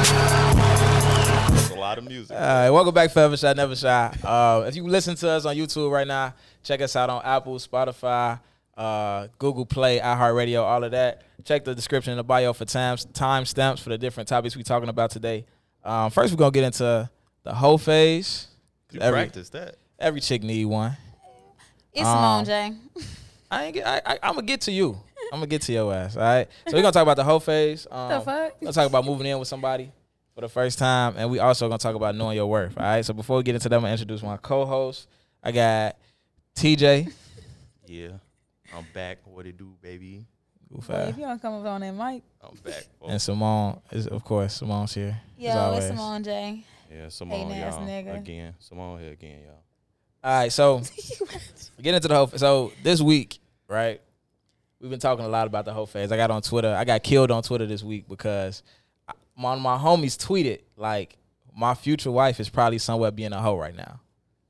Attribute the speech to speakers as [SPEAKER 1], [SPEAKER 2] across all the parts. [SPEAKER 1] There's a lot of music.
[SPEAKER 2] All right, welcome back, Forever Shy, Never Shy. Uh, if you listen to us on YouTube right now, check us out on Apple, Spotify, uh, Google Play, iHeartRadio, all of that. Check the description in the bio for times timestamps for the different topics we're talking about today. Um, first, we're gonna get into the whole phase.
[SPEAKER 1] You
[SPEAKER 2] Every-
[SPEAKER 1] practice that.
[SPEAKER 2] Every chick need one.
[SPEAKER 3] It's
[SPEAKER 2] Um,
[SPEAKER 3] Simone J.
[SPEAKER 2] I ain't. Get, I, I, I'm gonna get to you. I'm gonna get to your ass. All right. So we're gonna talk about the whole phase. Um,
[SPEAKER 3] The fuck?
[SPEAKER 2] We're gonna talk about moving in with somebody for the first time, and we also gonna talk about knowing your worth. All right. So before we get into that, I'm gonna introduce my co-host. I got TJ.
[SPEAKER 1] Yeah. I'm back. What it do, baby?
[SPEAKER 2] Goof
[SPEAKER 3] Well,
[SPEAKER 2] ass,
[SPEAKER 3] if you don't come up on that mic,
[SPEAKER 1] I'm back. Oh,
[SPEAKER 2] And Simone is of course Simone's here. as
[SPEAKER 3] yo,
[SPEAKER 2] always.
[SPEAKER 3] it's Simone J.
[SPEAKER 1] yeah, Simone,
[SPEAKER 3] ass
[SPEAKER 1] y'all.
[SPEAKER 3] nigga.
[SPEAKER 1] Again. Simone here again, y'all.
[SPEAKER 2] All right. So get into the whole. So this week, right? We've been talking a lot about the whole phase. I got on Twitter. I got killed on Twitter this week because I- one of my homies tweeted like, "My future wife is probably somewhere being a hoe right now."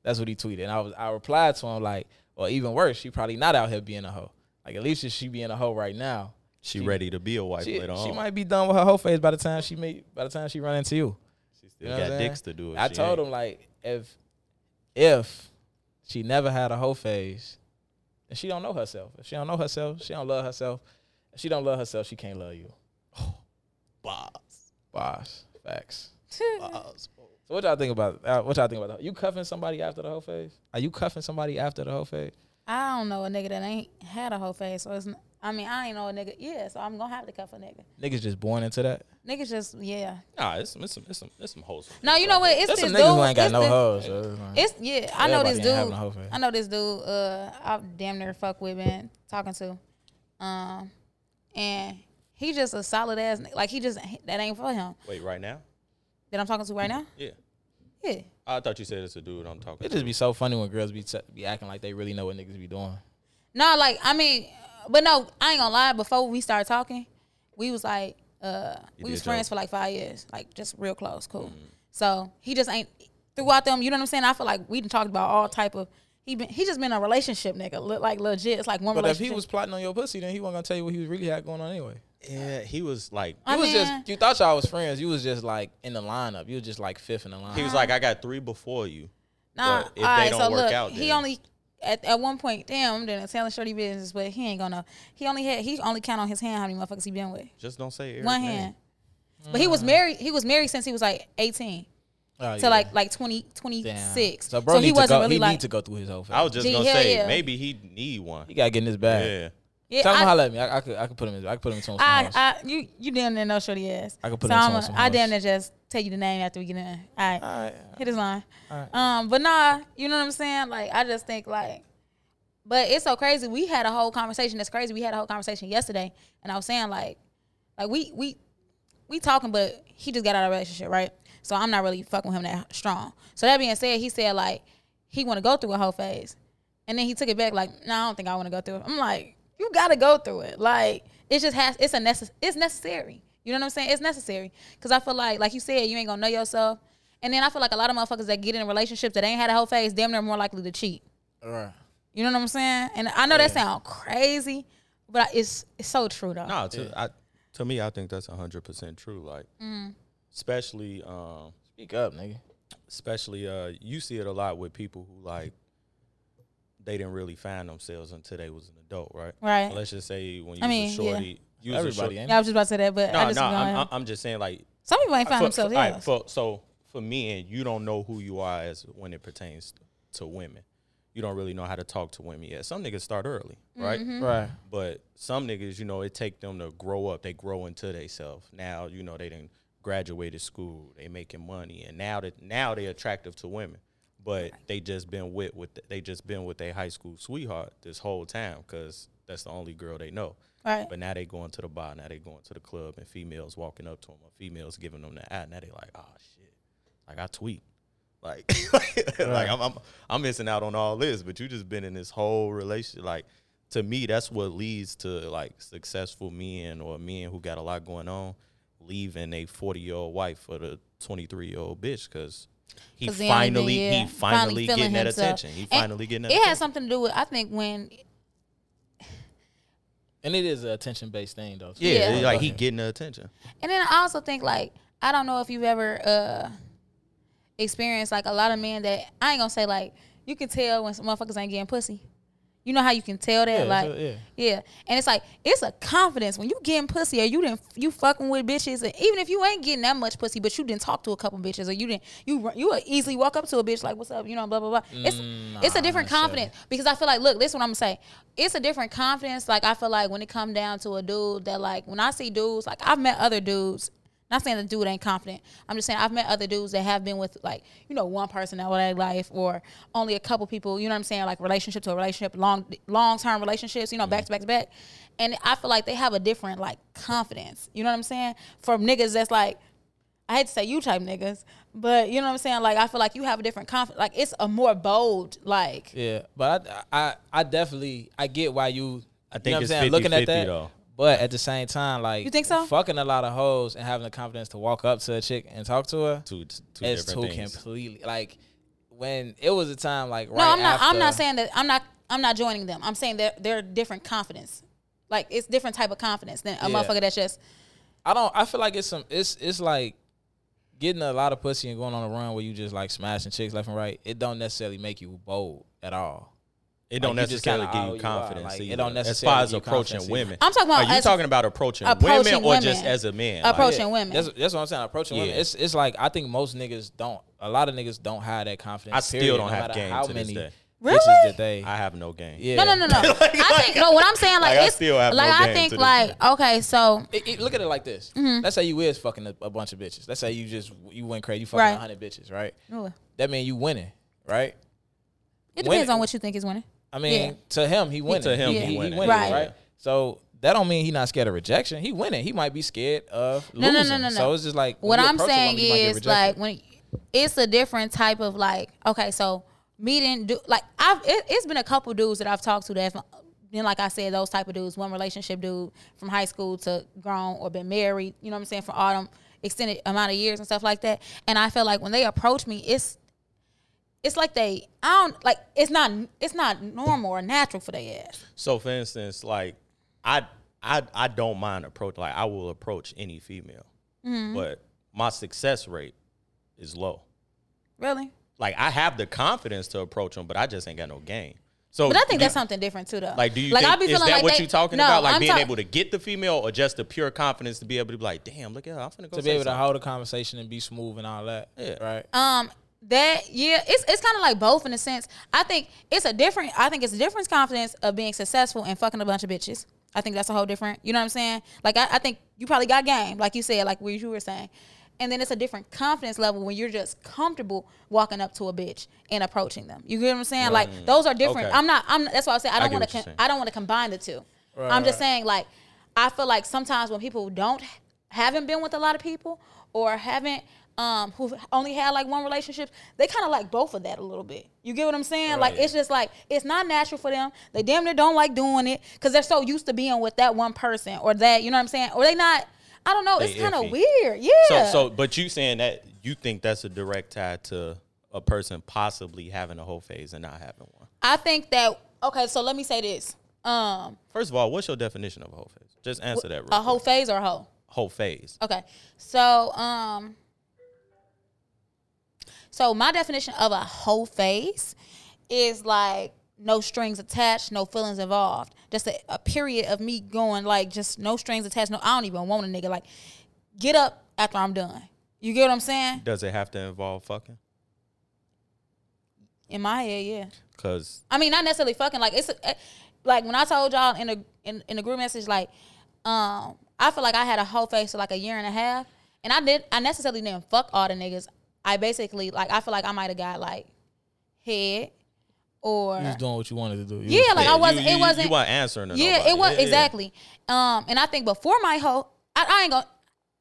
[SPEAKER 2] That's what he tweeted, and I was I replied to him like, "Well, even worse, she probably not out here being a hoe. Like at least if she being a hoe right now,
[SPEAKER 1] She, ready to be a wife
[SPEAKER 2] she,
[SPEAKER 1] later
[SPEAKER 2] she
[SPEAKER 1] on.
[SPEAKER 2] might be done with her whole phase by the time she may by the time she run into you."
[SPEAKER 1] she still
[SPEAKER 2] you know what
[SPEAKER 1] got
[SPEAKER 2] I'm saying?
[SPEAKER 1] dicks to do. if
[SPEAKER 2] I
[SPEAKER 1] she
[SPEAKER 2] told
[SPEAKER 1] ain't.
[SPEAKER 2] him like if if she never had a whole phase, and she don't know herself. If she don't know herself, she don't love herself. If she don't love herself, she can't love you.
[SPEAKER 1] Boss.
[SPEAKER 2] Boss. Facts. Uh,
[SPEAKER 1] Boss.
[SPEAKER 2] So what y'all think about uh, what y'all think about that? You cuffing somebody after the whole phase? Are you cuffing somebody after the whole phase?
[SPEAKER 3] I don't know a nigga that ain't had a whole face. So it's, n- I mean, I ain't know a nigga. Yeah, so I'm gonna have to cuff a nigga.
[SPEAKER 2] Niggas just born into that.
[SPEAKER 3] Niggas just, yeah.
[SPEAKER 1] Nah, it's some, it's some, it's some, it's some wholesome.
[SPEAKER 3] No, you know what? It's
[SPEAKER 2] There's some
[SPEAKER 3] this dude.
[SPEAKER 2] niggas who ain't got
[SPEAKER 3] it's
[SPEAKER 2] no
[SPEAKER 3] this-
[SPEAKER 2] hoes. so it's like-
[SPEAKER 3] It's yeah. I know
[SPEAKER 2] Everybody
[SPEAKER 3] this
[SPEAKER 2] ain't having a whole
[SPEAKER 3] dude.
[SPEAKER 2] face.
[SPEAKER 3] I know this dude. Uh, I damn near fuck with been talking to, um, and he just a solid ass. ni- Like he just that ain't for him.
[SPEAKER 1] Wait, right now?
[SPEAKER 3] That I'm talking to right now.
[SPEAKER 1] Yeah.
[SPEAKER 3] Yeah.
[SPEAKER 1] I thought you said it's a dude I'm talking
[SPEAKER 2] It
[SPEAKER 1] to.
[SPEAKER 2] just be so funny when girls be t- be acting like they really know what niggas be doing.
[SPEAKER 3] No, like I mean, but no, I ain't gonna lie. Before we started talking, we was like,
[SPEAKER 1] You did
[SPEAKER 3] uh, we
[SPEAKER 1] Mm-hmm.
[SPEAKER 3] was friends
[SPEAKER 1] joke.
[SPEAKER 3] for like five years, like just real close, cool. So he just ain't throughout them. You know what I'm saying? I feel like we done talked about all type of. He been he just been in a relationship, nigga. Look like legit. It's like one
[SPEAKER 2] But if
[SPEAKER 3] relationship.
[SPEAKER 2] he was plotting on your pussy, then he wasn't gonna tell you what he was really had going on anyway.
[SPEAKER 1] Yeah, he was like,
[SPEAKER 3] I
[SPEAKER 2] You was
[SPEAKER 3] mean-
[SPEAKER 2] just you thought y'all was friends. You was just like in the lineup. You was just like fifth in the line.
[SPEAKER 1] he was
[SPEAKER 3] Uh-huh.
[SPEAKER 1] like, I got three before you.
[SPEAKER 3] Nah,
[SPEAKER 1] But if they
[SPEAKER 3] all right.
[SPEAKER 1] don't
[SPEAKER 3] so
[SPEAKER 1] work
[SPEAKER 3] look,
[SPEAKER 1] out,
[SPEAKER 3] he
[SPEAKER 1] then-
[SPEAKER 3] only at, at one point. Damn, I'm doing a telling shorty business, but he ain't gonna. He only had. He only count on his hand how many motherfuckers he been with.
[SPEAKER 1] Just don't say Eric's
[SPEAKER 3] one
[SPEAKER 1] name.
[SPEAKER 3] hand. But he was married. He was married since he was like 18
[SPEAKER 2] oh,
[SPEAKER 3] to like like 20, 26.
[SPEAKER 2] So bro,
[SPEAKER 3] so
[SPEAKER 2] need
[SPEAKER 3] he wasn't
[SPEAKER 2] to go,
[SPEAKER 3] really
[SPEAKER 2] he
[SPEAKER 3] like.
[SPEAKER 2] need to go through his whole. Phase.
[SPEAKER 1] I was just
[SPEAKER 3] Gee,
[SPEAKER 1] gonna
[SPEAKER 3] hell
[SPEAKER 1] say
[SPEAKER 3] yeah.
[SPEAKER 1] maybe he need one.
[SPEAKER 2] he gotta get in his bag.
[SPEAKER 1] Yeah.
[SPEAKER 3] yeah,
[SPEAKER 2] Tell him
[SPEAKER 3] I,
[SPEAKER 2] holler at me. I, I could I could put him in. I could put him in some.
[SPEAKER 3] I,
[SPEAKER 2] house.
[SPEAKER 3] I, you, you damn near know shorty ass.
[SPEAKER 2] I could put
[SPEAKER 3] so
[SPEAKER 2] him
[SPEAKER 3] I'm,
[SPEAKER 2] some on
[SPEAKER 3] a-
[SPEAKER 2] some
[SPEAKER 3] I damn near
[SPEAKER 2] horse.
[SPEAKER 3] just tell you the name after we get in. All right,
[SPEAKER 2] All right.
[SPEAKER 3] hit his line.
[SPEAKER 2] Alright.
[SPEAKER 3] Um, but nah, you know what I'm saying? Like, I just think like, but it's so crazy. We had a whole conversation. That's crazy. We had a whole conversation yesterday, and I was saying like, like we we we talking, but he just got out of a relationship, right? So I'm not really fucking with him that strong. So that being said, he said like he want to go through a whole phase, and then he took it back like, no, nah, I don't think I want to go through it. I'm like, you gotta go through it. Like it just has it's a necess- it's necessary. You know what I'm saying? It's necessary because I feel like like you said, you ain't gonna know yourself. And then I feel like a lot of motherfuckers that get in relationships that ain't had a whole phase, damn near more likely to cheat.
[SPEAKER 2] All right.
[SPEAKER 3] You know what I'm saying? And I know that sound crazy, but I- it's it's so true though.
[SPEAKER 1] No, to I, to me, I think that's hundred percent true. Like,
[SPEAKER 3] Mm.
[SPEAKER 1] especially, um,
[SPEAKER 2] Speak up, nigga.
[SPEAKER 3] Mm-hmm.
[SPEAKER 1] especially, uh, you see it a lot with people who like they didn't really find themselves until they was an adult, right?
[SPEAKER 3] Right.
[SPEAKER 1] Let's just say when you
[SPEAKER 3] I
[SPEAKER 1] was a
[SPEAKER 3] mean, yeah.
[SPEAKER 1] shorty, you was
[SPEAKER 2] Everybody
[SPEAKER 1] A short,
[SPEAKER 2] ain't.
[SPEAKER 3] Yeah, I was just about to say that, but I
[SPEAKER 1] no,
[SPEAKER 3] just
[SPEAKER 1] no,
[SPEAKER 3] keep going.
[SPEAKER 1] I'm, I'm- I'm just saying like
[SPEAKER 3] some people ain't
[SPEAKER 1] for-
[SPEAKER 3] find themselves.
[SPEAKER 1] for-
[SPEAKER 3] Yeah,
[SPEAKER 1] all right, for- so for me and you don't know who you are as when it pertains to women. You don't really know how to talk to women yet. Some niggas start early, right?
[SPEAKER 3] Mm-hmm.
[SPEAKER 2] Right.
[SPEAKER 1] But some niggas, you know, it take them to grow up. They grow into themselves. Now, you know, they didn't graduated school. They making money, and now that now they attractive to women. But they just been with with they just been with their high school sweetheart this whole time because that's the only girl they know.
[SPEAKER 3] Right.
[SPEAKER 1] But now they going to the bar. Now they going to the club, and females walking up to them, or females giving them the eye. Now they like, oh shit, like I tweet. Like, like, I'm, I'm I'm missing out on all this, but you just been in this whole relationship. Like, to me, that's what leads to like successful men or men who got a lot going on leaving a 40 year old wife for the 23 year old bitch because he
[SPEAKER 3] 'Cause they only been,
[SPEAKER 1] finally
[SPEAKER 3] yeah,
[SPEAKER 1] he finally,
[SPEAKER 3] feeling
[SPEAKER 1] getting that
[SPEAKER 3] himself.
[SPEAKER 1] attention. He
[SPEAKER 3] And
[SPEAKER 1] finally getting that
[SPEAKER 3] It had
[SPEAKER 1] attention.
[SPEAKER 3] something to do with I think when
[SPEAKER 2] And it is an attention based thing though.
[SPEAKER 1] Yeah,
[SPEAKER 3] Yeah.
[SPEAKER 1] it's like he getting the attention.
[SPEAKER 3] And then I also think like I don't know if you've ever uh experienced like a lot of men that I ain't gonna say like you can tell when some motherfuckers ain't getting pussy. You know how you can tell that
[SPEAKER 2] Yeah,
[SPEAKER 3] like
[SPEAKER 2] so- yeah.
[SPEAKER 3] yeah. And it's like it's a confidence when you getting pussy or you didn't you fucking with bitches and even if you ain't getting that much pussy but you didn't talk to a couple bitches or you didn't you run- you would easily walk up to a bitch like what's up you know blah blah blah. It's
[SPEAKER 2] Mm,
[SPEAKER 3] it's a
[SPEAKER 2] necessarily.
[SPEAKER 3] different confidence because I feel like look this is what I'm gonna say it's a different confidence like I feel like when it come down to a dude that like when I see dudes like I've met other dudes. Not saying the dude ain't confident. I'm just saying I've met other dudes that have been with like you know one person all their life or only a couple people. You know what I'm saying? Like relationship to a relationship, long long term relationships. You know, back to back to back. And I feel like they have a different like confidence. You know what I'm saying? From niggas that's like I hate to say you type niggas, but you know what I'm saying? Like I feel like you have a different confidence. Like it's a more bold like
[SPEAKER 2] Yeah, but I, I I definitely I get why you. I
[SPEAKER 1] think
[SPEAKER 2] you know what I'm
[SPEAKER 1] it's
[SPEAKER 2] saying, looking at
[SPEAKER 1] 50-50
[SPEAKER 2] that.
[SPEAKER 1] though.
[SPEAKER 2] But at the same time, like
[SPEAKER 3] You think so?
[SPEAKER 2] Fucking a lot of hoes and having the confidence to walk up to a chick and talk to her
[SPEAKER 1] Two, two
[SPEAKER 2] is two
[SPEAKER 1] different things.
[SPEAKER 2] completely like when it was a time like right
[SPEAKER 3] No, I'm not. I'm
[SPEAKER 2] after-
[SPEAKER 3] not saying that. I'm not. I'm not joining them. I'm saying they're they're different confidence. Like it's different type of confidence than a
[SPEAKER 2] Yeah.
[SPEAKER 3] motherfucker that's just
[SPEAKER 2] I don't. I feel like it's some. It's it's like getting a lot of pussy and going on a run where you just like smashing chicks left and right. It don't necessarily make you bold at all.
[SPEAKER 1] It don't
[SPEAKER 2] Like, you just
[SPEAKER 1] necessarily
[SPEAKER 2] kinda
[SPEAKER 1] give
[SPEAKER 2] how
[SPEAKER 1] you
[SPEAKER 2] you are.
[SPEAKER 1] confidence.
[SPEAKER 2] Like, it
[SPEAKER 1] either.
[SPEAKER 2] don't
[SPEAKER 1] as far
[SPEAKER 2] necessarily
[SPEAKER 1] as
[SPEAKER 2] give you confidence
[SPEAKER 1] approaching
[SPEAKER 2] either.
[SPEAKER 1] women.
[SPEAKER 3] I'm talking about
[SPEAKER 1] Are you
[SPEAKER 3] as-
[SPEAKER 1] talking about approaching,
[SPEAKER 3] approaching
[SPEAKER 1] women or
[SPEAKER 3] women.
[SPEAKER 1] just as a man?
[SPEAKER 3] Approach-
[SPEAKER 1] Like,
[SPEAKER 3] Approaching women.
[SPEAKER 2] That's that's what I'm saying. Approaching women.
[SPEAKER 1] Yeah.
[SPEAKER 2] It's it's like I think most niggas don't. A lot of niggas don't have that confidence.
[SPEAKER 1] I still
[SPEAKER 2] period,
[SPEAKER 1] don't
[SPEAKER 2] no
[SPEAKER 1] have
[SPEAKER 2] matter
[SPEAKER 1] game
[SPEAKER 2] How
[SPEAKER 1] to this
[SPEAKER 2] many
[SPEAKER 1] day.
[SPEAKER 3] Really?
[SPEAKER 2] bitches that they?
[SPEAKER 1] I have no game.
[SPEAKER 2] yeah.
[SPEAKER 3] no, no, no, no. I think no. What I'm saying, like,
[SPEAKER 1] Like, I
[SPEAKER 3] it's
[SPEAKER 1] still have
[SPEAKER 3] like
[SPEAKER 1] no
[SPEAKER 3] I
[SPEAKER 1] game
[SPEAKER 3] think
[SPEAKER 1] to this
[SPEAKER 3] like okay, so
[SPEAKER 2] It- it- look at it like this.
[SPEAKER 3] Mm-hmm.
[SPEAKER 2] Let's say you is fucking a, a bunch of bitches. Let's say you just you went crazy. You fucking
[SPEAKER 3] Right.
[SPEAKER 2] a hundred bitches, right?
[SPEAKER 3] it
[SPEAKER 2] That mean you winning, right?
[SPEAKER 3] depends
[SPEAKER 2] Women-
[SPEAKER 3] on what you think is winning.
[SPEAKER 2] I mean,
[SPEAKER 3] Yeah.
[SPEAKER 2] to him, he winning.
[SPEAKER 1] To him,
[SPEAKER 3] he
[SPEAKER 2] he
[SPEAKER 1] winning.
[SPEAKER 2] winning,
[SPEAKER 3] Right.
[SPEAKER 2] right. So that don't mean he not scared of rejection. He winning. He might be scared of
[SPEAKER 3] No,
[SPEAKER 2] losing.
[SPEAKER 3] no, no, no, no.
[SPEAKER 2] So it's just like when
[SPEAKER 3] what
[SPEAKER 2] you
[SPEAKER 3] I'm
[SPEAKER 2] approach a
[SPEAKER 3] saying
[SPEAKER 2] woman, you might get
[SPEAKER 3] is
[SPEAKER 2] rejected.
[SPEAKER 3] like when it's a different type of like okay, so meeting du- like I've it, it's been a couple dudes that I've talked to that have been like I said those type of dudes, one relationship dude from high school to grown or been married, you know what I'm saying for autumn extended amount of years and stuff like that, and I feel like when they approach me, it's it's like they I don't like it's not it's not normal or natural for their ass.
[SPEAKER 1] So for instance, like I I I don't mind approach like I will approach any female.
[SPEAKER 3] Mm-hmm.
[SPEAKER 1] But my success rate is low.
[SPEAKER 3] Really?
[SPEAKER 1] Like I have the confidence to approach them, but I just ain't got no game. So
[SPEAKER 3] But I think
[SPEAKER 1] do-
[SPEAKER 3] that's something different too, though.
[SPEAKER 1] Oh, like do you
[SPEAKER 3] I
[SPEAKER 1] think, is that what
[SPEAKER 3] they-
[SPEAKER 1] you talking
[SPEAKER 3] No,
[SPEAKER 1] about? Like
[SPEAKER 3] I'm
[SPEAKER 1] being
[SPEAKER 3] talk-
[SPEAKER 1] able to get the female or just the pure confidence to be able to be like, damn, look at her, I'm finna go.
[SPEAKER 2] to be
[SPEAKER 1] say
[SPEAKER 2] able to
[SPEAKER 1] something."
[SPEAKER 2] hold a conversation and be smooth and all that.
[SPEAKER 1] Yeah.
[SPEAKER 2] Right.
[SPEAKER 3] Um, that yeah, it's it's kind of like both in a sense. I think it's a different. I think it's a different confidence of being successful and fucking a bunch of bitches. I think that's a whole different. You know what I'm saying? Like I, I think you probably got game, like you said, like we you were saying. And then it's a different confidence level when you're just comfortable walking up to a bitch and approaching them. You get what I'm saying? Like those are different.
[SPEAKER 1] Mm. Okay.
[SPEAKER 3] I'm not. I'm. That's why I say I don't
[SPEAKER 1] get
[SPEAKER 3] want
[SPEAKER 1] what you're
[SPEAKER 3] to.
[SPEAKER 1] saying.
[SPEAKER 3] I don't want to combine the two. I'm just saying, like, I feel like sometimes when people don't haven't been with a lot of people or haven't um who've only had like one relationship, they kind of like both of that a little bit. You get what I'm saying? Like it's just like it's not natural for them. They damn near don't like doing it because they're so used to being with that one person or that. You know what I'm saying? Or they not. I don't know.
[SPEAKER 1] They
[SPEAKER 3] it's kind of
[SPEAKER 1] iffy.
[SPEAKER 3] weird. Yeah.
[SPEAKER 1] So, so, but you saying that you think that's a direct tie to a person possibly having a whole phase and not having one.
[SPEAKER 3] I think that okay. So let me say this. Um,
[SPEAKER 1] First of all, what's your definition of a whole phase? Just answer that. Real
[SPEAKER 3] a whole
[SPEAKER 1] quick.
[SPEAKER 3] phase or a whole.
[SPEAKER 1] whole phase.
[SPEAKER 3] Okay. So, um So my definition of a whole phase is like no strings attached, no feelings involved. Just a, a period of me going like just no strings attached. No, I don't even want a nigga. Like get up after I'm done. You get what I'm saying?
[SPEAKER 1] Does it have to involve fucking?
[SPEAKER 3] In my head, yeah.
[SPEAKER 1] Because
[SPEAKER 3] I mean, not necessarily fucking. Like it's a, like when I told y'all in the in, in the group message, like um, I feel like I had a whole face for like a year and a half, and I did. I necessarily didn't fuck all the niggas. I basically like I feel like I might have got like head or
[SPEAKER 2] You was doing what you wanted to do. You
[SPEAKER 3] yeah,
[SPEAKER 2] was-
[SPEAKER 3] like I wasn't.
[SPEAKER 1] You,
[SPEAKER 3] it wasn't.
[SPEAKER 1] You weren't answering. To
[SPEAKER 3] yeah,
[SPEAKER 1] nobody.
[SPEAKER 3] it was
[SPEAKER 1] Yeah, yeah.
[SPEAKER 3] exactly. Um, and I think before my whole, I, I ain't gonna.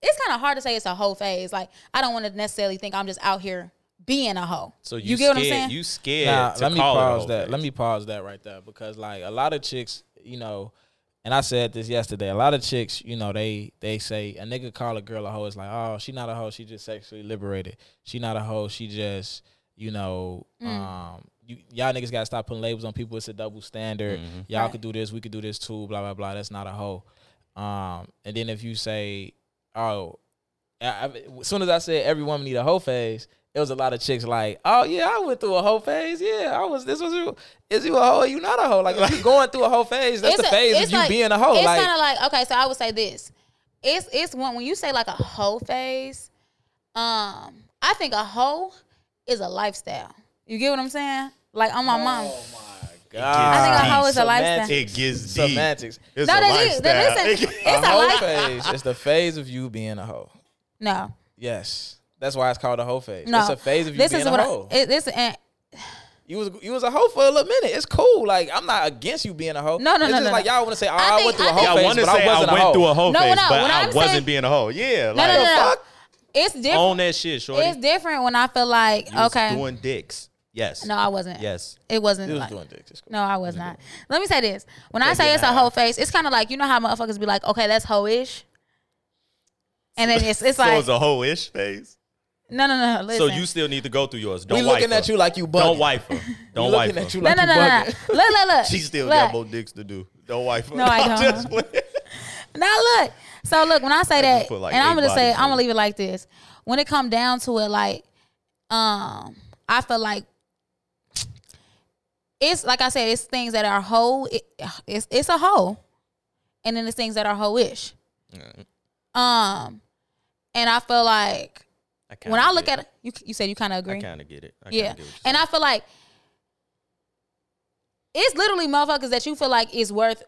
[SPEAKER 3] It's kind of hard to say it's a whole phase. Like I don't want to necessarily think I'm just out here being a hoe.
[SPEAKER 1] So you,
[SPEAKER 3] you, get
[SPEAKER 1] scared,
[SPEAKER 3] what I'm saying?
[SPEAKER 1] You scared
[SPEAKER 2] Nah,
[SPEAKER 1] to
[SPEAKER 2] let me
[SPEAKER 1] call it a
[SPEAKER 2] pause
[SPEAKER 1] whole
[SPEAKER 2] that.
[SPEAKER 1] phase.
[SPEAKER 2] Let me pause that right there because like a lot of chicks, you know, and I said this yesterday. A lot of chicks, you know, they they say a nigga call a girl a hoe. It's like, oh, she not a hoe. She just sexually liberated. She not a hoe. She just, you know, um, you, y'all niggas gotta stop putting labels on people. It's a double standard.
[SPEAKER 1] Mm-hmm.
[SPEAKER 2] Y'all all could do this, we could do this too. Blah blah blah. That's not a hoe. Um, and then if you say, oh, I- I- as soon as I said every woman need a hoe phase, it was a lot of chicks like, oh yeah, I went through a hoe phase. Yeah, I was. This was you. Is you a hoe? Or you not a hoe? Like if you going through a whole phase, that's the
[SPEAKER 3] a-
[SPEAKER 2] phase of you
[SPEAKER 3] like-
[SPEAKER 2] being a hoe.
[SPEAKER 3] It's
[SPEAKER 2] Like
[SPEAKER 3] kind of like okay, so I would say this. It's it's one when you say like a hoe phase. Um, I think a hoe is a lifestyle. You get what I'm saying? Like on my
[SPEAKER 2] Oh
[SPEAKER 3] mom. I
[SPEAKER 2] ah,
[SPEAKER 3] think a hoe is a lifestyle.
[SPEAKER 1] It gets deep.
[SPEAKER 2] Semantics.
[SPEAKER 1] It's
[SPEAKER 3] No,
[SPEAKER 1] a
[SPEAKER 3] that is- that-
[SPEAKER 1] lifestyle.
[SPEAKER 3] listen,
[SPEAKER 1] It
[SPEAKER 3] it's
[SPEAKER 2] a
[SPEAKER 3] a
[SPEAKER 2] whole
[SPEAKER 3] life.
[SPEAKER 2] phase. It's the phase of you being a hoe.
[SPEAKER 3] No,
[SPEAKER 2] Yes, that's why it's called a hoe phase.
[SPEAKER 3] no.
[SPEAKER 2] it's a phase of you
[SPEAKER 3] this
[SPEAKER 2] being
[SPEAKER 3] is what
[SPEAKER 2] a
[SPEAKER 3] I-
[SPEAKER 2] hoe.
[SPEAKER 3] it, this and
[SPEAKER 2] you was you was a hoe for a little minute. It's cool. Like I'm not against you being a hoe.
[SPEAKER 3] No, no,
[SPEAKER 2] it's
[SPEAKER 3] no,
[SPEAKER 2] just
[SPEAKER 3] no,
[SPEAKER 2] Like
[SPEAKER 3] no.
[SPEAKER 2] y'all want to say, oh,
[SPEAKER 3] I
[SPEAKER 2] I,
[SPEAKER 3] think-
[SPEAKER 2] went through a
[SPEAKER 3] I think-
[SPEAKER 1] Yeah,
[SPEAKER 2] hoe
[SPEAKER 3] I
[SPEAKER 1] I
[SPEAKER 2] phase,
[SPEAKER 1] want to say
[SPEAKER 2] but I wasn't
[SPEAKER 1] I
[SPEAKER 2] a hoe.
[SPEAKER 1] went through a whole
[SPEAKER 3] No,
[SPEAKER 1] phase,
[SPEAKER 3] no,
[SPEAKER 1] but
[SPEAKER 3] when
[SPEAKER 1] I
[SPEAKER 3] I'm
[SPEAKER 1] wasn't
[SPEAKER 3] saying-
[SPEAKER 1] being a hoe. Yeah,
[SPEAKER 3] no,
[SPEAKER 1] like
[SPEAKER 3] no, no, no.
[SPEAKER 2] fuck?
[SPEAKER 3] It's different.
[SPEAKER 1] own that shit, shorty.
[SPEAKER 3] It's different when I feel like
[SPEAKER 1] You was
[SPEAKER 3] okay.
[SPEAKER 1] doing dicks. Yes.
[SPEAKER 3] no, I wasn't.
[SPEAKER 1] Yes.
[SPEAKER 3] It wasn't.
[SPEAKER 2] You was
[SPEAKER 3] like-
[SPEAKER 2] doing dicks. It's cool.
[SPEAKER 3] No, I was not. Let me say this. When I say
[SPEAKER 2] yeah,
[SPEAKER 3] it's a
[SPEAKER 2] nah.
[SPEAKER 3] hoe face, it's kind of like you know how motherfuckers be like, okay, that's hoe-ish. And then it's it's
[SPEAKER 1] So
[SPEAKER 3] like
[SPEAKER 1] it's a hoe ish phase.
[SPEAKER 3] no no no. Listen.
[SPEAKER 1] So you still need to go through yours. Don't
[SPEAKER 2] We
[SPEAKER 1] wife
[SPEAKER 2] looking at
[SPEAKER 1] her.
[SPEAKER 2] you like you bugging.
[SPEAKER 1] Don't wife her. Don't
[SPEAKER 2] We
[SPEAKER 1] wife
[SPEAKER 2] looking
[SPEAKER 1] her.
[SPEAKER 2] at you
[SPEAKER 3] no
[SPEAKER 2] like
[SPEAKER 3] no
[SPEAKER 2] you
[SPEAKER 3] no no.
[SPEAKER 2] bugging.
[SPEAKER 3] Look look look.
[SPEAKER 1] She still got more dicks to do. Don't wife her.
[SPEAKER 3] No, I
[SPEAKER 1] I'm
[SPEAKER 3] don't.
[SPEAKER 1] just playing.
[SPEAKER 3] Now look. So look, when I say that,
[SPEAKER 1] put, like,
[SPEAKER 3] and I'm
[SPEAKER 1] eight
[SPEAKER 3] gonna say
[SPEAKER 1] bodies
[SPEAKER 3] I'm
[SPEAKER 1] on
[SPEAKER 3] gonna
[SPEAKER 1] it.
[SPEAKER 3] leave it like this. When it come down to it, like, um, I feel like it's like I said, it's things that are whole. It, it's it's a whole, and then it's things that are whole-ish. Um, and I feel like when I look at it, you, you said you kind of
[SPEAKER 1] I
[SPEAKER 3] agree.
[SPEAKER 1] kind of get it. I
[SPEAKER 3] Yeah.
[SPEAKER 1] kinda get what you're
[SPEAKER 3] And I feel like it's literally motherfuckers that you feel like is worth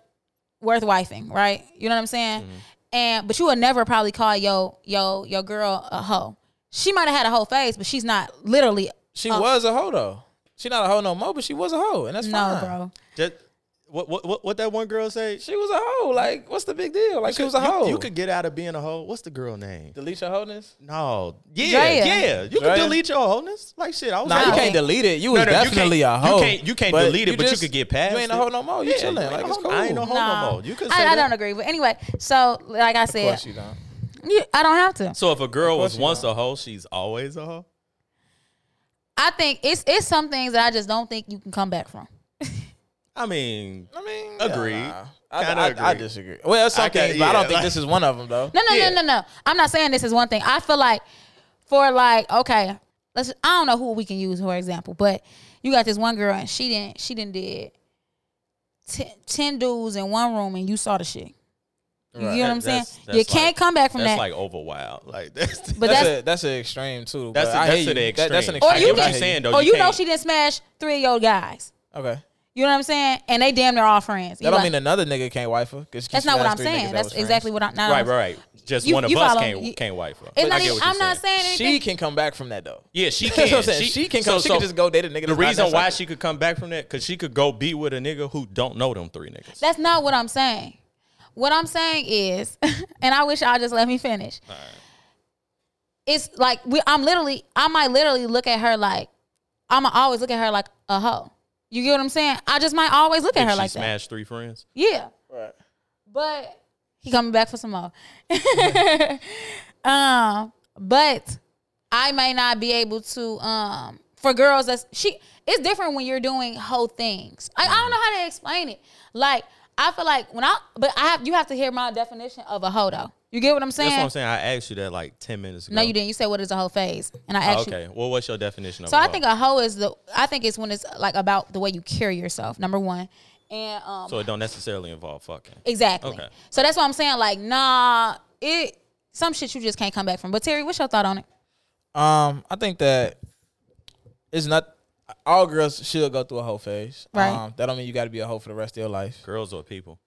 [SPEAKER 3] worth wifing, right? You know what I'm saying?
[SPEAKER 1] Mm-hmm.
[SPEAKER 3] And but you would never probably call yo yo your girl a hoe. She might have had a whole phase, but she's not literally
[SPEAKER 2] She was a hoe though. She not a hoe no more, but she was a hoe, and that's
[SPEAKER 3] Oh. no,
[SPEAKER 2] fine.
[SPEAKER 3] bro.
[SPEAKER 1] saying. Just- what, what what what that one girl say?
[SPEAKER 2] She was a hoe. Like, what's the big deal? Like, she was a
[SPEAKER 1] You-
[SPEAKER 2] hoe.
[SPEAKER 1] You, could get out of being a hoe. What's the girl name?
[SPEAKER 2] delete your wholeness.
[SPEAKER 1] No. Yeah,
[SPEAKER 3] Drea.
[SPEAKER 1] yeah. You
[SPEAKER 2] Drea?
[SPEAKER 1] can delete your wholeness. Like oh. shit. I was
[SPEAKER 2] Nah,
[SPEAKER 1] a
[SPEAKER 2] you
[SPEAKER 1] hoe.
[SPEAKER 2] can't delete it. You was
[SPEAKER 1] no, you
[SPEAKER 2] definitely
[SPEAKER 1] can't-
[SPEAKER 2] a hoe.
[SPEAKER 1] you can't- you can't delete it, but you could get past
[SPEAKER 2] You ain't a
[SPEAKER 1] it.
[SPEAKER 2] hoe no more. You
[SPEAKER 1] Yeah,
[SPEAKER 2] chilling.
[SPEAKER 1] you ain't
[SPEAKER 2] Like,
[SPEAKER 1] a
[SPEAKER 2] it's
[SPEAKER 1] hoe.
[SPEAKER 2] cool.
[SPEAKER 1] I ain't no hoe no
[SPEAKER 3] No.
[SPEAKER 1] more. You could say
[SPEAKER 3] I, I
[SPEAKER 1] that.
[SPEAKER 3] don't agree. But anyway, so like I
[SPEAKER 2] Of
[SPEAKER 3] said,
[SPEAKER 2] course you don't.
[SPEAKER 3] you, I don't have to.
[SPEAKER 1] So if a girl
[SPEAKER 2] course
[SPEAKER 1] was
[SPEAKER 2] you
[SPEAKER 1] once a hoe, she's always a hoe.
[SPEAKER 3] I think it's it's some things that I just don't think you can come back from.
[SPEAKER 1] I mean,
[SPEAKER 2] I mean,
[SPEAKER 1] Agreed.
[SPEAKER 2] yeah, I,
[SPEAKER 1] Kinda
[SPEAKER 2] I, I
[SPEAKER 1] agree.
[SPEAKER 2] disagree. Well, some
[SPEAKER 1] I ca-
[SPEAKER 2] things, but I don't
[SPEAKER 1] yeah,
[SPEAKER 2] think
[SPEAKER 1] like-
[SPEAKER 2] this is one of them though.
[SPEAKER 3] No, no,
[SPEAKER 1] Yeah.
[SPEAKER 3] no, no, no. I'm not saying this is one thing. I feel like for like okay, let's. I don't know who we can use for example, but you got this one girl and she didn't. She didn't did ten, 10 dudes in one room and you saw the shit. You
[SPEAKER 2] Right.
[SPEAKER 3] get what I'm
[SPEAKER 1] That-
[SPEAKER 3] saying?
[SPEAKER 1] that's-
[SPEAKER 3] you
[SPEAKER 1] that's
[SPEAKER 3] can't
[SPEAKER 1] like-
[SPEAKER 3] come back from
[SPEAKER 1] that's
[SPEAKER 3] that.
[SPEAKER 1] like over wild. Like that's
[SPEAKER 3] but
[SPEAKER 2] that's a,
[SPEAKER 3] that's,
[SPEAKER 2] that's an extreme too.
[SPEAKER 1] That's
[SPEAKER 2] but
[SPEAKER 1] a-
[SPEAKER 2] I
[SPEAKER 1] that's
[SPEAKER 2] hear
[SPEAKER 1] an
[SPEAKER 2] you. That- that's
[SPEAKER 1] extreme.
[SPEAKER 2] an extreme.
[SPEAKER 3] or you
[SPEAKER 1] get what
[SPEAKER 3] did,
[SPEAKER 1] you're saying, though.
[SPEAKER 3] Or
[SPEAKER 1] You
[SPEAKER 3] you, know
[SPEAKER 1] can't-
[SPEAKER 3] she didn't smash three of your guys.
[SPEAKER 2] Okay.
[SPEAKER 3] You know what I'm saying? And they damn near all friends. You
[SPEAKER 2] That don't
[SPEAKER 3] like-
[SPEAKER 2] mean another nigga can't wife her. 'cause she
[SPEAKER 3] that's not what I'm
[SPEAKER 2] smashed three niggas
[SPEAKER 3] saying.
[SPEAKER 2] that
[SPEAKER 3] That's
[SPEAKER 2] was friends.
[SPEAKER 3] exactly what I'm. Not
[SPEAKER 1] right, right, right. Just
[SPEAKER 3] Um, You-
[SPEAKER 1] one of
[SPEAKER 3] you
[SPEAKER 1] us
[SPEAKER 3] follow-
[SPEAKER 1] can't
[SPEAKER 3] you-
[SPEAKER 1] can't wife her.
[SPEAKER 3] It's
[SPEAKER 1] I
[SPEAKER 3] not
[SPEAKER 1] get
[SPEAKER 3] even,
[SPEAKER 1] what you're
[SPEAKER 3] I'm not saying anything.
[SPEAKER 2] She can come back from that though.
[SPEAKER 1] Yeah, she
[SPEAKER 2] That's what I'm
[SPEAKER 1] can.
[SPEAKER 2] saying. She can come- she can just go date a nigga
[SPEAKER 1] The
[SPEAKER 2] that's not
[SPEAKER 1] reason why
[SPEAKER 2] necessarily-
[SPEAKER 1] she could come back from that, cause she could go be with a nigga who don't know them three niggas.
[SPEAKER 3] That's not what I'm saying. What I'm saying is, and I wish y'all just let me finish. It's like we, I'm literally, I might literally look at her like, I'ma always look at her like a hoe. You get what I'm saying? I just might always look at
[SPEAKER 1] If
[SPEAKER 3] her
[SPEAKER 1] she
[SPEAKER 3] like that.
[SPEAKER 1] smashed three friends.
[SPEAKER 3] Yeah,
[SPEAKER 2] Right.
[SPEAKER 3] but he coming back for some more. um, but I may not be able to. Um, for girls, that's she. It's different when you're doing whole things. I, I don't know how to explain it. Like I feel like when I, but I have you have to hear my definition of a hoe though. You get what I'm saying?
[SPEAKER 1] That's what I'm saying. I asked you that like ten minutes ago.
[SPEAKER 3] No, you didn't. You said what is a hoe phase, and I
[SPEAKER 1] Oh,
[SPEAKER 3] actually.
[SPEAKER 1] okay. Well, what's your definition of?
[SPEAKER 3] So
[SPEAKER 1] a
[SPEAKER 3] I
[SPEAKER 1] hoe?
[SPEAKER 3] think a hoe is the. I think it's when it's like about the way you carry yourself. Number one, and um,
[SPEAKER 1] so it don't necessarily involve fucking.
[SPEAKER 3] Exactly.
[SPEAKER 1] Okay.
[SPEAKER 3] So that's what I'm saying. Like, nah, it some shit you just can't come back from. But Terry, what's your thought on it?
[SPEAKER 2] Um, I think that it's not. All girls should go through a whole phase.
[SPEAKER 3] Right.
[SPEAKER 2] Um, that don't mean you got to be a hoe for the rest of your life.
[SPEAKER 1] Girls or people,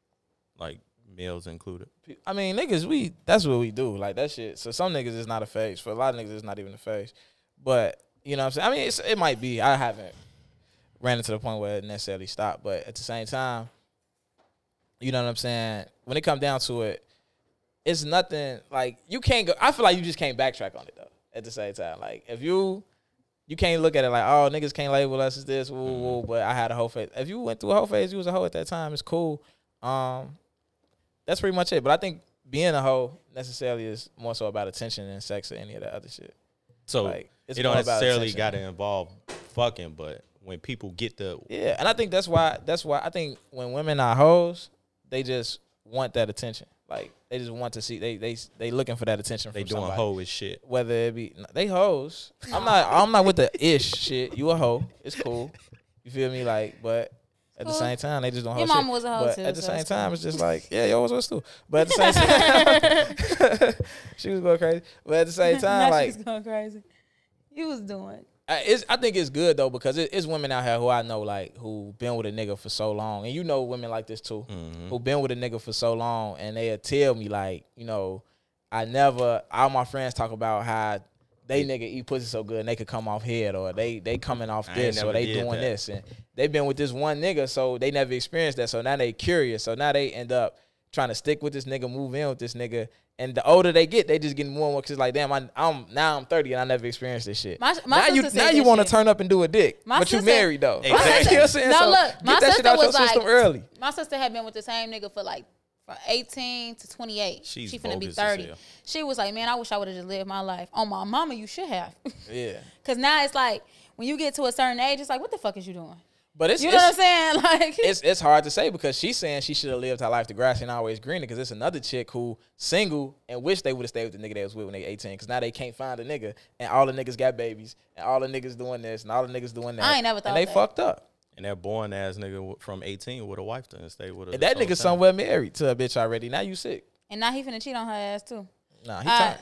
[SPEAKER 1] like males included.
[SPEAKER 2] I mean, niggas, we that's what we do. Like that shit. So some niggas is not a phase. For a lot of niggas, it's not even a phase. But you know what I'm saying? I mean, it's, it might be. I haven't ran into the point where it necessarily stopped. But at the same time, you know what I'm saying? When it comes down to it, it's nothing like you can't go. I feel like you just can't backtrack on it though. At the same time, like if you you can't look at it like oh niggas can't label us as this, woo, woo, woo, but I had a whole phase. If you went through a whole phase, you was a hoe at that time. It's cool. Um, that's pretty much it. But I think being a hoe necessarily is more so about attention than sex or any of that other shit.
[SPEAKER 1] So
[SPEAKER 2] Like, it's
[SPEAKER 1] it don't
[SPEAKER 2] more about
[SPEAKER 1] necessarily
[SPEAKER 2] attention.
[SPEAKER 1] got to involve fucking, but when people get the
[SPEAKER 2] Yeah, and I think that's why that's why I think when women are hoes, they just want that attention. Like they just want to see they they they looking for that attention.
[SPEAKER 1] they
[SPEAKER 2] from
[SPEAKER 1] doing
[SPEAKER 2] somebody.
[SPEAKER 1] hoe is shit.
[SPEAKER 2] Whether it be they hoes. I'm not I'm not with the ish shit. You a hoe? It's cool. You feel me? Like, but. At the
[SPEAKER 3] Cool.
[SPEAKER 2] same time, they just don't.
[SPEAKER 3] Your
[SPEAKER 2] hoe
[SPEAKER 3] mama
[SPEAKER 2] shit.
[SPEAKER 3] was a hoe
[SPEAKER 2] But
[SPEAKER 3] too,
[SPEAKER 2] at the
[SPEAKER 3] so
[SPEAKER 2] same
[SPEAKER 3] it's
[SPEAKER 2] time,
[SPEAKER 3] cool.
[SPEAKER 2] it's just like, yeah, yo was was too. But at the same time, she was going crazy. But at the same time,
[SPEAKER 3] now
[SPEAKER 2] like,
[SPEAKER 3] she's going crazy. You was doing.
[SPEAKER 2] I, it's, I think it's good though because it, it's women out here who I know like who been with a nigga for so long, and you know women like this too,
[SPEAKER 1] Mm-hmm.
[SPEAKER 2] who been with a nigga for so long, and they'll tell me like, you know, I never. All my friends talk about how they nigga eat pussy so good and they could come off head, or they they coming off
[SPEAKER 1] I ain't
[SPEAKER 2] this,
[SPEAKER 1] never
[SPEAKER 2] or they
[SPEAKER 1] did
[SPEAKER 2] doing
[SPEAKER 1] that.
[SPEAKER 2] this, and they been with this one nigga, so they never experienced that, so now they curious, so now they end up trying to stick with this nigga, move in with this nigga. And the older they get, they just getting more and more. Cause it's like, damn, I, I'm now I'm 30 and I never experienced this shit.
[SPEAKER 3] My- my
[SPEAKER 2] now you
[SPEAKER 3] sister said
[SPEAKER 2] now you
[SPEAKER 3] that
[SPEAKER 2] want to
[SPEAKER 3] shit.
[SPEAKER 2] turn up and do a dick,
[SPEAKER 3] My
[SPEAKER 2] but you
[SPEAKER 3] sister-
[SPEAKER 2] married though.
[SPEAKER 1] Exactly.
[SPEAKER 2] You know what I'm saying?
[SPEAKER 3] No,
[SPEAKER 2] So
[SPEAKER 3] look, my
[SPEAKER 2] get that shit
[SPEAKER 3] sister
[SPEAKER 2] out your
[SPEAKER 3] was like-
[SPEAKER 2] system early.
[SPEAKER 3] My sister had been with the same nigga for like from 18 to 28.
[SPEAKER 1] She's
[SPEAKER 3] she finna be
[SPEAKER 1] bogus as
[SPEAKER 3] 30.
[SPEAKER 1] hell.
[SPEAKER 3] She was like, man, I wish I would have just lived my life. On my mama, you should have.
[SPEAKER 2] Yeah,
[SPEAKER 3] Because now it's like, when you get to a certain age, it's like, what the fuck is you doing?
[SPEAKER 2] but it's
[SPEAKER 3] You know
[SPEAKER 2] it's,
[SPEAKER 3] what I'm saying? Like,
[SPEAKER 2] it's it's hard to say because she's saying she should have lived her life the grass ain't always greener because it's another chick who single and wish they would have stayed with the nigga they was with when they 18 because now they can't find a nigga and all the niggas got babies and all the niggas doing this and all the niggas doing that.
[SPEAKER 3] I ain't never
[SPEAKER 2] and
[SPEAKER 3] thought
[SPEAKER 2] they
[SPEAKER 3] that.
[SPEAKER 2] fucked up.
[SPEAKER 1] And that born ass nigga w- from 18 with a wife done stay with her.
[SPEAKER 2] And that
[SPEAKER 1] this whole
[SPEAKER 2] nigga
[SPEAKER 1] time.
[SPEAKER 2] somewhere married to a bitch already. Now you sick.
[SPEAKER 3] and now he finna cheat on her ass too.
[SPEAKER 2] Nah, he
[SPEAKER 3] Uh,
[SPEAKER 2] tired.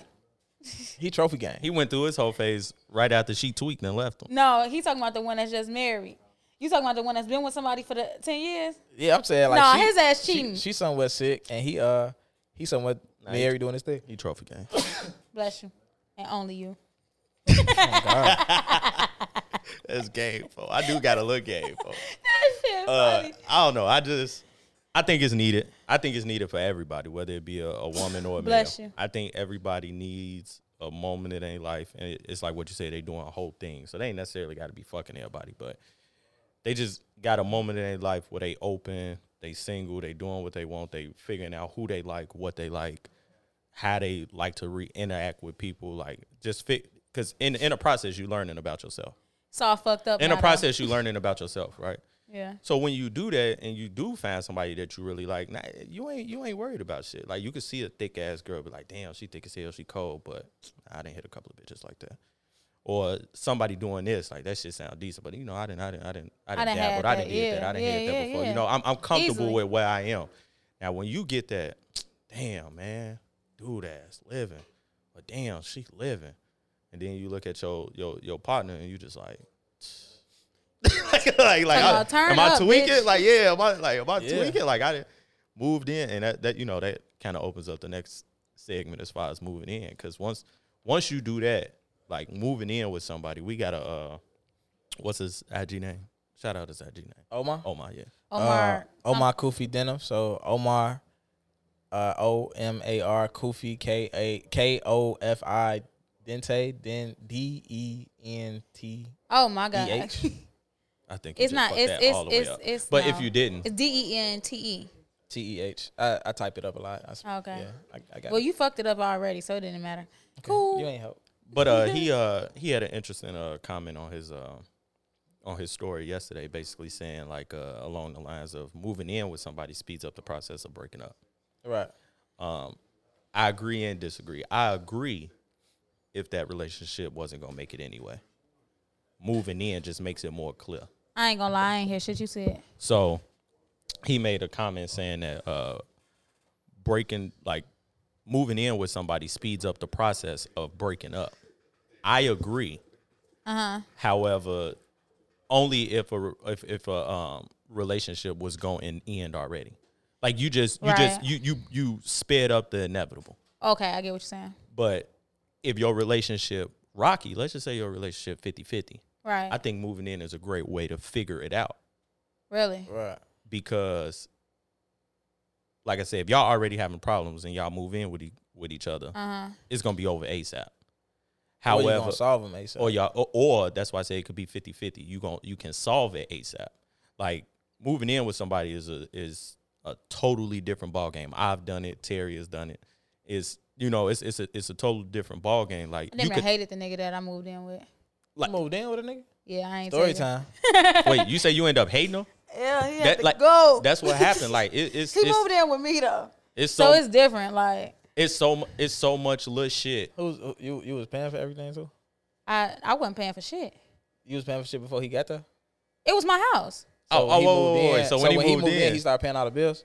[SPEAKER 2] He trophy game.
[SPEAKER 1] He went through his whole phase right after she tweaked and left him.
[SPEAKER 3] No, he talking about the one that's just married. You talking about the one that's been with somebody for the 10 years?
[SPEAKER 2] Yeah, I'm saying like
[SPEAKER 3] Nah,
[SPEAKER 2] she-
[SPEAKER 3] his ass
[SPEAKER 2] she-
[SPEAKER 3] cheating.
[SPEAKER 2] She, somewhere sick, and he uh he somewhere
[SPEAKER 1] Nah, he-
[SPEAKER 2] married doing his thing.
[SPEAKER 1] He trophy game.
[SPEAKER 3] Bless you. And only you.
[SPEAKER 1] That's game, fo. I do got to look game, fo.
[SPEAKER 3] That shit
[SPEAKER 1] Uh,
[SPEAKER 3] funny.
[SPEAKER 1] I don't know. I just, I think it's needed. I think it's needed for everybody, whether it be a, a woman or a
[SPEAKER 3] Bless
[SPEAKER 1] man.
[SPEAKER 3] you.
[SPEAKER 1] I think everybody needs a moment in their life, and it- it's like what you say. They doing a whole thing, so they ain't necessarily got to be fucking everybody, but they just got a moment in their life where they open, they single, they doing what they want, they figuring out who they like, what they like, how they like to re interact with people, like just fit. Because in in a process, you learning about yourself.
[SPEAKER 3] It's all fucked up.
[SPEAKER 1] In
[SPEAKER 3] now,
[SPEAKER 1] a
[SPEAKER 3] though.
[SPEAKER 1] process, you learning about yourself, right?
[SPEAKER 3] Yeah.
[SPEAKER 1] So when you do that and you do find somebody that you really like, nah, you ain't you ain't worried about shit. Like you could see a thick ass girl be like, damn, she thick as hell, she cold, but I didn't hit a couple of bitches like that. Or somebody doing this, like that shit sound decent, but you know, I didn't, I didn't, I didn't, I didn't,
[SPEAKER 3] done
[SPEAKER 1] dab,
[SPEAKER 3] had
[SPEAKER 1] but I
[SPEAKER 3] that,
[SPEAKER 1] didn't hit
[SPEAKER 3] yeah,
[SPEAKER 1] that, I didn't
[SPEAKER 3] yeah,
[SPEAKER 1] hit that
[SPEAKER 3] yeah,
[SPEAKER 1] before.
[SPEAKER 3] yeah.
[SPEAKER 1] You know, I'm I'm comfortable
[SPEAKER 3] Easily.
[SPEAKER 1] with where I am. Now when you get that, damn man, dude ass living, but damn, she living, and then you look at your your your partner and you just like. like, like, like,
[SPEAKER 3] Talking
[SPEAKER 1] I-
[SPEAKER 3] about turn
[SPEAKER 1] am I
[SPEAKER 3] up,
[SPEAKER 1] tweaking?
[SPEAKER 3] bitch.
[SPEAKER 1] Like, yeah, am I like, am I
[SPEAKER 2] Yeah.
[SPEAKER 1] tweaking? Like, I done moved in, and that, that you know that kind of opens up the next segment as far as moving in, because once once you do that, like moving in with somebody, we gotta uh, what's his IG name? Shout out his IG name.
[SPEAKER 2] Omar.
[SPEAKER 1] Oh my, yeah.
[SPEAKER 3] Omar.
[SPEAKER 2] Uh, Omar Kufi Denim. So Omar, uh, O M A R Kufi K A K O F I Dente then D E N T
[SPEAKER 3] Oh my
[SPEAKER 2] E
[SPEAKER 3] god.
[SPEAKER 2] H.
[SPEAKER 1] I think you
[SPEAKER 3] It's
[SPEAKER 1] just
[SPEAKER 3] not.
[SPEAKER 1] fucked
[SPEAKER 3] It's
[SPEAKER 1] that
[SPEAKER 3] it's
[SPEAKER 1] all the way
[SPEAKER 3] it's,
[SPEAKER 1] up.
[SPEAKER 3] it's.
[SPEAKER 1] but
[SPEAKER 3] no.
[SPEAKER 1] if you didn't,
[SPEAKER 3] it's D E N T E.
[SPEAKER 2] T E H. I I type it up a lot. I s-
[SPEAKER 3] Okay.
[SPEAKER 2] Yeah, I, I got.
[SPEAKER 3] Well,
[SPEAKER 2] it.
[SPEAKER 3] you fucked it up already, so it didn't matter. Cool.
[SPEAKER 2] you ain't help.
[SPEAKER 1] But uh, he uh, he had an interesting uh, comment on his uh, on his story yesterday, basically saying like uh, along the lines of moving in with somebody speeds up the process of breaking up.
[SPEAKER 2] Right.
[SPEAKER 1] Um, I agree and disagree. I agree if that relationship wasn't gonna make it anyway. Moving in just makes it more clear.
[SPEAKER 3] I ain't gonna lie. I ain't hear shit you said.
[SPEAKER 1] So he made a comment saying that uh, breaking, like moving in with somebody, speeds up the process of breaking up. I agree. Uh-huh. However, only if a if if a um, relationship was going to end already. Like you just you just
[SPEAKER 3] Right.
[SPEAKER 1] you you you sped up the inevitable.
[SPEAKER 3] Okay, I get what you're saying.
[SPEAKER 1] But if your relationship rocky, let's just say your relationship 50-50.
[SPEAKER 3] Right.
[SPEAKER 1] I think moving in is a great way to figure it out
[SPEAKER 3] really. Uh-huh.
[SPEAKER 2] Right.
[SPEAKER 1] because like I said, if y'all already having problems and y'all move in with e- with each other,
[SPEAKER 3] Uh huh.
[SPEAKER 1] it's gonna be over ASAP.
[SPEAKER 2] However, or you
[SPEAKER 1] However,
[SPEAKER 2] gonna solve them ASAP.
[SPEAKER 1] or y'all or, or that's why I say it could be 50-50. You gon' you can solve it ASAP. Like moving in with somebody is a is a totally different ball game. I've done it, Terry has done it. It's you know, it's it's a it's a totally different ball game. Like
[SPEAKER 3] I
[SPEAKER 1] you
[SPEAKER 3] never
[SPEAKER 1] could,
[SPEAKER 3] hated the nigga that I moved in with.
[SPEAKER 2] You moved in with a nigga.
[SPEAKER 3] Yeah, I ain't
[SPEAKER 2] Story
[SPEAKER 3] taking-
[SPEAKER 2] time.
[SPEAKER 1] Wait, you say you end up hating them?
[SPEAKER 4] Yeah, he had
[SPEAKER 1] That
[SPEAKER 4] to
[SPEAKER 1] like
[SPEAKER 4] go.
[SPEAKER 1] that's what happened. Like it, it's
[SPEAKER 4] he
[SPEAKER 1] it's,
[SPEAKER 4] moved in with me though.
[SPEAKER 1] it's
[SPEAKER 3] So
[SPEAKER 1] so
[SPEAKER 3] it's different. Like
[SPEAKER 1] it's so mu- it's so much little shit.
[SPEAKER 2] Who's who, you? You was paying for everything too.
[SPEAKER 3] I, I wasn't paying for shit.
[SPEAKER 2] You was paying for shit before he got there.
[SPEAKER 3] It was my house.
[SPEAKER 1] Oh, oh,
[SPEAKER 2] he
[SPEAKER 1] whoa,
[SPEAKER 2] moved
[SPEAKER 1] whoa, whoa, wait,
[SPEAKER 2] in-
[SPEAKER 1] so when he moved in-
[SPEAKER 2] he started paying all the bills.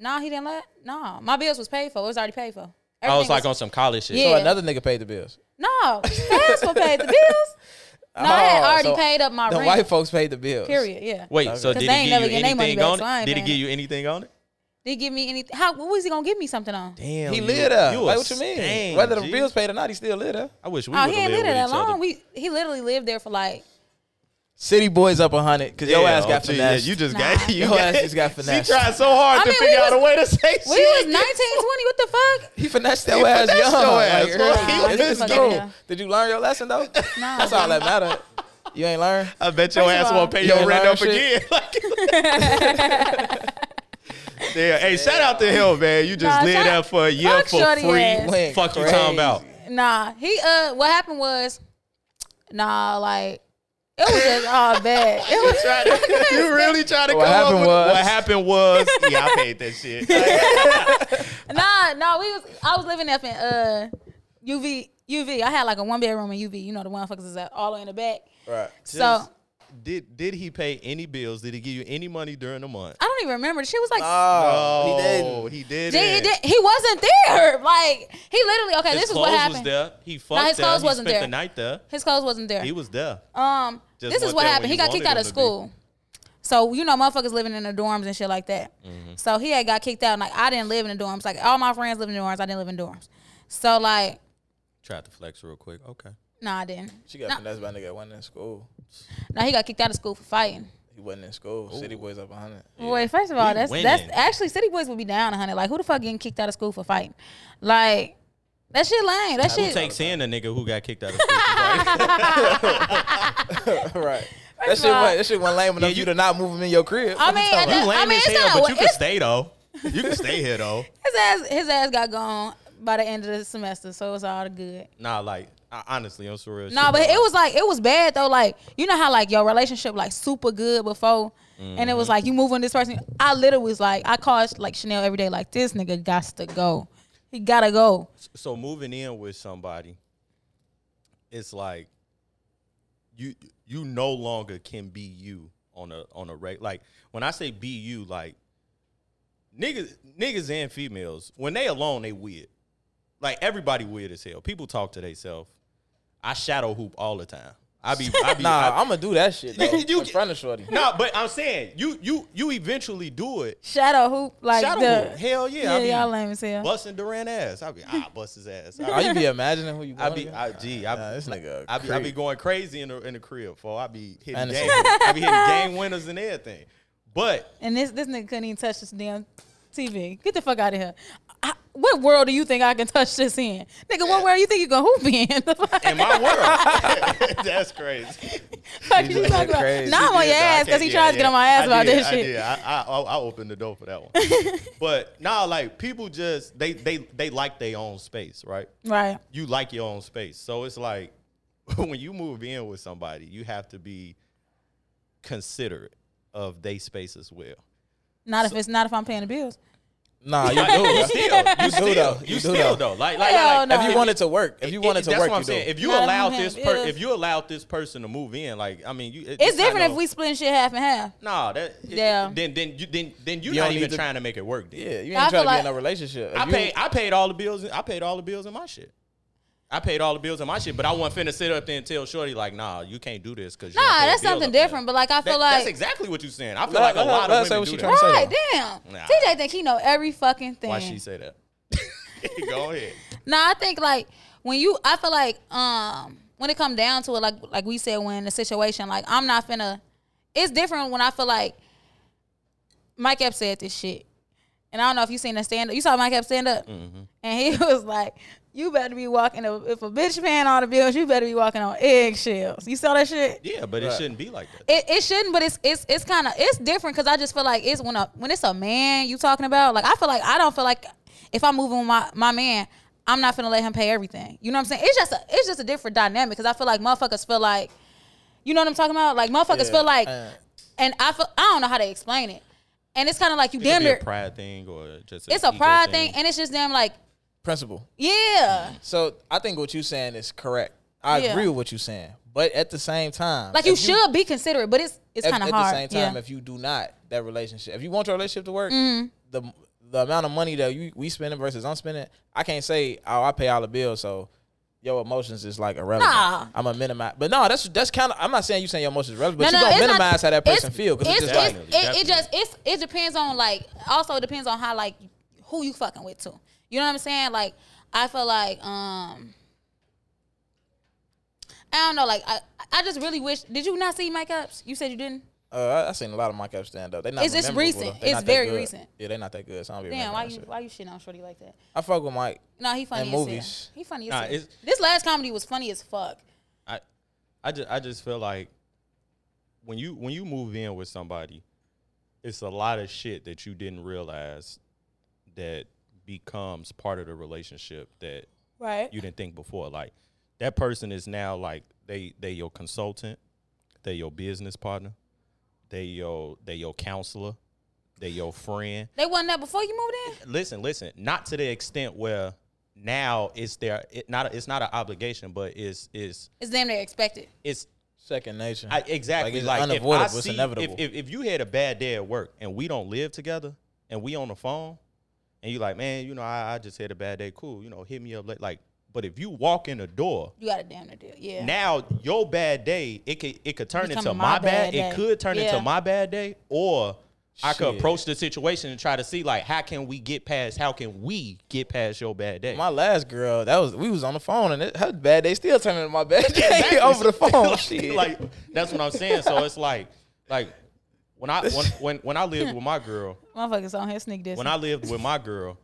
[SPEAKER 3] Nah, he didn't let. Nah, my bills was paid for. It was already paid for.
[SPEAKER 1] I was
[SPEAKER 3] Everything
[SPEAKER 1] like on some college shit.
[SPEAKER 3] Yeah.
[SPEAKER 2] So another nigga paid the bills.
[SPEAKER 3] No, Casper paid the bills. No, I had
[SPEAKER 2] Oh,
[SPEAKER 3] already
[SPEAKER 2] so
[SPEAKER 3] paid up my
[SPEAKER 2] the
[SPEAKER 3] rent.
[SPEAKER 2] white folks paid the bills.
[SPEAKER 3] period. Yeah.
[SPEAKER 1] Wait, so did
[SPEAKER 3] 'Cause they
[SPEAKER 1] he
[SPEAKER 3] ain't never
[SPEAKER 1] give you
[SPEAKER 3] getting their money
[SPEAKER 1] anything
[SPEAKER 3] back,
[SPEAKER 1] on
[SPEAKER 3] so I
[SPEAKER 1] it?
[SPEAKER 3] ain't
[SPEAKER 1] Did he
[SPEAKER 3] paying
[SPEAKER 1] give
[SPEAKER 3] it.
[SPEAKER 1] you anything on it?
[SPEAKER 3] Did he give me any? How? What was he gonna give me something on?
[SPEAKER 1] Damn,
[SPEAKER 2] He
[SPEAKER 1] you-
[SPEAKER 2] lived up.
[SPEAKER 1] you a
[SPEAKER 2] Like what Oh, you mean?
[SPEAKER 1] stain,
[SPEAKER 2] Whether the
[SPEAKER 1] G.
[SPEAKER 2] bills paid or not, he still lived up.
[SPEAKER 1] I wish we
[SPEAKER 3] Oh,
[SPEAKER 1] would
[SPEAKER 3] he
[SPEAKER 1] have
[SPEAKER 3] ain't
[SPEAKER 1] lived
[SPEAKER 3] lived
[SPEAKER 1] with
[SPEAKER 3] there
[SPEAKER 1] each
[SPEAKER 3] that long.
[SPEAKER 1] other.
[SPEAKER 3] We he literally lived there for like
[SPEAKER 2] City boys up hundred because your
[SPEAKER 1] Yeah,
[SPEAKER 2] ass got
[SPEAKER 1] oh, gee,
[SPEAKER 2] finessed.
[SPEAKER 1] Yeah, you just
[SPEAKER 3] Nah.
[SPEAKER 1] got you
[SPEAKER 2] Your ass just got finessed.
[SPEAKER 1] She tried so hard
[SPEAKER 3] I
[SPEAKER 1] to
[SPEAKER 3] mean, we
[SPEAKER 1] figure out
[SPEAKER 3] was-
[SPEAKER 1] a way to say
[SPEAKER 3] we
[SPEAKER 1] shit.
[SPEAKER 3] was 19, 20. What the fuck?
[SPEAKER 2] he finessed your ass
[SPEAKER 1] finessed
[SPEAKER 2] young.
[SPEAKER 1] your
[SPEAKER 2] Like,
[SPEAKER 1] ass, bro.
[SPEAKER 2] really,
[SPEAKER 3] Nah,
[SPEAKER 2] it's
[SPEAKER 3] this
[SPEAKER 2] just
[SPEAKER 3] motherfucker
[SPEAKER 2] dope.
[SPEAKER 3] done.
[SPEAKER 2] Did you learn your lesson though?
[SPEAKER 3] Nah.
[SPEAKER 2] That's all that matter. You ain't learned.
[SPEAKER 1] I bet your
[SPEAKER 3] First of
[SPEAKER 1] ass
[SPEAKER 3] all-
[SPEAKER 1] won't pay
[SPEAKER 2] You
[SPEAKER 1] your
[SPEAKER 2] ain't
[SPEAKER 1] rent
[SPEAKER 2] learn
[SPEAKER 1] up
[SPEAKER 2] shit?
[SPEAKER 1] again. Like, yeah. Hey, shout out to him, man. You just
[SPEAKER 3] Nah,
[SPEAKER 1] lived
[SPEAKER 3] shout-
[SPEAKER 1] there for a year
[SPEAKER 3] fuck
[SPEAKER 1] for
[SPEAKER 3] shorty
[SPEAKER 1] free.
[SPEAKER 3] ass.
[SPEAKER 2] Went
[SPEAKER 1] Fuck you talking about?
[SPEAKER 2] crazy.
[SPEAKER 3] Nah, he uh, what happened was, nah, like it was just all bad. It was
[SPEAKER 1] Try to- you really trying to
[SPEAKER 2] What
[SPEAKER 1] come up
[SPEAKER 2] happened
[SPEAKER 1] with
[SPEAKER 2] was-
[SPEAKER 1] what happened was? Yeah, I paid that shit.
[SPEAKER 3] nah, nah. We was I was living up in uh UV UV. I had like a one bedroom in UV. You know the motherfuckers is uh, all in the back.
[SPEAKER 2] Right.
[SPEAKER 3] so
[SPEAKER 1] did did he pay any bills? Did he give you any money during the month?
[SPEAKER 3] I don't even remember. She was like
[SPEAKER 2] Oh, he didn't.
[SPEAKER 1] he did.
[SPEAKER 3] Gee, it didn't- he wasn't there. Like he literally. Okay,
[SPEAKER 1] His
[SPEAKER 3] this is
[SPEAKER 1] clothes
[SPEAKER 3] what happened.
[SPEAKER 1] was there. He fucked
[SPEAKER 3] his
[SPEAKER 1] there.
[SPEAKER 3] clothes
[SPEAKER 1] he
[SPEAKER 3] wasn't
[SPEAKER 1] spent
[SPEAKER 3] there.
[SPEAKER 1] the night there.
[SPEAKER 3] His clothes wasn't there.
[SPEAKER 1] He was there.
[SPEAKER 3] um,
[SPEAKER 1] Just
[SPEAKER 3] this is
[SPEAKER 1] wasn't
[SPEAKER 3] what
[SPEAKER 1] there
[SPEAKER 3] happened.
[SPEAKER 1] when
[SPEAKER 3] He
[SPEAKER 1] you
[SPEAKER 3] got kicked
[SPEAKER 1] wanted
[SPEAKER 3] out
[SPEAKER 1] him
[SPEAKER 3] of
[SPEAKER 1] to be.
[SPEAKER 3] school. So you know, motherfuckers living in the dorms and shit like that.
[SPEAKER 1] Mm-hmm.
[SPEAKER 3] So he had got kicked out. And, like I didn't live in the dorms. Like all my friends lived in dorms. I didn't live in dorms. So like,
[SPEAKER 1] Tried to flex real quick. Okay.
[SPEAKER 3] nah, I didn't.
[SPEAKER 2] She got
[SPEAKER 3] Nah.
[SPEAKER 2] finessed by a nigga that wasn't in school.
[SPEAKER 3] No, he got kicked out of school for fighting.
[SPEAKER 2] He wasn't in school. City boys up hundred.
[SPEAKER 3] Wait, first of all,
[SPEAKER 1] We
[SPEAKER 3] that's
[SPEAKER 1] winning.
[SPEAKER 3] that's actually City Boys would be down, honey. Like who the fuck getting kicked out of school for fighting? Like that shit lame. That
[SPEAKER 1] Who
[SPEAKER 3] shit.
[SPEAKER 1] takes in a nigga who got kicked out of school?
[SPEAKER 2] right. That
[SPEAKER 3] of
[SPEAKER 2] shit,
[SPEAKER 3] all-
[SPEAKER 2] was, that shit wasn't lame enough
[SPEAKER 1] you-
[SPEAKER 2] for you to not move him in your crib.
[SPEAKER 3] I mean, at
[SPEAKER 1] You
[SPEAKER 3] that- I
[SPEAKER 1] lame
[SPEAKER 3] mean,
[SPEAKER 1] as
[SPEAKER 3] it's
[SPEAKER 1] hell,
[SPEAKER 3] not.
[SPEAKER 1] but you
[SPEAKER 3] it's-
[SPEAKER 1] can stay though. You can stay here though.
[SPEAKER 3] His ass, his ass got gone by the end of the semester, so it was all good.
[SPEAKER 1] Nah, like I, honestly, I'm surreal.
[SPEAKER 3] No, but it was like it was bad though. Like you know how like your relationship like super good before, and it
[SPEAKER 1] Mm-hmm.
[SPEAKER 3] was like you move on this person. I literally was like, I called like Chanel every day. Like this nigga got to go. He gotta go.
[SPEAKER 1] so moving in with somebody. It's like you you no longer can be you on a on a reg. Like when I say be you, like niggas niggas and females when they alone they weird. Like everybody weird as hell. People talk to themselves. I shadow hoop all the time. I be I be I-
[SPEAKER 2] nah, I, am gonna do that shit. Though,
[SPEAKER 1] You- you
[SPEAKER 2] in
[SPEAKER 1] get-
[SPEAKER 2] front of shorty.
[SPEAKER 1] No, but I'm saying you you you eventually do it.
[SPEAKER 3] Shadow hoop like
[SPEAKER 1] Shadow
[SPEAKER 3] the
[SPEAKER 1] hoop. Hell yeah,
[SPEAKER 3] yeah
[SPEAKER 1] I be-
[SPEAKER 3] y'all lame as hell.
[SPEAKER 1] Busting Durant ass. I be I bust his ass. Ah,
[SPEAKER 2] Are
[SPEAKER 1] I
[SPEAKER 2] you be imagining who you?
[SPEAKER 1] I
[SPEAKER 2] wanna
[SPEAKER 1] be I, gee, I,
[SPEAKER 2] Nah, this nigga
[SPEAKER 1] I be I be
[SPEAKER 2] creep.
[SPEAKER 1] going crazy in the in the crib for I be hitting
[SPEAKER 2] Fantasy.
[SPEAKER 1] game I be hitting game winners and everything. But
[SPEAKER 3] And this this nigga couldn't even touch this damn TV. Get the fuck out of here. I, what world do you think I can touch this in, nigga? What world you think you gonna hoop in? The fuck?
[SPEAKER 1] in my world, that's crazy.
[SPEAKER 3] Fuck you
[SPEAKER 2] niggas
[SPEAKER 3] talking
[SPEAKER 2] are
[SPEAKER 3] about?
[SPEAKER 2] crazy.
[SPEAKER 3] Now I'm on your
[SPEAKER 1] Yeah, no, I
[SPEAKER 3] ass because
[SPEAKER 1] can't-
[SPEAKER 3] he
[SPEAKER 1] yeah,
[SPEAKER 3] tried to get
[SPEAKER 1] yeah.
[SPEAKER 3] on my ass
[SPEAKER 1] I
[SPEAKER 3] about
[SPEAKER 1] did,
[SPEAKER 3] this
[SPEAKER 1] I
[SPEAKER 3] shit.
[SPEAKER 1] did. I, I, I, I opened the door for that one. but now, like people just they they they like their own space, right?
[SPEAKER 3] Right.
[SPEAKER 1] you like your own space. So it's like when you move in with somebody, you have to be considerate of they space as well.
[SPEAKER 3] Not if it's not if I'm paying the bills.
[SPEAKER 2] Nah, you do.
[SPEAKER 1] you
[SPEAKER 2] bro.
[SPEAKER 1] still, you still,
[SPEAKER 2] though.
[SPEAKER 1] you,
[SPEAKER 2] You do
[SPEAKER 1] still
[SPEAKER 2] though.
[SPEAKER 1] though. Like, like,
[SPEAKER 3] Hell
[SPEAKER 1] like,
[SPEAKER 3] no.
[SPEAKER 1] if
[SPEAKER 2] If
[SPEAKER 1] you
[SPEAKER 2] you wanted to work, if you wanted
[SPEAKER 1] it-
[SPEAKER 2] to
[SPEAKER 1] that's
[SPEAKER 2] work,
[SPEAKER 1] what I'm
[SPEAKER 2] you
[SPEAKER 1] saying.
[SPEAKER 2] do.
[SPEAKER 1] If you
[SPEAKER 3] Not if
[SPEAKER 1] allowed
[SPEAKER 3] you have
[SPEAKER 1] this, per-
[SPEAKER 3] bills.
[SPEAKER 1] if you allowed this person to move in, like, I mean, you, it-
[SPEAKER 3] It's
[SPEAKER 1] not
[SPEAKER 3] different if
[SPEAKER 1] no-
[SPEAKER 3] we splitting shit half and half.
[SPEAKER 1] Nah, that it-
[SPEAKER 3] Yeah.
[SPEAKER 1] Then, then you, then, then you're
[SPEAKER 2] You
[SPEAKER 1] not
[SPEAKER 2] don't need
[SPEAKER 1] even
[SPEAKER 2] to-
[SPEAKER 1] trying to make it work. Then.
[SPEAKER 2] Yeah, you
[SPEAKER 3] I
[SPEAKER 2] ain't
[SPEAKER 3] feel
[SPEAKER 2] trying to be
[SPEAKER 3] like-
[SPEAKER 2] in a relationship. If
[SPEAKER 1] I
[SPEAKER 2] you-
[SPEAKER 1] paid, I paid all the bills. I paid all the bills in my shit. I paid all the bills in my shit, but I wasn't finna sit up there and tell Shorty like, nah, you can't do this because
[SPEAKER 3] Nah, that's something different. But like I feel
[SPEAKER 1] That-
[SPEAKER 3] like
[SPEAKER 1] that's exactly what you're saying. I feel like
[SPEAKER 2] Let-
[SPEAKER 1] a
[SPEAKER 2] let her-
[SPEAKER 1] lot
[SPEAKER 2] let her
[SPEAKER 1] of
[SPEAKER 2] say
[SPEAKER 1] women
[SPEAKER 2] what
[SPEAKER 1] do
[SPEAKER 2] she
[SPEAKER 1] that.
[SPEAKER 2] trying to say.
[SPEAKER 3] right, damn.
[SPEAKER 1] Nah.
[SPEAKER 3] TJ think he know every fucking thing.
[SPEAKER 1] Why she say that? Go ahead.
[SPEAKER 3] No, I think like when you, I feel like um when it come down to it, like like we said, when the situation, like I'm not finna. It's different when I feel like Mike Epps said this shit, and I don't know if you seen the stand up. You saw Mike Epps stand up, and he was like, "You better be walking a, if a bitch paying all the bills, you better be walking on eggshells." You saw that shit?
[SPEAKER 1] Yeah, but it
[SPEAKER 2] Right.
[SPEAKER 1] shouldn't be like that.
[SPEAKER 3] It, it shouldn't, but it's it's it's kind of it's different because I just feel like it's when a when it's a man you talking about. Like I feel like I don't feel like if I'm moving with my my man, I'm not gonna let him pay everything. You know what I'm saying? It's just a it's just a different dynamic because I feel like motherfuckers feel like You know what I'm talking about? Like motherfuckers
[SPEAKER 2] Yeah.
[SPEAKER 3] feel like,
[SPEAKER 2] Uh.
[SPEAKER 3] and I feel I don't know how to explain it. And it's kind of like you
[SPEAKER 1] It could
[SPEAKER 3] damn
[SPEAKER 1] be a
[SPEAKER 3] near.
[SPEAKER 1] pride thing or just a
[SPEAKER 3] It's a
[SPEAKER 1] ego
[SPEAKER 3] pride thing, and it's just damn like
[SPEAKER 2] Principle.
[SPEAKER 3] yeah.
[SPEAKER 2] So I think what you're saying is correct. I
[SPEAKER 3] Yeah.
[SPEAKER 2] agree with what you're saying, but at the same time,
[SPEAKER 3] Like you
[SPEAKER 2] if
[SPEAKER 3] should be considerate, but it's it's
[SPEAKER 2] at-
[SPEAKER 3] kind of
[SPEAKER 2] at,
[SPEAKER 3] hard.
[SPEAKER 2] the same time,
[SPEAKER 3] yeah. Mm-hmm.
[SPEAKER 2] if you do not that relationship, if you want your relationship to work, the the amount of money that you we spending versus I'm spending, I can't say oh I pay all the bills, so your emotions is like irrelevant.
[SPEAKER 3] Nah.
[SPEAKER 2] I'm a minimize, but no, that's that's kind of I'm not saying you saying your emotions is relevant,
[SPEAKER 3] No,
[SPEAKER 2] but
[SPEAKER 3] no,
[SPEAKER 2] you
[SPEAKER 3] it's
[SPEAKER 2] gonna
[SPEAKER 3] not-
[SPEAKER 2] minimize how that
[SPEAKER 3] it's-
[SPEAKER 2] person feel because
[SPEAKER 3] it's,
[SPEAKER 2] it's, just
[SPEAKER 3] it's-
[SPEAKER 2] like
[SPEAKER 1] Definitely,
[SPEAKER 3] it, it just it's it depends on like also it depends on how like who you fucking with too. You know what I'm saying? Like I feel like um I don't know. Like I I just really wish. Did you not see Mike Ups? You said you didn't.
[SPEAKER 2] uh, I, I seen a lot of my ups stand up. They not
[SPEAKER 3] It's- it's
[SPEAKER 2] memorable,
[SPEAKER 3] recent.
[SPEAKER 2] though. They
[SPEAKER 3] It's
[SPEAKER 2] not that
[SPEAKER 3] very
[SPEAKER 2] good.
[SPEAKER 3] recent.
[SPEAKER 2] Yeah, they not that good. So I don't be
[SPEAKER 3] Damn,
[SPEAKER 2] remembering
[SPEAKER 3] why
[SPEAKER 2] that
[SPEAKER 3] you
[SPEAKER 2] shit.
[SPEAKER 3] why you shitting on Shorty like that?
[SPEAKER 2] I fuck with Mike.
[SPEAKER 3] No, he funny
[SPEAKER 2] And
[SPEAKER 3] as hell.
[SPEAKER 2] movies.
[SPEAKER 3] He funny as
[SPEAKER 1] Nah,
[SPEAKER 3] hell.
[SPEAKER 1] it's-
[SPEAKER 3] This last comedy was funny as fuck.
[SPEAKER 1] I, I just I just feel like when you when you move in with somebody, it's a lot of shit that you didn't realize that becomes part of the relationship that
[SPEAKER 3] Right.
[SPEAKER 1] you didn't think before. Like that person is now like they they your consultant, they your business partner, they your they your counselor, they your friend.
[SPEAKER 3] They wasn't that before you moved in.
[SPEAKER 1] listen, listen, not to the extent where now it's their it not a, it's not an obligation, but it's it's
[SPEAKER 3] It's damn near expected.
[SPEAKER 1] it's
[SPEAKER 2] Second nature.
[SPEAKER 1] I, exactly
[SPEAKER 2] it's
[SPEAKER 1] like, if
[SPEAKER 2] unavoidable.
[SPEAKER 1] I
[SPEAKER 2] it's
[SPEAKER 1] see
[SPEAKER 2] inevitable.
[SPEAKER 1] If, if if you had a bad day at work and we don't live together and we on the phone and you like man, you know I, I just had a bad day, cool, you know hit me up late. like. But if you walk in the door.
[SPEAKER 3] You got a damn near deal. Yeah.
[SPEAKER 1] Now your bad day, it could it could turn
[SPEAKER 3] Become
[SPEAKER 1] into
[SPEAKER 3] my
[SPEAKER 1] my bad.
[SPEAKER 3] bad
[SPEAKER 1] It
[SPEAKER 3] day.
[SPEAKER 1] could turn
[SPEAKER 3] Yeah.
[SPEAKER 1] into my bad day, or I could
[SPEAKER 2] Shit.
[SPEAKER 1] approach the situation and try to see like how can we get past? How can we get past your bad day?
[SPEAKER 2] My last girl, that was we was on the phone and it, her bad day still turned into my bad day
[SPEAKER 1] Exactly.
[SPEAKER 2] over the phone.
[SPEAKER 1] like,
[SPEAKER 2] Shit.
[SPEAKER 1] like, that's what I'm saying. So it's like like when I when when, when I lived with my girl,
[SPEAKER 3] Motherfuckers on here sneak this.
[SPEAKER 1] when I lived with my girl,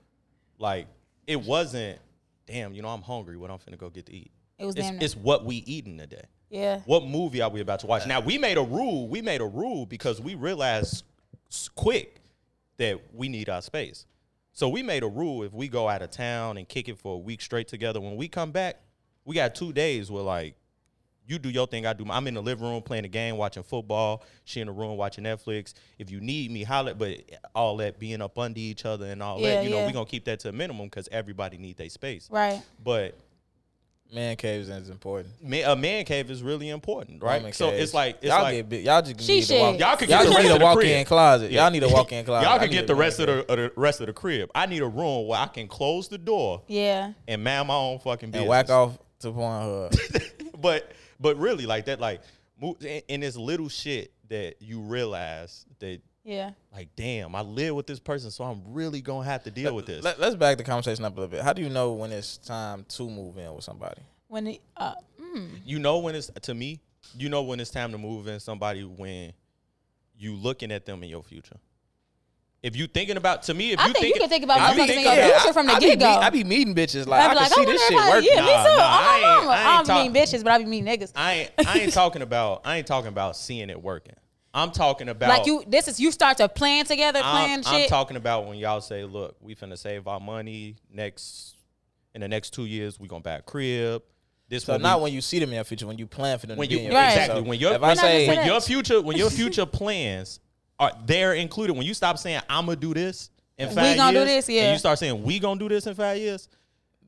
[SPEAKER 1] like it wasn't damn. You know I'm hungry. What I'm finna go get to eat.
[SPEAKER 3] It was
[SPEAKER 1] it's,
[SPEAKER 3] damn near.
[SPEAKER 1] it's what we eating today.
[SPEAKER 3] yeah.
[SPEAKER 1] What movie are we about to watch? Now we made a rule. We made a rule because we realized s- quick that we need our space. So we made a rule if we go out of town and kick it for a week straight together. When we come back, we got two days where like you do your thing, I do. my- I'm in the living room playing the game, watching football. She in the room watching Netflix. If you need me, holler. But all that being up under each other and all
[SPEAKER 3] Yeah,
[SPEAKER 1] that, you know,
[SPEAKER 3] yeah.
[SPEAKER 1] we gonna keep that to a minimum because everybody need their space.
[SPEAKER 3] Right.
[SPEAKER 1] But
[SPEAKER 2] man caves is important.
[SPEAKER 1] ma- a man cave is really important, right?
[SPEAKER 2] Woman
[SPEAKER 1] so
[SPEAKER 2] caves.
[SPEAKER 1] it's like it's
[SPEAKER 2] y'all
[SPEAKER 1] like
[SPEAKER 2] get big. Y'all just
[SPEAKER 3] She
[SPEAKER 2] need to walk.
[SPEAKER 3] shit.
[SPEAKER 1] Y'all could
[SPEAKER 2] Y'all
[SPEAKER 1] get the
[SPEAKER 2] just
[SPEAKER 1] rest
[SPEAKER 2] need
[SPEAKER 1] of
[SPEAKER 2] a
[SPEAKER 1] the
[SPEAKER 2] walk
[SPEAKER 1] crib.
[SPEAKER 2] in closet.
[SPEAKER 1] Yeah.
[SPEAKER 2] Y'all need a walk in closet.
[SPEAKER 1] Y'all
[SPEAKER 2] I
[SPEAKER 1] could
[SPEAKER 2] need
[SPEAKER 1] get
[SPEAKER 2] a
[SPEAKER 1] the
[SPEAKER 2] man
[SPEAKER 1] rest of the, of the rest of the crib. I need a room where I can close the door
[SPEAKER 3] Yeah.
[SPEAKER 1] and mind my own fucking
[SPEAKER 2] cave.
[SPEAKER 1] business.
[SPEAKER 2] and whack off to Pornhub.
[SPEAKER 1] but but really, like that, like mo- and and it's little shit that you realize that
[SPEAKER 3] Yeah.
[SPEAKER 1] like, damn, I live with this person, so I'm really gonna have to deal with this.
[SPEAKER 2] Let, us back the conversation up a little bit. How do you know when it's time to move in with somebody?
[SPEAKER 3] When the uh, mm,
[SPEAKER 1] You know when it's to me, you know when it's time to move in somebody when you looking at them in your future. If you thinking about to me, if
[SPEAKER 3] I
[SPEAKER 1] you
[SPEAKER 3] think you
[SPEAKER 1] thinking-
[SPEAKER 3] can think about
[SPEAKER 1] if you
[SPEAKER 3] motherfuckers in
[SPEAKER 1] think
[SPEAKER 3] your
[SPEAKER 1] about-
[SPEAKER 3] future. from the
[SPEAKER 2] I, I be
[SPEAKER 3] get-go.
[SPEAKER 2] meet- I be meeting bitches like I,
[SPEAKER 3] mm, be
[SPEAKER 2] can see
[SPEAKER 3] I
[SPEAKER 2] this
[SPEAKER 3] wonder
[SPEAKER 2] shit
[SPEAKER 3] if I-
[SPEAKER 2] working.
[SPEAKER 3] Yeah,
[SPEAKER 1] Nah,
[SPEAKER 3] me too.
[SPEAKER 1] nah,
[SPEAKER 3] oh,
[SPEAKER 1] I
[SPEAKER 3] my
[SPEAKER 1] ain't-
[SPEAKER 3] mama.
[SPEAKER 1] I ain't
[SPEAKER 3] I don't
[SPEAKER 1] talk-
[SPEAKER 3] be mean bitches, but I be mean niggas.
[SPEAKER 1] I ain't I ain't talking about I ain't talking about seeing it working. I'm talking about
[SPEAKER 3] like you, this is you start to plan together, plan
[SPEAKER 1] I'm, I'm
[SPEAKER 3] shit.
[SPEAKER 1] talking about when y'all say, look, we finna save our money next in the next two years, we gonna buy a crib. This
[SPEAKER 2] So
[SPEAKER 1] one
[SPEAKER 2] not
[SPEAKER 1] we-
[SPEAKER 2] when you see them in your future, when you plan for them
[SPEAKER 1] when
[SPEAKER 2] to
[SPEAKER 1] you
[SPEAKER 2] be in your
[SPEAKER 3] Right.
[SPEAKER 2] future.
[SPEAKER 1] exactly
[SPEAKER 2] So
[SPEAKER 1] when your
[SPEAKER 2] if I
[SPEAKER 1] when,
[SPEAKER 2] say
[SPEAKER 1] when
[SPEAKER 3] that.
[SPEAKER 1] your future when your future plans are they're included. When you stop saying I'm gonna do this in
[SPEAKER 3] We
[SPEAKER 1] five
[SPEAKER 3] gonna do
[SPEAKER 1] years,
[SPEAKER 3] this, yeah.
[SPEAKER 1] and you start saying we gonna do this in five years,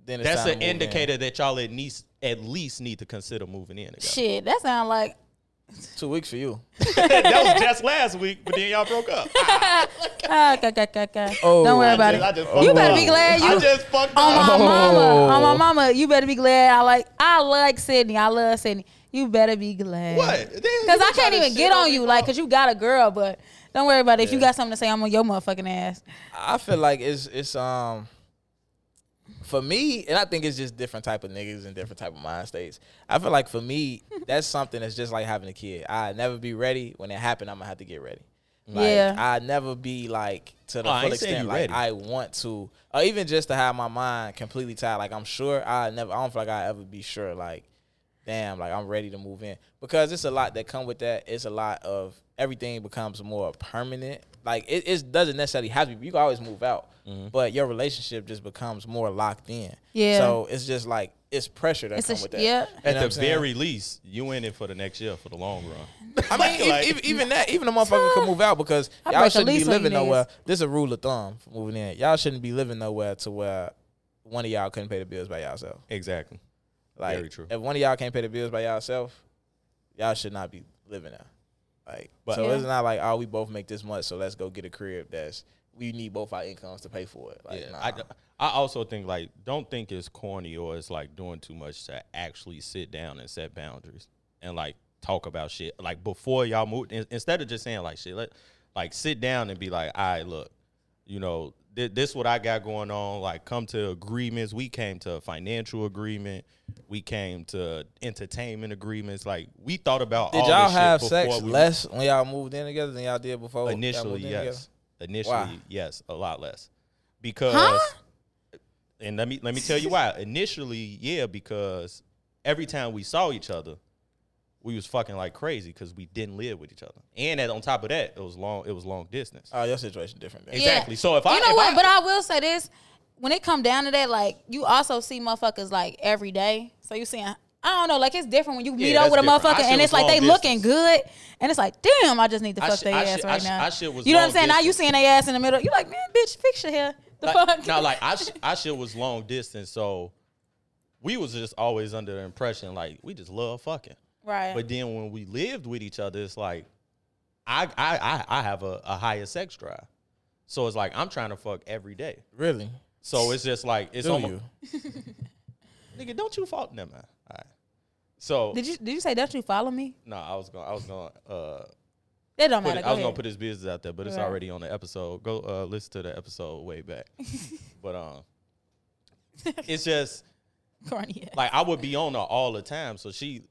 [SPEAKER 2] then it's
[SPEAKER 1] that's
[SPEAKER 2] time
[SPEAKER 1] an
[SPEAKER 2] to move in.
[SPEAKER 1] indicator that y'all at least at least need to consider moving in. Together.
[SPEAKER 3] shit, that sound like
[SPEAKER 2] Two weeks for you.
[SPEAKER 1] that was just last week, but then y'all broke up.
[SPEAKER 3] ah, okay, okay, okay, okay.
[SPEAKER 2] Oh,
[SPEAKER 3] Don't worry
[SPEAKER 2] I
[SPEAKER 3] about
[SPEAKER 1] I
[SPEAKER 3] it.
[SPEAKER 1] just fucked
[SPEAKER 3] You better
[SPEAKER 1] up.
[SPEAKER 3] be glad you-
[SPEAKER 1] I just fucked
[SPEAKER 3] On
[SPEAKER 1] up.
[SPEAKER 3] my mama,
[SPEAKER 2] Oh.
[SPEAKER 3] on my mama, you better be glad. I like, I like Sydney. I love Sydney. You better be glad.
[SPEAKER 1] What? Damn, you
[SPEAKER 3] Cause I
[SPEAKER 1] trying
[SPEAKER 3] can't
[SPEAKER 1] to
[SPEAKER 3] even
[SPEAKER 1] shit
[SPEAKER 3] get on
[SPEAKER 1] me,
[SPEAKER 3] you,
[SPEAKER 1] bro.
[SPEAKER 3] like, cause you got a girl. But don't worry about it. If you got something to say, I'm on your motherfucking ass.
[SPEAKER 2] I feel like it's it's um for me, and I think it's just different type of niggas and different type of mind states. I feel like for me, that's something that's just like having a kid. I never be ready when it happened. I'm gonna have to get ready. Like,
[SPEAKER 3] Yeah.
[SPEAKER 2] I never be like to the
[SPEAKER 1] Oh, I
[SPEAKER 2] full
[SPEAKER 1] ain't saying
[SPEAKER 2] extent
[SPEAKER 1] you
[SPEAKER 2] like
[SPEAKER 1] ready.
[SPEAKER 2] I want to, or even just to have my mind completely tied. Like I'm sure I never. I don't feel like I ever be sure. Like damn, like I'm ready to move in because it's a lot that come with that. It's a lot of everything becomes more permanent. like it, it doesn't necessarily have to be. You can always move out,
[SPEAKER 1] Mm-hmm.
[SPEAKER 2] but your relationship just becomes more locked in.
[SPEAKER 3] Yeah.
[SPEAKER 2] So it's just like it's pressure that
[SPEAKER 3] It's a
[SPEAKER 2] comes
[SPEAKER 3] sh-
[SPEAKER 2] with that. You
[SPEAKER 3] yeah.
[SPEAKER 2] know
[SPEAKER 1] At
[SPEAKER 2] what I'm
[SPEAKER 1] the
[SPEAKER 2] saying?
[SPEAKER 1] very least, you in it for the next year for the long run.
[SPEAKER 2] I mean, ev-
[SPEAKER 1] Like-
[SPEAKER 2] ev- even that, even a motherfucker could move out because
[SPEAKER 3] I
[SPEAKER 2] y'all
[SPEAKER 3] break a
[SPEAKER 2] shouldn't be
[SPEAKER 3] lease on you
[SPEAKER 2] living
[SPEAKER 3] niggas.
[SPEAKER 2] nowhere. This is a rule of thumb for moving in. Y'all shouldn't be living nowhere to where one of y'all couldn't pay the bills by yourself.
[SPEAKER 1] exactly.
[SPEAKER 2] Like,
[SPEAKER 1] Very true.
[SPEAKER 2] if one of y'all can't pay the bills by yourself, y'all should not be living there. Like,
[SPEAKER 1] But-
[SPEAKER 2] so
[SPEAKER 3] Yeah.
[SPEAKER 2] it's not like, oh, we both make this much, so let's go get a crib that's we need both our incomes to pay for it. Like,
[SPEAKER 1] yeah.
[SPEAKER 2] nah.
[SPEAKER 1] I, I also think like don't think it's corny or it's like doing too much to actually sit down and set boundaries and like talk about shit like before y'all move in, instead of just saying like shit let like sit down and be like all right look you know thi- this what I got going on like come to agreements we came to a financial agreement we came to entertainment agreements like we thought about
[SPEAKER 2] did
[SPEAKER 1] all
[SPEAKER 2] y'all
[SPEAKER 1] this shit
[SPEAKER 2] have
[SPEAKER 1] before
[SPEAKER 2] sex
[SPEAKER 1] we-
[SPEAKER 2] less when y'all moved in together than y'all did
[SPEAKER 1] Oh,
[SPEAKER 2] before? y'all moved
[SPEAKER 1] Initially,
[SPEAKER 2] in
[SPEAKER 1] yes. Initially,
[SPEAKER 2] Why?
[SPEAKER 1] yes, a lot less. Because and let me let me tell you why. Initially, yeah, because every time we saw each other, we was fucking like crazy because we didn't live with each other. And that on top of that, it was long it was long distance.
[SPEAKER 2] Oh, your situation different. Then.
[SPEAKER 1] Ex- exactly. So if I-
[SPEAKER 3] you know
[SPEAKER 1] if
[SPEAKER 3] what,
[SPEAKER 1] I-
[SPEAKER 3] but I will say this: when it come down to that, like you also see motherfuckers like every day. So you seeing, I don't know, like it's different when you meet up
[SPEAKER 1] that's
[SPEAKER 3] with a
[SPEAKER 1] different. Our
[SPEAKER 3] motherfucker
[SPEAKER 1] shit
[SPEAKER 3] and it's
[SPEAKER 1] was
[SPEAKER 3] like they
[SPEAKER 1] long
[SPEAKER 3] looking
[SPEAKER 1] distance.
[SPEAKER 3] good, and it's like, damn, I just need to
[SPEAKER 1] Our
[SPEAKER 3] fuck
[SPEAKER 1] shit-
[SPEAKER 3] their
[SPEAKER 1] our
[SPEAKER 3] ass
[SPEAKER 1] shit- our
[SPEAKER 3] right
[SPEAKER 1] shit-
[SPEAKER 3] now.
[SPEAKER 1] our shit was
[SPEAKER 3] you know what I'm
[SPEAKER 1] long
[SPEAKER 3] saying? Now you
[SPEAKER 1] distance.
[SPEAKER 3] seeing their ass in the middle. You like, man, bitch, fix your hair. The
[SPEAKER 1] like,
[SPEAKER 3] fuck?
[SPEAKER 1] now, like I, sh- I shit was long distance, so we was just always under the impression like we just love fucking.
[SPEAKER 3] right?
[SPEAKER 1] But then when we lived with each other, it's like I I I, I have a, a higher sex drive, so it's like I'm trying to fuck every day.
[SPEAKER 2] Really?
[SPEAKER 1] So it's just like it's
[SPEAKER 2] Do
[SPEAKER 1] almost
[SPEAKER 2] you?
[SPEAKER 1] nigga. Don't you fault them, man? All right. So
[SPEAKER 3] did you did you say don't you follow me?
[SPEAKER 1] no, I was gonna I was gonna uh
[SPEAKER 3] That don't
[SPEAKER 1] put
[SPEAKER 3] matter.
[SPEAKER 1] it,
[SPEAKER 3] Go
[SPEAKER 1] I was
[SPEAKER 3] ahead.
[SPEAKER 1] gonna put his business out there, but it's
[SPEAKER 3] Right.
[SPEAKER 1] already on the episode. Go uh, listen to the episode way back. but um, it's just
[SPEAKER 3] corny. ass.
[SPEAKER 1] like I would be on her all the time. So she,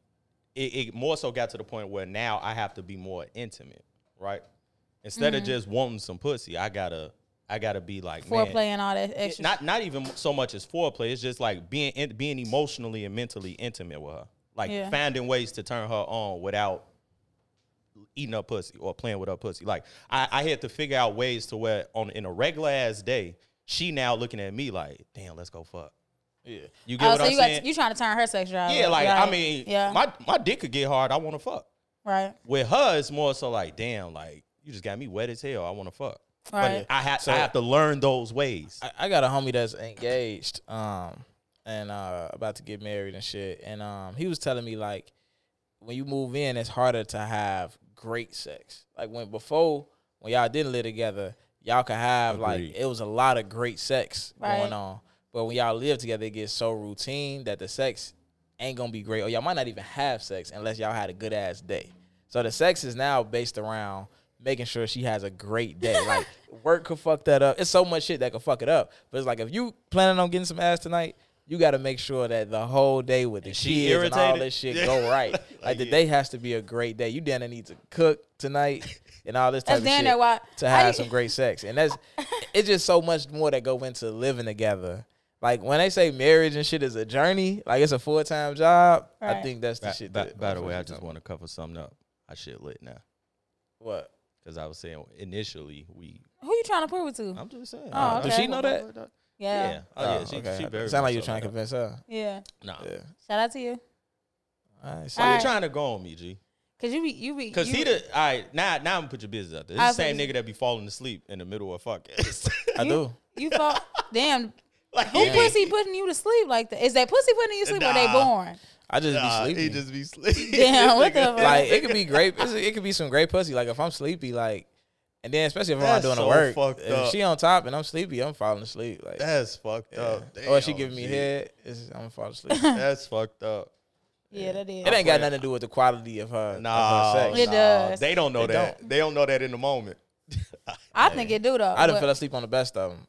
[SPEAKER 1] it, it more so got to the point where now I have to be more intimate, right? Instead
[SPEAKER 3] Mm-hmm.
[SPEAKER 1] of just wanting some pussy, I gotta, I gotta be like man,
[SPEAKER 3] foreplay and all that extra.
[SPEAKER 1] Not not even so much as foreplay. It's just like being in, being emotionally and mentally intimate with her, like
[SPEAKER 3] Yeah.
[SPEAKER 1] finding ways to turn her on without eating up pussy or playing with her pussy. Like I, I had to figure out ways to where on in a regular ass day, she now looking at me like, damn, let's go fuck.
[SPEAKER 2] Yeah.
[SPEAKER 1] You get
[SPEAKER 3] oh,
[SPEAKER 1] what
[SPEAKER 3] so
[SPEAKER 1] I'm
[SPEAKER 3] you
[SPEAKER 1] saying?
[SPEAKER 3] got you trying to turn her sex drive?
[SPEAKER 1] Yeah, like
[SPEAKER 3] right.
[SPEAKER 1] I mean,
[SPEAKER 3] yeah,
[SPEAKER 1] my my dick could get hard. I want to fuck.
[SPEAKER 3] right.
[SPEAKER 1] With her, it's more so like, damn, like you just got me wet as hell. I want to fuck.
[SPEAKER 3] Right.
[SPEAKER 1] But uh, I have
[SPEAKER 2] So-
[SPEAKER 1] I have to learn those ways.
[SPEAKER 2] I, I got a homie that's engaged, um, and uh, about to get married and shit. And um, he was telling me like, when you move in, it's harder to have great sex. Like when before, when y'all didn't live together, y'all could have
[SPEAKER 1] Agreed.
[SPEAKER 2] like it was a lot of great sex
[SPEAKER 3] Right.
[SPEAKER 2] going on. But when y'all live together, it gets so routine that the sex ain't gonna be great, or y'all might not even have sex unless y'all had a good ass day. So the sex is now based around making sure she has a great day. like work could fuck that up. It's so much shit that could fuck it up. But it's like if you planning on getting some ass tonight, you got to make sure that the whole day with the
[SPEAKER 1] she
[SPEAKER 2] kids and all
[SPEAKER 1] irritated?
[SPEAKER 2] that shit
[SPEAKER 1] Yeah.
[SPEAKER 2] go right. Like,
[SPEAKER 1] Like,
[SPEAKER 2] the
[SPEAKER 1] yeah.
[SPEAKER 2] day has to be a great day. You damn near need to cook tonight and all this type
[SPEAKER 3] That's
[SPEAKER 2] of
[SPEAKER 3] damn
[SPEAKER 2] shit
[SPEAKER 3] near why-
[SPEAKER 2] to have
[SPEAKER 3] I-
[SPEAKER 2] some great sex. And that's it's just so much more that go into living together. Like when they say marriage and shit is a journey, like it's a full time job. I
[SPEAKER 3] Right.
[SPEAKER 2] think that's the
[SPEAKER 1] By,
[SPEAKER 2] shit.
[SPEAKER 1] by-
[SPEAKER 2] that
[SPEAKER 1] by the way,
[SPEAKER 2] motherfuckers
[SPEAKER 1] I
[SPEAKER 2] talking
[SPEAKER 1] just want to cover something up. I shit lit now
[SPEAKER 2] about. what?
[SPEAKER 1] because I was saying initially we.
[SPEAKER 3] Who you trying to prove it to?
[SPEAKER 1] I'm just saying.
[SPEAKER 3] Oh,
[SPEAKER 2] Does
[SPEAKER 3] okay.
[SPEAKER 2] she know that?
[SPEAKER 1] Yeah.
[SPEAKER 3] Yeah,
[SPEAKER 1] Oh, yeah.
[SPEAKER 2] Oh,
[SPEAKER 1] She,
[SPEAKER 2] okay.
[SPEAKER 1] she very
[SPEAKER 2] Sound
[SPEAKER 1] much
[SPEAKER 2] like you're
[SPEAKER 1] so
[SPEAKER 2] trying to
[SPEAKER 1] know that.
[SPEAKER 2] convince her.
[SPEAKER 3] yeah.
[SPEAKER 1] Nah.
[SPEAKER 2] Yeah.
[SPEAKER 3] Shout out to you,
[SPEAKER 2] All right. So
[SPEAKER 1] Why you
[SPEAKER 3] Alright.
[SPEAKER 1] trying to go on me, G?
[SPEAKER 3] cause you be you be
[SPEAKER 1] Because
[SPEAKER 3] you-
[SPEAKER 1] he the all right now. Now I'm gonna put your business out there.
[SPEAKER 3] I'll
[SPEAKER 1] It's the
[SPEAKER 3] put
[SPEAKER 1] same
[SPEAKER 3] his-
[SPEAKER 1] nigga that be falling asleep in the middle of fucking.
[SPEAKER 2] I do.
[SPEAKER 3] you fall. damn,
[SPEAKER 1] like
[SPEAKER 3] who pussy putting you to sleep like that? Is that pussy putting you to sleep or they
[SPEAKER 1] Nah.
[SPEAKER 3] born?
[SPEAKER 2] I just
[SPEAKER 1] Nah,
[SPEAKER 2] be sleepy.
[SPEAKER 1] he just be sleeping.
[SPEAKER 3] Damn, what the fuck?
[SPEAKER 2] like it could be great. it's- It could be some great pussy. Like if I'm sleepy, like, and then especially if I'm not
[SPEAKER 1] That's
[SPEAKER 2] doing the
[SPEAKER 1] so
[SPEAKER 2] work,
[SPEAKER 1] fucked
[SPEAKER 2] if
[SPEAKER 1] up.
[SPEAKER 2] she on top and I'm sleepy, I'm falling asleep. Like,
[SPEAKER 1] That's fucked
[SPEAKER 2] yeah.
[SPEAKER 1] up. Damn,
[SPEAKER 2] or if she giving me
[SPEAKER 1] G.
[SPEAKER 2] head, it's, I'm falling asleep. it
[SPEAKER 1] That's fucked up.
[SPEAKER 3] Yeah, that is.
[SPEAKER 2] ain't got nothing to do with the quality of her.
[SPEAKER 1] Nah,
[SPEAKER 2] of her
[SPEAKER 3] It
[SPEAKER 2] sex.
[SPEAKER 1] nah,
[SPEAKER 3] does.
[SPEAKER 1] They don't know
[SPEAKER 2] They
[SPEAKER 1] that. They don't know that in the moment.
[SPEAKER 3] I think it do though.
[SPEAKER 2] I done
[SPEAKER 3] but-
[SPEAKER 2] fell asleep on the best of them.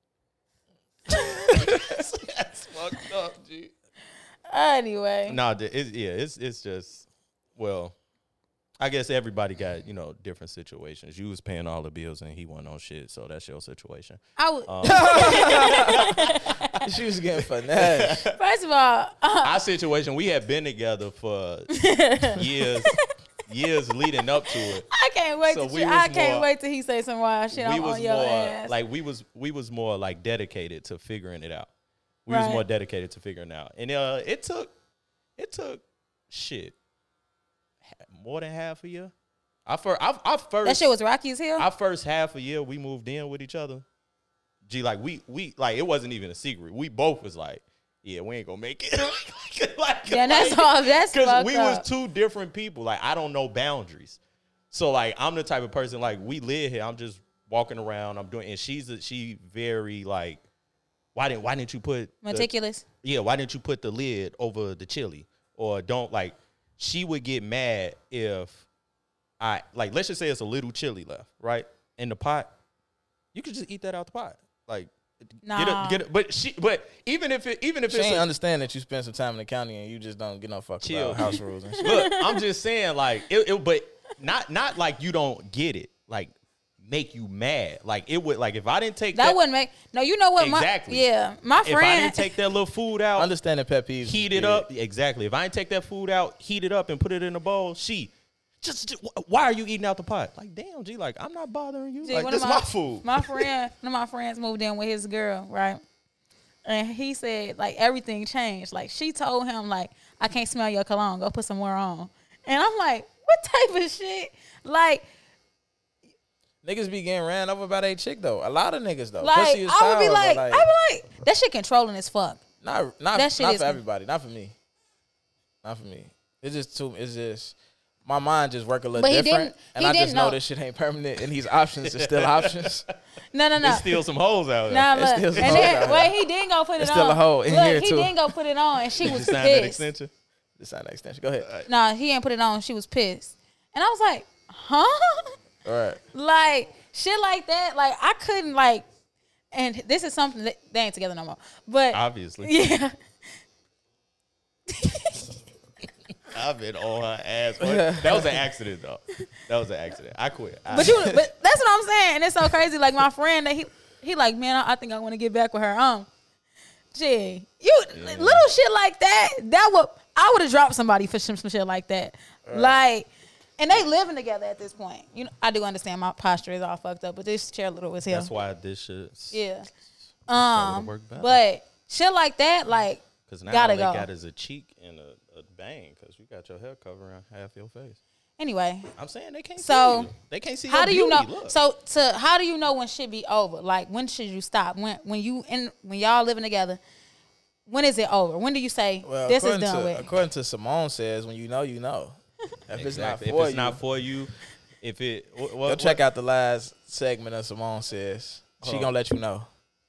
[SPEAKER 1] That's fucked up, G.
[SPEAKER 3] anyway.
[SPEAKER 1] Nah, the- it's, yeah, it's it's just well, I guess everybody got you know different situations. You was paying all the bills and he wasn't on shit, so that's your situation. Um,
[SPEAKER 3] I would
[SPEAKER 2] she was getting finesse.
[SPEAKER 1] Uh.
[SPEAKER 3] first of all,
[SPEAKER 1] Our situation, we had been together for years, years leading up to it.
[SPEAKER 3] I can't can't wait.
[SPEAKER 1] So
[SPEAKER 3] to
[SPEAKER 1] we
[SPEAKER 3] shit- I
[SPEAKER 1] was
[SPEAKER 3] can't
[SPEAKER 1] more-
[SPEAKER 3] wait till he say some wild shit.
[SPEAKER 1] we
[SPEAKER 3] I'm
[SPEAKER 1] was
[SPEAKER 3] on your
[SPEAKER 1] more
[SPEAKER 3] ass.
[SPEAKER 1] like we was we was more like dedicated to figuring it out. We was
[SPEAKER 3] Right.
[SPEAKER 1] more dedicated to figuring it out, and uh, it took it took shit ha- more than half a year. I first I, I first
[SPEAKER 3] that shit was rocky as hell.
[SPEAKER 1] our first half a year we moved in with each other. Gee, like we we like it wasn't even a secret. We both was like, yeah, we ain't gonna make it. like,
[SPEAKER 3] Yeah, that's all- that's
[SPEAKER 1] because
[SPEAKER 3] fucked
[SPEAKER 1] we
[SPEAKER 3] up.
[SPEAKER 1] was two different people. Like I don't know boundaries, so like I'm the type of person like we live here. I'm just walking around. I'm doing, and she's a, she very like, why didn't why didn't you put the-
[SPEAKER 3] Meticulous.
[SPEAKER 1] yeah, why didn't you put the lid over the chili? Or don't like she would get mad if I like let's just say it's a little chili left, right? In the pot. You could just eat that out the pot. Like get
[SPEAKER 3] Nah.
[SPEAKER 1] a, get a, but she but even if it even if
[SPEAKER 2] She
[SPEAKER 1] it's
[SPEAKER 2] ain't
[SPEAKER 1] a,
[SPEAKER 2] understand that you spend some time in the county and you just don't get no fuck
[SPEAKER 1] Chill.
[SPEAKER 2] about house rules and shit.
[SPEAKER 1] look, I'm just saying like it, it but not not like you don't get it. Like make you mad. Like it would like if I didn't take
[SPEAKER 3] That,
[SPEAKER 1] that,
[SPEAKER 3] wouldn't make no. You know what?
[SPEAKER 1] Exactly.
[SPEAKER 3] My yeah, my
[SPEAKER 1] if I
[SPEAKER 3] friend.
[SPEAKER 1] didn't take that little food out,
[SPEAKER 2] Understanding pet peeves. is
[SPEAKER 1] heat it
[SPEAKER 2] big.
[SPEAKER 1] up. Exactly. If I ain't take that food out, heat it up and put it in a bowl, she just, just- wh- why are you eating out the pot? Like, damn, G, like I'm not bothering you.
[SPEAKER 3] Dude,
[SPEAKER 1] like
[SPEAKER 3] one
[SPEAKER 1] this
[SPEAKER 3] of
[SPEAKER 1] my food.
[SPEAKER 3] My friend, one of my friends moved in with his girl, right? And he said like everything changed. Like she told him like I can't smell your cologne. Go put some more on. And I'm like, what type of shit? Like,
[SPEAKER 2] Niggas be getting ran over by they chick though. A lot of niggas though.
[SPEAKER 3] like
[SPEAKER 2] Pussy is
[SPEAKER 3] I would be
[SPEAKER 2] foul, but,
[SPEAKER 3] like, I would like that shit controlling as fuck.
[SPEAKER 2] Not not
[SPEAKER 3] That shit
[SPEAKER 2] not
[SPEAKER 3] is-
[SPEAKER 2] for everybody. Not for me. Not for me. It's just too. It's just my mind just work a little
[SPEAKER 3] But he
[SPEAKER 2] different,
[SPEAKER 3] didn't-
[SPEAKER 2] and
[SPEAKER 3] he
[SPEAKER 2] I just
[SPEAKER 3] didn't
[SPEAKER 2] know.
[SPEAKER 3] know.
[SPEAKER 2] this shit ain't permanent, and these options are still options.
[SPEAKER 3] No, no, no.
[SPEAKER 1] There's still some holes out there.
[SPEAKER 3] Nah,
[SPEAKER 2] It's
[SPEAKER 3] look.
[SPEAKER 2] still some
[SPEAKER 3] and
[SPEAKER 2] hoes
[SPEAKER 3] then,
[SPEAKER 2] out
[SPEAKER 3] well,
[SPEAKER 2] here.
[SPEAKER 3] he didn't go put it
[SPEAKER 2] It's
[SPEAKER 3] on.
[SPEAKER 2] still a hoe in
[SPEAKER 3] look,
[SPEAKER 2] here,
[SPEAKER 3] he
[SPEAKER 2] too.
[SPEAKER 3] didn't go put it on, and she
[SPEAKER 1] You
[SPEAKER 3] was
[SPEAKER 1] sign that
[SPEAKER 3] pissed.
[SPEAKER 1] extension.
[SPEAKER 2] Just sign that extension. Go ahead.
[SPEAKER 3] No, he ain't put it on. She was pissed, and I was like, huh?
[SPEAKER 2] All right.
[SPEAKER 3] like shit like that. Like I couldn't like, and this is something that they ain't together no more. But
[SPEAKER 1] Obviously.
[SPEAKER 3] yeah,
[SPEAKER 1] I've been on her ass. But that was an accident though. That was an accident. I quit. I,
[SPEAKER 3] but you, but that's what I'm saying, and it's so crazy. Like my friend, that he he like, man, I, I think I want to get back with her. Um, gee, you little shit like that. That would I would have dropped somebody for some, some shit like that. Like. And they living together at this point. You know, I do understand my posture is all fucked up, but this chair little was hell.
[SPEAKER 1] that's why this shit's
[SPEAKER 3] Yeah.
[SPEAKER 1] would've
[SPEAKER 3] Um,
[SPEAKER 1] worked better.
[SPEAKER 3] but shit like that, like
[SPEAKER 1] Cause now
[SPEAKER 3] Gotta
[SPEAKER 1] all they
[SPEAKER 3] go.
[SPEAKER 1] got is a cheek and a, a bang. Cause you got your hair covering half your face.
[SPEAKER 3] anyway,
[SPEAKER 1] I'm saying they can't
[SPEAKER 3] So,
[SPEAKER 1] see you. They can't see
[SPEAKER 3] how
[SPEAKER 1] your
[SPEAKER 3] do you know?
[SPEAKER 1] beauty. Look.
[SPEAKER 3] So to how do you know when shit be over? Like when should you stop? When when you in when y'all living together, when is it over? When do you say
[SPEAKER 2] Well,
[SPEAKER 3] this is
[SPEAKER 2] according
[SPEAKER 3] done
[SPEAKER 2] to
[SPEAKER 3] with?
[SPEAKER 2] according to Simone says, when you know, you know. If it's not for
[SPEAKER 1] Exactly. if it's
[SPEAKER 2] you,
[SPEAKER 1] not for you, if it what,
[SPEAKER 2] go
[SPEAKER 1] what,
[SPEAKER 2] check out the last segment of Simone says. She
[SPEAKER 1] Hold on.
[SPEAKER 2] gonna let you know.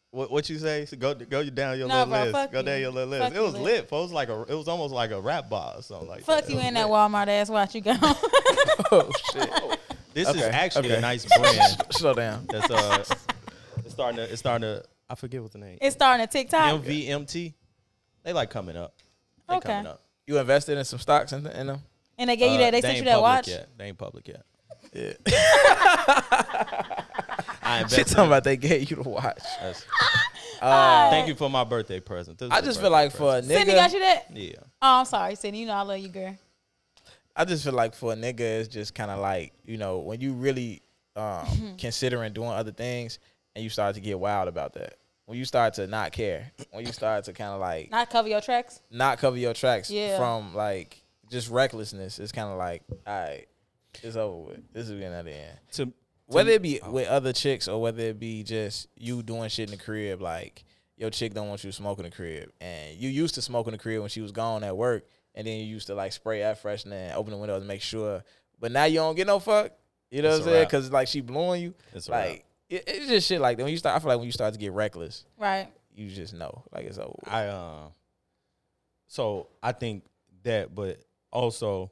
[SPEAKER 1] What what you say? So go go down your
[SPEAKER 3] Nah,
[SPEAKER 1] little
[SPEAKER 3] bro,
[SPEAKER 1] list.
[SPEAKER 3] fuck
[SPEAKER 1] Go
[SPEAKER 3] you.
[SPEAKER 1] down your little list.
[SPEAKER 3] Fuck
[SPEAKER 1] it
[SPEAKER 3] you,
[SPEAKER 1] was
[SPEAKER 3] Liz.
[SPEAKER 1] lit. Folks like a, it was almost like a rap bar or something like that.
[SPEAKER 3] Fuck
[SPEAKER 1] It
[SPEAKER 3] you
[SPEAKER 1] was
[SPEAKER 3] in that
[SPEAKER 1] lit.
[SPEAKER 3] Walmart ass watch you go.
[SPEAKER 2] oh shit!
[SPEAKER 1] This is
[SPEAKER 2] Okay,
[SPEAKER 1] actually
[SPEAKER 2] okay.
[SPEAKER 1] a nice brand.
[SPEAKER 2] Slow down.
[SPEAKER 1] That's uh, it's starting to it's starting to. I forget what the name.
[SPEAKER 3] it's starting to TikTok.
[SPEAKER 1] MVMT. They like coming up. They
[SPEAKER 3] Okay.
[SPEAKER 1] coming up.
[SPEAKER 2] You invested in some stocks in, in them.
[SPEAKER 3] And they gave you
[SPEAKER 1] Uh,
[SPEAKER 3] that. They sent you
[SPEAKER 1] ain't
[SPEAKER 3] that
[SPEAKER 1] public
[SPEAKER 3] watch.
[SPEAKER 1] Yet. They ain't public yet.
[SPEAKER 2] Yeah.
[SPEAKER 1] I
[SPEAKER 2] She
[SPEAKER 1] invested.
[SPEAKER 2] talking about they gave you to watch.
[SPEAKER 1] That's-
[SPEAKER 2] Uh,
[SPEAKER 1] Thank you for my birthday present. This is
[SPEAKER 2] I
[SPEAKER 1] a
[SPEAKER 2] just
[SPEAKER 1] birthday
[SPEAKER 2] feel like for a
[SPEAKER 1] present.
[SPEAKER 3] Sydney got
[SPEAKER 2] nigga,
[SPEAKER 3] you that.
[SPEAKER 1] yeah.
[SPEAKER 3] Oh, I'm sorry, Sydney. You know I love you, girl.
[SPEAKER 2] I just feel like for a nigga, it's just kind of like you know when you really um, considering doing other things, and you start to get wild about that. When you start to not care, when you start to kind of like
[SPEAKER 3] Not cover your tracks.
[SPEAKER 2] not cover your tracks
[SPEAKER 3] Yeah.
[SPEAKER 2] from like just recklessness, it's kind of like all right, it's over with. This is getting out of end.
[SPEAKER 1] To oh.
[SPEAKER 2] Whether it be with other chicks or whether it be just you doing shit in the crib, like your chick don't want you smoking the crib, and you used to smoking the crib when she was gone at work, and then you used to like spray air freshener and open the windows and make sure. But now you don't get no fuck. You know
[SPEAKER 1] It's
[SPEAKER 2] what I'm
[SPEAKER 1] a
[SPEAKER 2] saying?
[SPEAKER 1] wrap.
[SPEAKER 2] Because like she blowing you,
[SPEAKER 1] It's a wrap.
[SPEAKER 2] like it, it's just shit like that. When you start, I feel like when you start to get reckless,
[SPEAKER 3] Right.
[SPEAKER 2] you just know like it's over. with.
[SPEAKER 1] I uh, so I think that, but also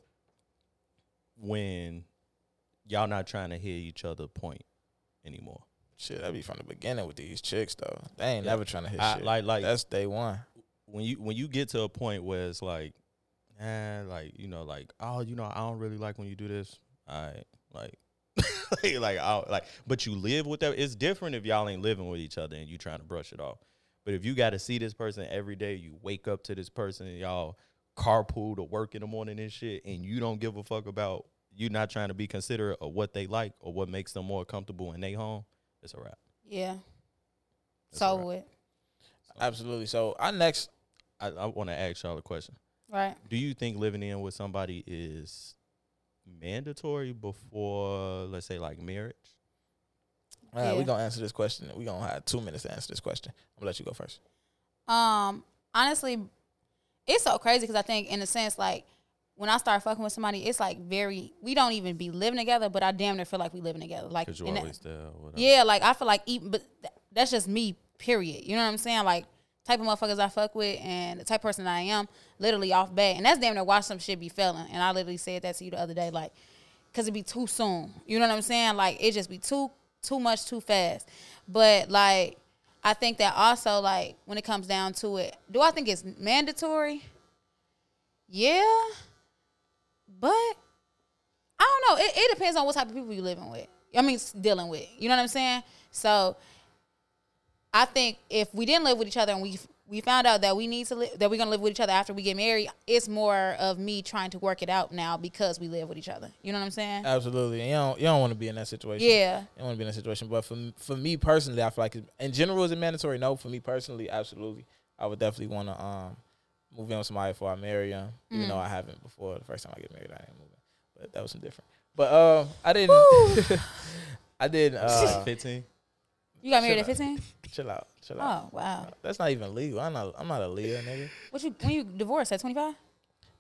[SPEAKER 1] when y'all not trying to hear each other point anymore.
[SPEAKER 2] Shit, that be from the beginning with these chicks though. They ain't
[SPEAKER 1] Yeah.
[SPEAKER 2] never trying to hit
[SPEAKER 1] I-
[SPEAKER 2] shit.
[SPEAKER 1] like- like-
[SPEAKER 2] that's day one.
[SPEAKER 1] When you when you get to a point where it's like, eh, like you know, like oh, you know, I don't really like when you do this. All right, like. like I like but you live with that it's different if y'all ain't living with each other and you trying to brush it off but if you got to see this person every day you wake up to this person and y'all carpool to work in the morning and shit and you don't give a fuck about you not trying to be considerate of what they like or what makes them more comfortable in their home, it's a wrap.
[SPEAKER 3] Yeah.
[SPEAKER 1] That's
[SPEAKER 3] so
[SPEAKER 1] right.
[SPEAKER 3] what?
[SPEAKER 2] Absolutely. So our next
[SPEAKER 1] I, I want to ask y'all a question.
[SPEAKER 3] Right.
[SPEAKER 1] Do you think living in with somebody is mandatory before, let's say, like marriage?
[SPEAKER 2] All right,
[SPEAKER 3] Yeah.
[SPEAKER 2] we're gonna answer this question. We're gonna have two minutes to answer this question. I'm gonna let you go first.
[SPEAKER 3] Um, honestly, it's so crazy because I think in a sense, like when I start fucking with somebody, it's like very we don't even be living together, but I damn near feel like we living together. Like
[SPEAKER 1] Because you
[SPEAKER 3] in that-
[SPEAKER 1] always there. or Whatever.
[SPEAKER 3] yeah, like I feel like even but th- that's just me. Period. You know what I'm saying? Like type of motherfuckers I fuck with and the type of person I am, literally off bat, and that's damn near why some shit be failing. And I literally said that to you the other day, like, cause it be too soon. You know what I'm saying? Like it just be too too much too fast. But like I think that also like when it comes down to it, do I think it's mandatory? Yeah, but I don't know. It, it depends on what type of people you're living with. I mean, s- dealing with. You know what I'm saying? So, I think if we didn't live with each other and we f- we found out that we need to live that we're gonna live with each other after we get married, it's more of me trying to work it out now because we live with each other. You know what I'm saying?
[SPEAKER 2] Absolutely. And you don't you don't want to be in that situation.
[SPEAKER 3] Yeah.
[SPEAKER 2] You don't want to be in that situation. But for m- for me personally, I feel like it, in general is it mandatory? No. For me personally, absolutely. I would definitely want to um move in with somebody before I marry them. Even
[SPEAKER 3] Mm.
[SPEAKER 2] though I haven't before. The first time I get married, I didn't move in. But that was different. But um, I didn't. I didn't. Uh,
[SPEAKER 1] 15?
[SPEAKER 3] You got married at
[SPEAKER 2] Chill
[SPEAKER 3] 15?
[SPEAKER 2] chill out. Chill out.
[SPEAKER 3] Oh wow.
[SPEAKER 2] That's not even legal. I'm not. I'm not a legal nigga.
[SPEAKER 3] What you when you divorced at 25?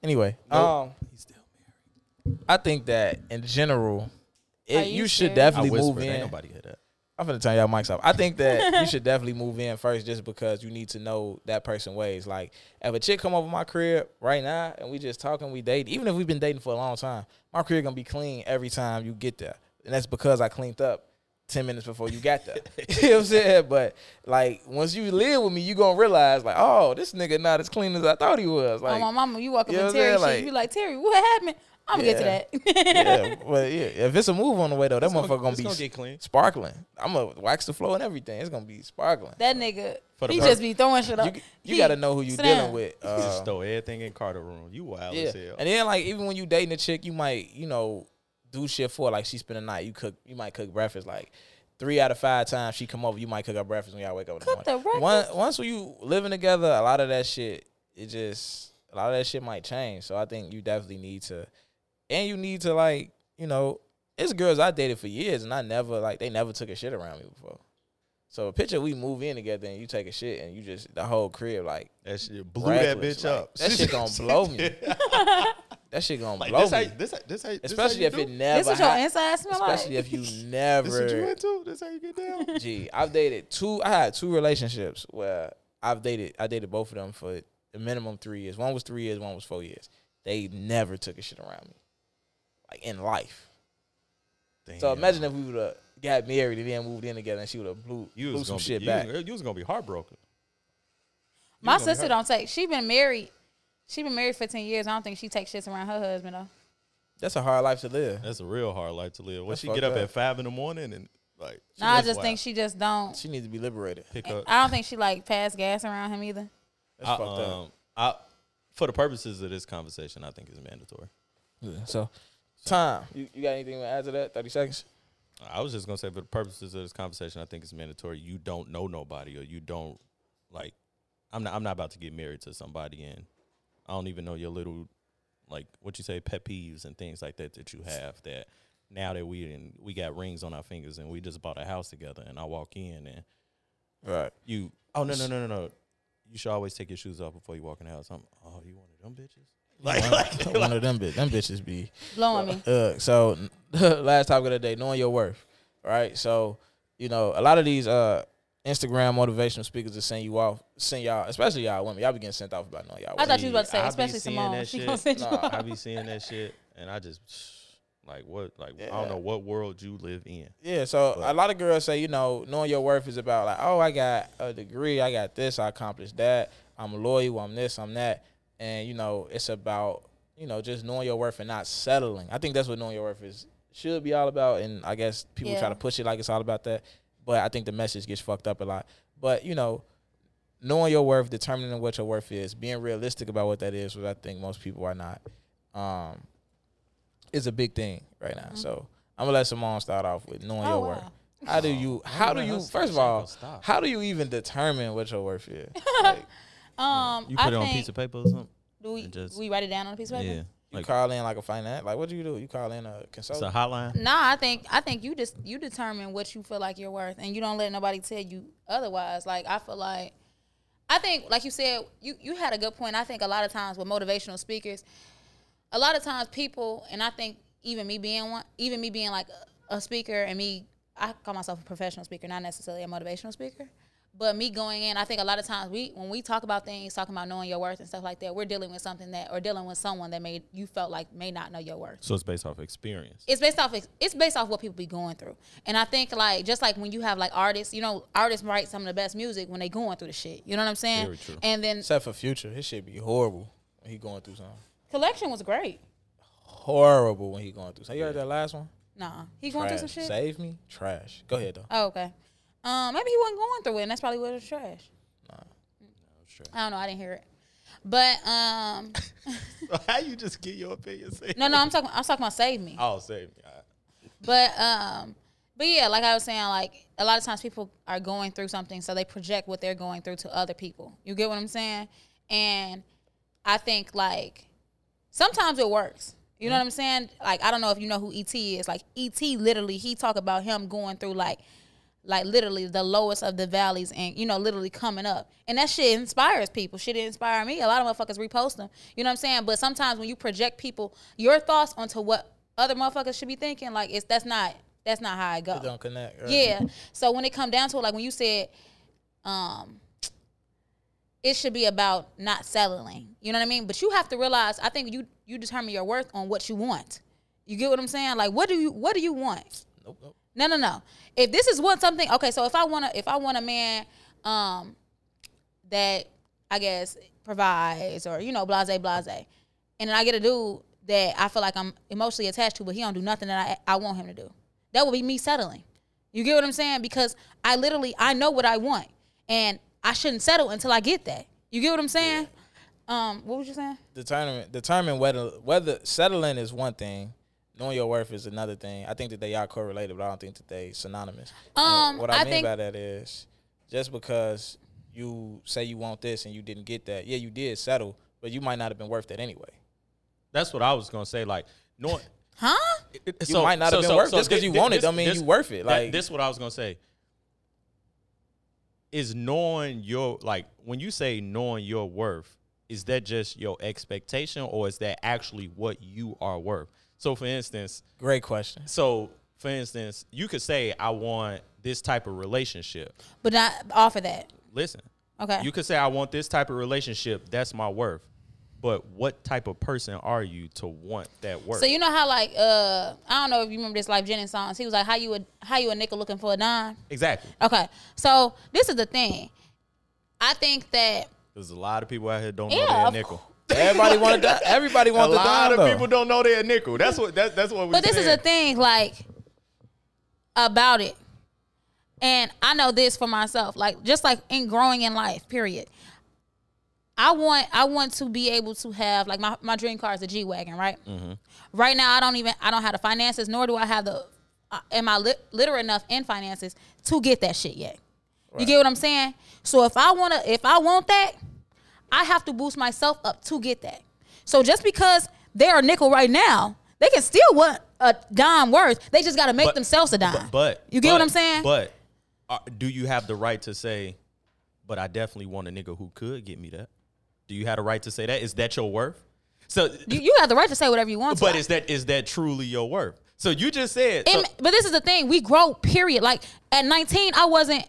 [SPEAKER 2] Anyway. Um.
[SPEAKER 1] He's still married.
[SPEAKER 2] I think that in general,
[SPEAKER 3] Are
[SPEAKER 2] it,
[SPEAKER 3] you
[SPEAKER 2] you, should
[SPEAKER 3] serious?
[SPEAKER 1] I
[SPEAKER 2] definitely move
[SPEAKER 1] whispered.
[SPEAKER 2] in.
[SPEAKER 1] Ain't nobody hear that.
[SPEAKER 2] I'm gonna turn y'all mics off. I think that you should definitely move in first, just because you need to know that person ways. Like, if a chick come over my crib right now and we just talking, we date, even if we've been dating for a long time, my crib gonna be clean every time you get there, and that's because I cleaned up. 10 minutes before you got there. you know what I'm saying? But like once you live with me, you gonna realize like, oh, this nigga not as clean as I thought he was. Like
[SPEAKER 3] oh my mama, you walk up
[SPEAKER 2] you know
[SPEAKER 3] in
[SPEAKER 2] what I'm
[SPEAKER 3] Terry,
[SPEAKER 2] saying?
[SPEAKER 3] shit, you be like Terry, what happened? I'm gonna get to that.
[SPEAKER 2] yeah, well, yeah. If it's a move on the way though, that motherfucker gonna,
[SPEAKER 1] it's
[SPEAKER 2] be
[SPEAKER 1] gonna get clean.
[SPEAKER 2] sparkling. I'm gonna wax the floor and everything. It's gonna be sparkling.
[SPEAKER 3] That nigga,
[SPEAKER 1] For the
[SPEAKER 3] he
[SPEAKER 1] purpose.
[SPEAKER 3] just be throwing shit
[SPEAKER 2] you
[SPEAKER 3] up.
[SPEAKER 2] you
[SPEAKER 3] He-
[SPEAKER 2] gotta know who you
[SPEAKER 3] sit
[SPEAKER 2] dealing
[SPEAKER 3] down.
[SPEAKER 2] with.
[SPEAKER 1] You just
[SPEAKER 2] uh,
[SPEAKER 1] stole everything in Carter room. You wild
[SPEAKER 2] yeah,
[SPEAKER 1] as hell.
[SPEAKER 2] and then like even when you dating a chick, you might you know do shit for her. like she spend the night. You cook, you might cook breakfast like. Three out of five times she come over, you might cook up breakfast when y'all wake up. in
[SPEAKER 3] Cook
[SPEAKER 2] the
[SPEAKER 3] the
[SPEAKER 2] morning. Once, once when you living together, a lot of that shit, it just a lot of that shit might change. So I think you definitely need to and you need to like you know it's girls i dated for years and i never like they never took a shit around me before so picture we move in together and you take a shit and you just the whole crib like
[SPEAKER 1] that shit blew
[SPEAKER 2] reckless,
[SPEAKER 1] that bitch
[SPEAKER 2] like,
[SPEAKER 1] up.
[SPEAKER 2] that shit gonna blow me that shit gonna
[SPEAKER 1] like
[SPEAKER 2] blow
[SPEAKER 1] this,
[SPEAKER 2] me
[SPEAKER 1] how, you- this, how- this, how, this how
[SPEAKER 2] especially
[SPEAKER 1] you
[SPEAKER 2] if it
[SPEAKER 1] do?
[SPEAKER 2] never
[SPEAKER 3] This what your
[SPEAKER 2] hap-
[SPEAKER 3] inside smell like?
[SPEAKER 2] especially if you
[SPEAKER 1] This what you
[SPEAKER 2] never
[SPEAKER 1] into? This how you get down.
[SPEAKER 2] gee i've dated two i had two relationships where i've dated i dated both of them for a minimum three years one was three years one was four years they never took a shit around me like in life So
[SPEAKER 1] Damn.
[SPEAKER 2] imagine if we would have got married and then moved in together and she would have blew,
[SPEAKER 1] you
[SPEAKER 2] blew
[SPEAKER 1] was
[SPEAKER 2] some
[SPEAKER 1] gonna
[SPEAKER 2] shit
[SPEAKER 1] be,
[SPEAKER 2] back.
[SPEAKER 1] You, was- you was gonna be heartbroken.
[SPEAKER 3] My
[SPEAKER 1] gonna be
[SPEAKER 3] sister
[SPEAKER 1] hurt.
[SPEAKER 3] don't take. She been married. She been married for ten years. I don't think she takes shits around her husband though.
[SPEAKER 2] That's a hard life to live.
[SPEAKER 1] That's a real hard life to live. When
[SPEAKER 2] That's
[SPEAKER 1] she get up,
[SPEAKER 2] fucked up.
[SPEAKER 1] at five in the morning and like, she
[SPEAKER 3] No, I
[SPEAKER 1] was
[SPEAKER 3] just
[SPEAKER 1] wild.
[SPEAKER 3] think she just don't.
[SPEAKER 2] She needs to be liberated.
[SPEAKER 1] pick up.
[SPEAKER 3] I don't think she like pass gas around him either.
[SPEAKER 2] That's
[SPEAKER 1] I,
[SPEAKER 2] fucked up.
[SPEAKER 1] um, I, for the purposes of this conversation, I think it's mandatory.
[SPEAKER 2] Yeah, So, time. You, you got anything to add to that? Thirty seconds.
[SPEAKER 1] I was just gonna say, for the purposes of this conversation, I think it's mandatory. You don't know nobody, or you don't like. I'm not. I'm not about to get married to somebody, and I don't even know your little, like what you say, pet peeves and things like that that you have. That now that we and we got rings on our fingers, and we just bought a house together, and I walk in and
[SPEAKER 2] Right.
[SPEAKER 1] you. Oh no no no no no! You should always take your shoes off before you walk in the house. I'm. Oh, you one of them bitches? Like
[SPEAKER 2] One,
[SPEAKER 1] like, like,
[SPEAKER 2] one of them bitch. Them bitches be.
[SPEAKER 3] Blowing me.
[SPEAKER 2] Uh, so last topic of the day, knowing your worth. Right. So you know a lot of these uh Instagram motivational speakers that send you off, send y'all, especially y'all women. Y'all be getting sent off about knowing y'all.
[SPEAKER 3] I
[SPEAKER 2] worth.
[SPEAKER 3] thought you was about to say,
[SPEAKER 1] I be
[SPEAKER 3] especially
[SPEAKER 1] seeing
[SPEAKER 3] Simone.
[SPEAKER 1] that
[SPEAKER 3] She
[SPEAKER 1] shit.
[SPEAKER 3] gonna send you
[SPEAKER 2] Nah,
[SPEAKER 1] I
[SPEAKER 3] off.
[SPEAKER 1] be seeing that shit, and I just like what like I
[SPEAKER 2] Yeah.
[SPEAKER 1] don't know what world you live in.
[SPEAKER 2] Yeah, so a lot of girls say, you know, knowing your worth is about like, oh, I got a degree, I got this, I accomplished that, I'm loyal, I'm this, I'm that, and you know, it's about you know just knowing your worth and not settling. I think that's what knowing your worth is should be all about, and I guess people
[SPEAKER 3] Yeah.
[SPEAKER 2] try to push it like it's all about that, but I think the message gets fucked up a lot. But you know, knowing your worth, determining what your worth is, being realistic about what that is, which I think most people are not. Um, is a big thing right now. So I'm gonna let Simone start off with knowing
[SPEAKER 3] Mm-hmm. Oh,
[SPEAKER 2] your
[SPEAKER 3] wow.
[SPEAKER 2] worth. How do you? How do
[SPEAKER 1] let
[SPEAKER 2] you?
[SPEAKER 1] her
[SPEAKER 2] First of
[SPEAKER 1] stop.
[SPEAKER 2] all,
[SPEAKER 1] Stop.
[SPEAKER 2] how do you even determine what your worth is? Like,
[SPEAKER 3] Um,
[SPEAKER 1] You put
[SPEAKER 3] I
[SPEAKER 1] it on a
[SPEAKER 3] think
[SPEAKER 1] piece of paper or something?
[SPEAKER 3] do we
[SPEAKER 1] and just-
[SPEAKER 3] do we write it down on a piece of paper?
[SPEAKER 1] Yeah.
[SPEAKER 2] you
[SPEAKER 1] Like
[SPEAKER 2] call in like a finance. Like what do you do? You call in a
[SPEAKER 1] it's a
[SPEAKER 2] consultant.
[SPEAKER 1] hotline.
[SPEAKER 3] Nah, I think I think you just you determine what you feel like you're worth, and you don't let nobody tell you otherwise. Like I feel like, I think like you said, you you had a good point. I think a lot of times with motivational speakers, a lot of times people, and I think even me being one, even me being like a, a speaker, and me, I call myself a professional speaker, not necessarily a motivational speaker. But me going in, I think a lot of times we, when we talk about things, talking about knowing your worth and stuff like that, we're dealing with something that, or dealing with someone that made you felt like may not know your worth
[SPEAKER 1] So it's based off experience.
[SPEAKER 3] it's based off it's based off what people be going through and i think like just like when you have like artists you know artists write some of the best music when they going through the shit you know what i'm saying
[SPEAKER 1] Very true.
[SPEAKER 3] and then
[SPEAKER 2] Except for Future, his shit be horrible when he going through something.
[SPEAKER 3] collection was great
[SPEAKER 2] Horrible when he going through. something. you heard that last one?
[SPEAKER 3] nah he going through some
[SPEAKER 2] Trash.
[SPEAKER 3] shit
[SPEAKER 2] Save me, trash. Go ahead though.
[SPEAKER 3] oh okay um maybe he wasn't going through it and that's probably what it was trash i don't know i didn't hear it but um
[SPEAKER 1] So how you just get your opinion? Say
[SPEAKER 3] no no i'm talking i'm talking about save
[SPEAKER 2] Oh.
[SPEAKER 3] me
[SPEAKER 1] I'll Oh, save me.
[SPEAKER 3] But um, but yeah, like I was saying, like a lot of times people are going through something, so they project what they're going through to other people. You get what I'm saying? And I think like sometimes it works. You know
[SPEAKER 2] Mm-hmm.
[SPEAKER 3] what I'm saying? Like I don't know if you know who ET is. Like ET literally he talk about him going through like like literally the lowest of the valleys and you know literally coming up and that shit inspires people shit inspire me a lot of motherfuckers repost them you know what i'm saying but sometimes when you project people your thoughts onto what other motherfuckers should be thinking like it's that's not that's not how it goes
[SPEAKER 2] It don't connect. right?
[SPEAKER 3] yeah. So when it come down to it, like when you said, um, it should be about not settling. You know what I mean? But you have to realize, I think you you determine your worth on what you want. You get what I'm saying? Like, what do you what do you want?
[SPEAKER 2] Nope, nope.
[SPEAKER 3] No, no, no. If this is what something, okay. So if I wanna, if I want a man, um, that I guess provides or you know blase blase, and then I get a dude that I feel like I'm emotionally attached to, but he don't do nothing that I I want him to do. That would be me settling. You get what I'm saying? Because I literally I know what I want, and I shouldn't settle until I get that. You get what I'm saying? Um, what was you saying?
[SPEAKER 2] Determine determine whether whether settling is one thing, knowing your worth is another thing. I think that they are correlated, but I don't think that they synonymous. And
[SPEAKER 3] Um,
[SPEAKER 2] what I,
[SPEAKER 3] I
[SPEAKER 2] mean
[SPEAKER 3] think-
[SPEAKER 2] by that is just because you say you want this and you didn't get that, yeah, you did settle, but you might not have been worth that anyway.
[SPEAKER 1] That's what I was gonna say. Like, no,
[SPEAKER 3] Huh?
[SPEAKER 1] you
[SPEAKER 2] You might not have been worth it. Just 'cause you want it don't mean you worth it. Like-
[SPEAKER 1] this, is what I was gonna say. Is knowing your like when you say knowing your worth, is that just your expectation or is that actually what you are worth? So, for instance,
[SPEAKER 2] Great question.
[SPEAKER 1] so for instance, you could say, "I want this type of relationship."
[SPEAKER 3] But not offer that.
[SPEAKER 1] Listen,
[SPEAKER 3] Okay.
[SPEAKER 1] you could say, "I want this type of relationship. That's my worth." But what type of person are you to want that worth?
[SPEAKER 3] So you know how like uh I don't know if you remember this Life Jennings songs. He was like, "How you a how you a nickel looking for a dime?"
[SPEAKER 1] exactly.
[SPEAKER 3] Okay, so this is the thing. I think that
[SPEAKER 1] There's a lot of people out here don't know
[SPEAKER 3] Yeah,
[SPEAKER 1] their
[SPEAKER 3] of
[SPEAKER 1] nickel.
[SPEAKER 2] Everybody wanted that. Everybody
[SPEAKER 1] A
[SPEAKER 2] wanted the
[SPEAKER 1] lot
[SPEAKER 2] dime,
[SPEAKER 1] of
[SPEAKER 2] though.
[SPEAKER 1] people don't know their nickel. That's what that, that's what we.
[SPEAKER 3] but this is
[SPEAKER 1] saying.
[SPEAKER 3] a thing like about it and i know this for myself like just like in growing in life period i want i want to be able to have like my, my dream car is a g-wagon right right now i don't even i don't have the finances nor do i have the uh, am i lit, literate enough in finances to get that shit yet you get what i'm saying so if i want to if i want that I have to boost myself up to get that. So just because they're a nickel right now, they can still want a dime worth. They just got to make
[SPEAKER 1] But-
[SPEAKER 3] themselves a dime.
[SPEAKER 1] But, but
[SPEAKER 3] you get what
[SPEAKER 1] but-
[SPEAKER 3] I'm saying?
[SPEAKER 1] But uh, do you have the right to say? But I definitely want a nigga who could get me that. Do you have the right to say that? Is that your worth? So,
[SPEAKER 3] you, you have the right to say whatever you want.
[SPEAKER 1] but
[SPEAKER 3] to.
[SPEAKER 1] is that is that truly your worth? So you just said so.
[SPEAKER 3] And- but this is the thing. We grow. Period. Like at 19, I wasn't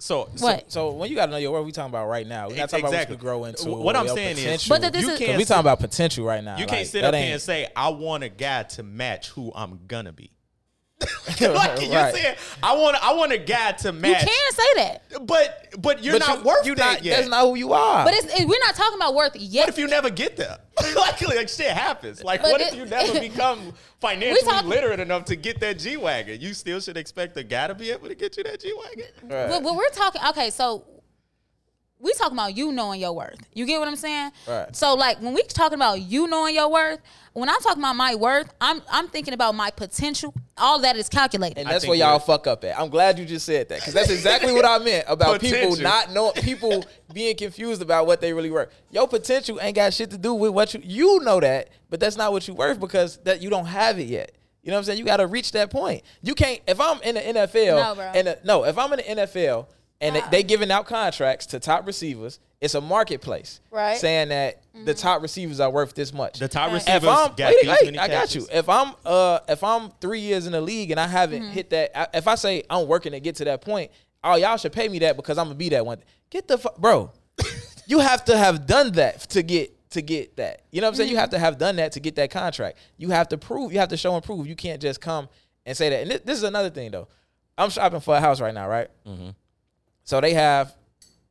[SPEAKER 1] so, so-
[SPEAKER 3] what.
[SPEAKER 2] So when you got to know your worth, we talking about right now. We're not talking about what
[SPEAKER 1] Exactly.
[SPEAKER 2] you could grow into.
[SPEAKER 1] What
[SPEAKER 2] or
[SPEAKER 1] I'm
[SPEAKER 2] your
[SPEAKER 1] saying is-
[SPEAKER 2] potential.
[SPEAKER 3] But that this
[SPEAKER 1] you
[SPEAKER 3] is-
[SPEAKER 1] can't
[SPEAKER 2] 'Cause we
[SPEAKER 1] sit-
[SPEAKER 2] talking about potential right now.
[SPEAKER 1] You
[SPEAKER 2] Like,
[SPEAKER 1] can't sit
[SPEAKER 2] that
[SPEAKER 1] up here and
[SPEAKER 2] ain't-
[SPEAKER 1] say, I want a guy to match who I'm gonna be.
[SPEAKER 2] Right.
[SPEAKER 1] Like you said, I want I want a guy to
[SPEAKER 3] you
[SPEAKER 1] match.
[SPEAKER 3] can say that,
[SPEAKER 1] but but you're
[SPEAKER 2] But
[SPEAKER 1] not
[SPEAKER 2] you-
[SPEAKER 1] worth
[SPEAKER 2] you
[SPEAKER 1] that
[SPEAKER 2] not-
[SPEAKER 1] yet.
[SPEAKER 2] That's not who you are.
[SPEAKER 3] but it's, it, we're not talking about worth yet.
[SPEAKER 1] what if you never get there? like, like shit happens. Like
[SPEAKER 3] But
[SPEAKER 1] what
[SPEAKER 3] it-
[SPEAKER 1] if you never become financially
[SPEAKER 3] talk-
[SPEAKER 1] literate enough to get that G wagon? You still should expect a guy to be able to get you that G wagon.
[SPEAKER 2] Right.
[SPEAKER 3] But, but we're talking. Okay, so we talking about you knowing your worth. You get what I'm saying?
[SPEAKER 2] Right.
[SPEAKER 3] So like when we talking about you knowing your worth, when I'm talking about my worth, I'm I'm thinking about my potential. All that is calculated.
[SPEAKER 2] And that's
[SPEAKER 1] think
[SPEAKER 2] where y'all
[SPEAKER 1] we're-
[SPEAKER 2] fuck up at. I'm glad you just said that because that's exactly what I meant about people
[SPEAKER 1] Potential.
[SPEAKER 2] not knowing, people being confused about what they really worth. Your potential ain't got shit to do with what you you know that, but that's not what you worth because that you don't have it yet. You know what I'm saying? You got to reach that point. You can't. If I'm in the
[SPEAKER 3] No,
[SPEAKER 2] NFL,
[SPEAKER 3] bro. Uh-uh.
[SPEAKER 2] and the- no, if I'm in the NFL and they, they giving out contracts to top receivers, it's a marketplace,
[SPEAKER 3] Right. Mm-hmm.
[SPEAKER 2] Saying that the top receivers are worth this much.
[SPEAKER 1] The top
[SPEAKER 3] Right.
[SPEAKER 1] receivers
[SPEAKER 2] if I'm,
[SPEAKER 1] got
[SPEAKER 2] wait,
[SPEAKER 1] these
[SPEAKER 2] wait,
[SPEAKER 1] many
[SPEAKER 2] I got
[SPEAKER 1] catches.
[SPEAKER 2] you. If I'm uh if I'm three years in the league and I haven't
[SPEAKER 3] Mm-hmm.
[SPEAKER 2] hit that, I, if I say I'm working to get to that point, oh y'all should pay me that because I'm gonna be that one. Get the fu- bro. you have to have done that to get to get that. You know what I'm saying? You
[SPEAKER 3] Mm-hmm.
[SPEAKER 2] have to have done that to get that contract. You have to prove. You have to show and prove. You can't just come and say that. And thi- this is another thing though. I'm shopping for a house right now, right? So they have,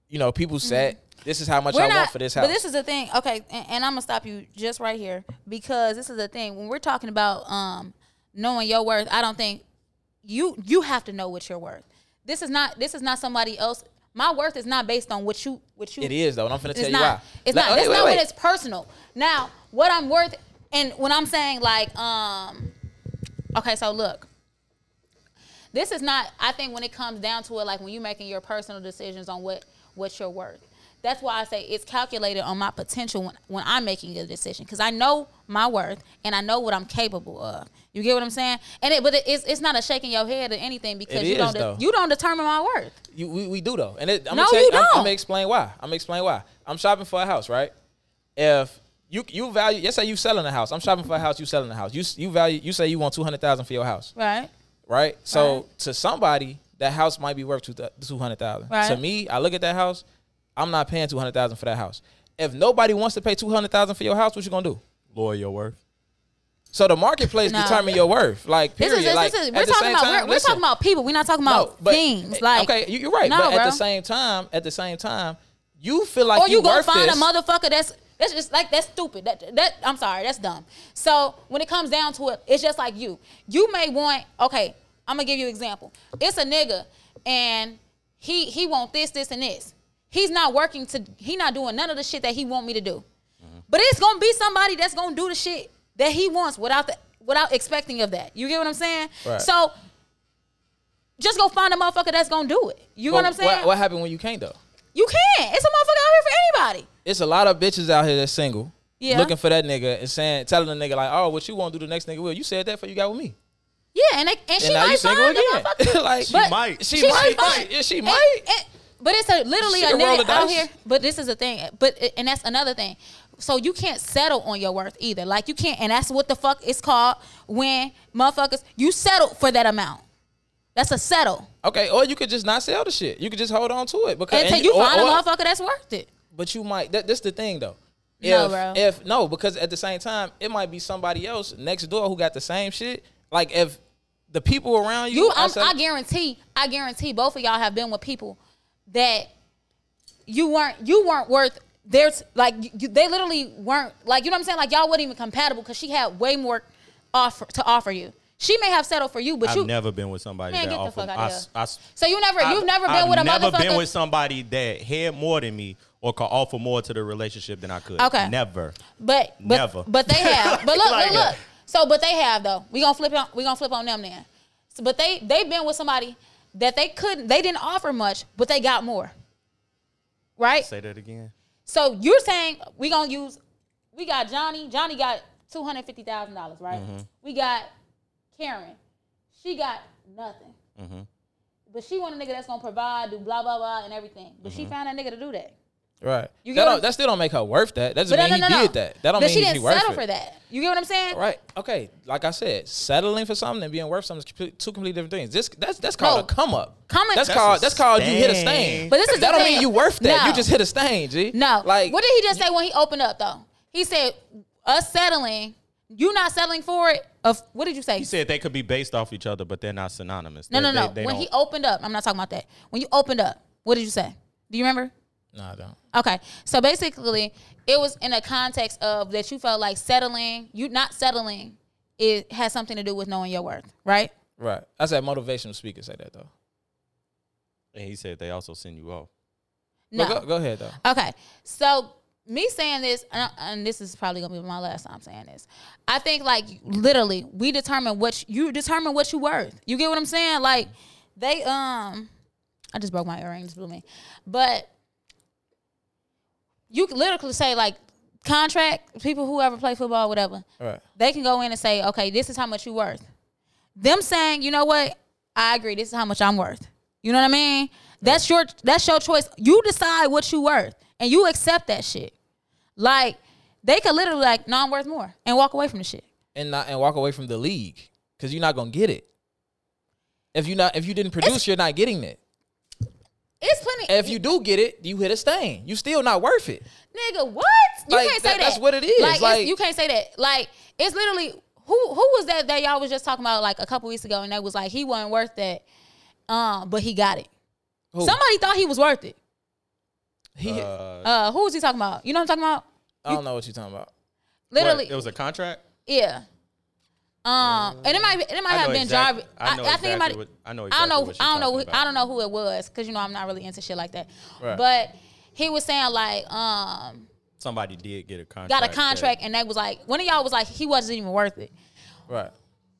[SPEAKER 2] you know, people set. This is how much I want for this house.
[SPEAKER 3] Mm-hmm. But this is the thing. Okay, and, and I'm gonna stop you just right here because this is the thing. When we're talking about um knowing your worth, I don't think you you have to know what you're worth. This is not this is not somebody else. My worth is not based on what you what you.
[SPEAKER 2] it is though, and I'm finna tell
[SPEAKER 3] It's
[SPEAKER 2] you
[SPEAKER 3] not.
[SPEAKER 2] why.
[SPEAKER 3] It's
[SPEAKER 2] Like,
[SPEAKER 3] not.
[SPEAKER 2] oh,
[SPEAKER 3] That's
[SPEAKER 2] wait,
[SPEAKER 3] not
[SPEAKER 2] wait,
[SPEAKER 3] when
[SPEAKER 2] wait.
[SPEAKER 3] it's personal. Now, what I'm worth, and when I'm saying like, um, okay, so look, this is not. I think when it comes down to it, like when you're making your personal decisions on what what you're worth. That's why I say it's calculated on my potential when, when I'm making a decision because I know my worth and I know what I'm capable of. You get what I'm saying? And it, but it, it's it's not a shaking your head or anything because you
[SPEAKER 2] is,
[SPEAKER 3] don't de-
[SPEAKER 2] though.
[SPEAKER 3] you don't determine my worth.
[SPEAKER 2] You, we, we do though, and it, I'm
[SPEAKER 3] No,
[SPEAKER 2] gonna tell
[SPEAKER 3] you
[SPEAKER 2] you, I'm, I'm
[SPEAKER 3] don't.
[SPEAKER 2] gonna explain why. I'm gonna explain why. I'm shopping for a house, right? If you you value, let's say you selling a house. I'm shopping for a house. You selling a house. You s- you value. You say you want two hundred thousand for your house,
[SPEAKER 3] Right.
[SPEAKER 2] right? So
[SPEAKER 3] Right.
[SPEAKER 2] to somebody, that house might be worth two two hundred thousand.
[SPEAKER 3] Right.
[SPEAKER 2] To me, I look at that house. I'm not paying two hundred thousand for that house. If nobody wants to pay two hundred thousand for your house, what you gonna do?
[SPEAKER 1] Lower your worth.
[SPEAKER 2] So the marketplace
[SPEAKER 3] No.
[SPEAKER 2] determine your worth. Like
[SPEAKER 3] This
[SPEAKER 2] period.
[SPEAKER 3] is, this,
[SPEAKER 2] like,
[SPEAKER 3] this is
[SPEAKER 2] at
[SPEAKER 3] we're
[SPEAKER 2] the
[SPEAKER 3] talking
[SPEAKER 2] same
[SPEAKER 3] about
[SPEAKER 2] time,
[SPEAKER 3] we're, we're
[SPEAKER 2] listen.
[SPEAKER 3] talking about people. We're not talking about
[SPEAKER 2] but- eh,
[SPEAKER 3] things. Like
[SPEAKER 2] okay, you, you're right.
[SPEAKER 3] No,
[SPEAKER 2] but at
[SPEAKER 3] bro.
[SPEAKER 2] the same time, at the same time, you feel like
[SPEAKER 3] or you, gonna
[SPEAKER 2] worth
[SPEAKER 3] find
[SPEAKER 2] this.
[SPEAKER 3] a motherfucker that's that's just like that's stupid. That that I'm sorry, that's dumb. So when it comes down to it, it's just like you. You may want okay. I'm gonna give you an example. It's a nigga and he he want this this and this. He's not working to he not doing none of the shit that he want me to do.
[SPEAKER 2] Mm-hmm.
[SPEAKER 3] But it's gonna be somebody that's gonna do the shit that he wants without the without expecting of that. You get what I'm saying?
[SPEAKER 2] Right.
[SPEAKER 3] So just go find a motherfucker that's gonna do it. You know
[SPEAKER 2] But
[SPEAKER 3] what I'm saying?
[SPEAKER 2] What, what happened when you came though?
[SPEAKER 3] You can't. It's a motherfucker out here for anybody.
[SPEAKER 2] It's a lot of bitches out here that's single,
[SPEAKER 3] Yeah.
[SPEAKER 2] looking for that nigga and saying, telling the nigga like, "Oh, what you want to do? The next nigga will." You said that before you got with me,
[SPEAKER 3] Yeah, and, they, and she
[SPEAKER 2] and now you
[SPEAKER 3] might
[SPEAKER 2] single
[SPEAKER 3] find the
[SPEAKER 2] again.
[SPEAKER 3] motherfucker.
[SPEAKER 2] like,
[SPEAKER 1] But- She might.
[SPEAKER 2] she,
[SPEAKER 3] should
[SPEAKER 2] might,
[SPEAKER 3] find-
[SPEAKER 2] Yeah, she
[SPEAKER 3] and-
[SPEAKER 2] might.
[SPEAKER 3] and- but it's a literally
[SPEAKER 2] She
[SPEAKER 3] a
[SPEAKER 2] can roll the
[SPEAKER 3] nigga out
[SPEAKER 2] dice.
[SPEAKER 3] here. But this is the thing. But and that's another thing. So you can't settle on your worth either. Like you can't, and that's what the fuck it's called when motherfuckers you settle for that amount. That's a settle
[SPEAKER 2] okay, or you could just not sell the shit. You could just hold on to it because
[SPEAKER 3] until
[SPEAKER 2] Uh, and
[SPEAKER 3] you
[SPEAKER 2] or-
[SPEAKER 3] find
[SPEAKER 2] or-
[SPEAKER 3] a motherfucker that's worth it.
[SPEAKER 2] But you might. That, that's the thing, though. If,
[SPEAKER 3] No, bro.
[SPEAKER 2] If no, because at the same time, it might be somebody else next door who got the same shit. Like if the people around you,
[SPEAKER 3] You,
[SPEAKER 2] are
[SPEAKER 3] I'm,
[SPEAKER 2] selling-
[SPEAKER 3] I guarantee, I guarantee, both of y'all have been with people that you weren't, you weren't worth. There's like you, they literally weren't like you know what I'm saying. Like y'all weren't even compatible because she had way more offer to offer you. She may have settled for you, but
[SPEAKER 1] I've
[SPEAKER 3] you
[SPEAKER 1] never been with somebody
[SPEAKER 3] Man,
[SPEAKER 1] that
[SPEAKER 3] get the
[SPEAKER 1] offered.
[SPEAKER 3] fuck outta
[SPEAKER 1] I
[SPEAKER 3] here.
[SPEAKER 1] s- I s-
[SPEAKER 3] so you never, you've
[SPEAKER 1] I've-
[SPEAKER 3] never been with a
[SPEAKER 1] I've never
[SPEAKER 3] motherfucker.
[SPEAKER 1] been with somebody that had more than me or could offer more to the relationship than I could.
[SPEAKER 3] Okay.
[SPEAKER 1] Never.
[SPEAKER 3] But, but
[SPEAKER 1] Never.
[SPEAKER 3] But they have. But look,
[SPEAKER 1] Like-
[SPEAKER 3] look, look. So, but they have though. We gonna flip on. We gonna flip on them then. So, but they they've been with somebody that they couldn't. They didn't offer much, but they got more. Right.
[SPEAKER 1] Say that again.
[SPEAKER 3] So you're saying we gonna use? We got Johnny. Johnny got two hundred fifty thousand dollars, right?
[SPEAKER 2] Mm-hmm.
[SPEAKER 3] We got Karen. She got nothing.
[SPEAKER 2] Mm-hmm.
[SPEAKER 3] But she want a nigga that's gonna provide, do blah blah blah, and everything. But
[SPEAKER 2] Mm-hmm.
[SPEAKER 3] she found that nigga to do that.
[SPEAKER 2] Right.
[SPEAKER 3] You
[SPEAKER 2] that,
[SPEAKER 3] get what
[SPEAKER 2] don't,
[SPEAKER 3] I'm-
[SPEAKER 2] that still don't make her worth that. That doesn't
[SPEAKER 3] But no,
[SPEAKER 2] mean
[SPEAKER 3] no,
[SPEAKER 2] he
[SPEAKER 3] no, no.
[SPEAKER 2] did that. That don't
[SPEAKER 3] but
[SPEAKER 2] mean
[SPEAKER 3] she
[SPEAKER 2] he
[SPEAKER 3] didn't
[SPEAKER 2] worth
[SPEAKER 3] settle
[SPEAKER 2] it.
[SPEAKER 3] for that. You get what I'm saying?
[SPEAKER 2] Right. Okay. Like I said, settling for something and being worth something is complete- two completely different things. This that's that's called
[SPEAKER 3] No.
[SPEAKER 2] a come up.
[SPEAKER 3] Come up-
[SPEAKER 2] That's,
[SPEAKER 3] That's
[SPEAKER 2] called
[SPEAKER 1] a
[SPEAKER 2] that's called you hit a stain.
[SPEAKER 1] stain.
[SPEAKER 3] But this is
[SPEAKER 2] that
[SPEAKER 3] the
[SPEAKER 2] don't
[SPEAKER 3] thing.
[SPEAKER 2] mean you worth that. You
[SPEAKER 3] No.
[SPEAKER 2] just hit a stain, G.
[SPEAKER 3] No.
[SPEAKER 2] Like
[SPEAKER 3] what did he just say when he opened up though? He said, "Us settling, you not settling for it." Of what did you say?
[SPEAKER 1] He said they could be based off each other, but they're not synonymous.
[SPEAKER 3] no,
[SPEAKER 1] They-
[SPEAKER 3] no, no.
[SPEAKER 1] they- they
[SPEAKER 3] when
[SPEAKER 1] don't-
[SPEAKER 3] he opened up, I'm not talking about that. When you opened up, what did you say? Do you remember?
[SPEAKER 2] No, I don't.
[SPEAKER 3] Okay, so basically, it was in a context of that you felt like settling, you not settling, it has something to do with knowing your worth, right?
[SPEAKER 2] Right. I said motivational speakers say that though.
[SPEAKER 1] and he said they also send you off.
[SPEAKER 3] No.
[SPEAKER 2] But go, go ahead though.
[SPEAKER 3] Okay, so me saying this, and, and this is probably gonna be my last time saying this. I think like literally, we determine what you, you determine what you worth. You get what I'm saying? Like they, um, I just broke my earring, just blew me, but you can literally say like contract people who ever play football, whatever.
[SPEAKER 2] All right.
[SPEAKER 3] They can go in and say, okay, this is how much you worth. Them saying, you know what, I agree. This is how much I'm worth. You know what I mean? That's your that's your choice. You decide what you worth, and you accept that shit. Like they could literally like, no, I'm worth more, and walk away from the shit.
[SPEAKER 2] And not and walk away from the league because you're not gonna get it. If you not if you didn't produce, you're not getting it.
[SPEAKER 3] It's plenty.
[SPEAKER 2] If you do get it, you hit a stain. You still not worth it.
[SPEAKER 3] nigga, what? You
[SPEAKER 2] Like,
[SPEAKER 3] can't say
[SPEAKER 2] that-
[SPEAKER 3] that.
[SPEAKER 2] that's what it is.
[SPEAKER 3] Like, it's-
[SPEAKER 2] Like-
[SPEAKER 3] you can't say that. Like it's literally who who was that that y'all was just talking about like a couple weeks ago, and they was like he wasn't worth that, um, but he got it.
[SPEAKER 2] Who?
[SPEAKER 3] Somebody thought he was worth it.
[SPEAKER 2] He,
[SPEAKER 1] Uh,
[SPEAKER 3] Uh, who was he talking about? You know what I'm talking about?
[SPEAKER 2] I don't know what you're talking about.
[SPEAKER 3] Literally,
[SPEAKER 1] what, it was a contract.
[SPEAKER 3] yeah. Um, and it might it might
[SPEAKER 1] I
[SPEAKER 3] have
[SPEAKER 1] know
[SPEAKER 3] been
[SPEAKER 1] exactly-
[SPEAKER 3] Jarvis.
[SPEAKER 1] I know
[SPEAKER 3] think it
[SPEAKER 1] exactly
[SPEAKER 3] might.
[SPEAKER 1] what- I know
[SPEAKER 3] I
[SPEAKER 1] exactly
[SPEAKER 3] don't know.
[SPEAKER 1] what you're
[SPEAKER 3] I don't know.
[SPEAKER 1] talking
[SPEAKER 3] Who, I
[SPEAKER 1] about.
[SPEAKER 3] don't know who it was because you know I'm not really into shit like that.
[SPEAKER 2] Right.
[SPEAKER 3] But he was saying like um
[SPEAKER 1] Somebody did get a contract.
[SPEAKER 3] got a
[SPEAKER 1] that-
[SPEAKER 3] contract and they was like one of y'all was like he wasn't even worth it,
[SPEAKER 2] Right.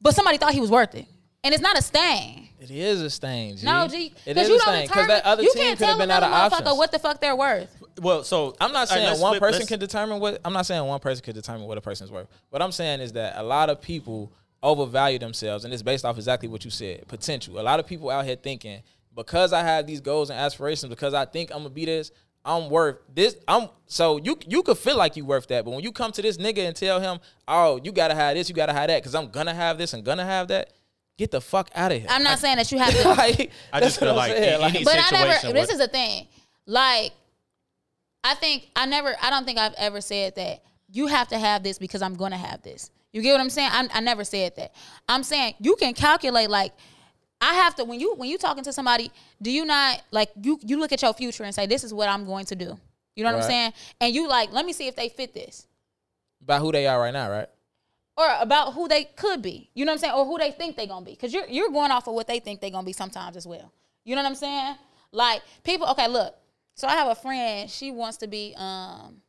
[SPEAKER 3] but somebody thought he was worth it, and it's not a stain.
[SPEAKER 2] It is a stain. G.
[SPEAKER 3] No, G,
[SPEAKER 2] It
[SPEAKER 3] because
[SPEAKER 2] is
[SPEAKER 3] you
[SPEAKER 2] a
[SPEAKER 3] don't
[SPEAKER 2] stain because
[SPEAKER 3] determine.
[SPEAKER 2] that other
[SPEAKER 3] you
[SPEAKER 2] team
[SPEAKER 3] can't
[SPEAKER 2] could have
[SPEAKER 3] tell
[SPEAKER 2] been out
[SPEAKER 3] another
[SPEAKER 2] of options.
[SPEAKER 3] motherfucker what the fuck they're worth.
[SPEAKER 1] Well, so
[SPEAKER 2] I'm not
[SPEAKER 1] all right,
[SPEAKER 2] saying
[SPEAKER 1] let's
[SPEAKER 2] one
[SPEAKER 1] flip-
[SPEAKER 2] person
[SPEAKER 1] let's-
[SPEAKER 2] can determine what. I'm not saying one person can determine what a person's worth. What I'm saying is that a lot of people overvalue themselves, and it's based off exactly what you said. Potential. A lot of people out here thinking because I have these goals and aspirations, because I think I'm gonna be this, I'm worth this. I'm so you you could feel like you worth that, but when you come to this nigga and tell him, oh, you gotta have this, you gotta have that, because I'm gonna have this and gonna have that. Get the fuck out of here.
[SPEAKER 3] I'm not saying that you have to
[SPEAKER 2] like,
[SPEAKER 1] I
[SPEAKER 2] that's
[SPEAKER 1] just
[SPEAKER 2] what
[SPEAKER 1] feel
[SPEAKER 2] I'm
[SPEAKER 1] like
[SPEAKER 2] saying,
[SPEAKER 1] in any
[SPEAKER 3] but I never.
[SPEAKER 1] situation
[SPEAKER 3] This
[SPEAKER 1] with-
[SPEAKER 3] is the thing. Like, I think I never. I don't think I've ever said that you have to have this because I'm going to have this. You get what I'm saying? i I never said that. I'm saying you can calculate. Like, I have to when you when you talking to somebody. Do you not like you you look at your future and say this is what I'm going to do? You know what
[SPEAKER 2] Right.
[SPEAKER 3] I'm saying? And you like let me see if they fit this
[SPEAKER 2] about who they are right now, right?
[SPEAKER 3] or about who they could be. You know what I'm saying? Or who they think they're gonna be. Cause you're you're going off of what they think they're gonna be sometimes as well. You know what I'm saying? Like people, okay, look. So I have a friend, she wants to be um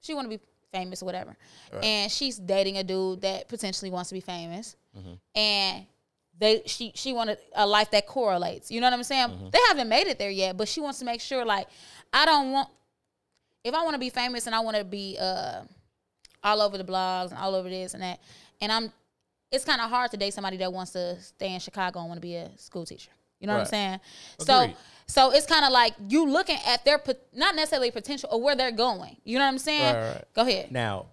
[SPEAKER 3] she wanna be famous or whatever. And she's dating a dude that potentially wants to be famous. And they she she wanted a life that correlates. You know what I'm saying? They haven't made it there yet, but she wants to make sure like I don't want if I want to be famous and I want to be uh all over the blogs and all over this and that. And I'm, it's kind of hard to date somebody that wants to stay in Chicago and want to be a school teacher. You know what I'm
[SPEAKER 2] Right.
[SPEAKER 3] saying?
[SPEAKER 1] Agreed.
[SPEAKER 3] So, so it's kind of like you looking at their pot- not necessarily potential or where they're going. You know what I'm saying?
[SPEAKER 2] Right, right.
[SPEAKER 3] Go ahead.
[SPEAKER 1] now.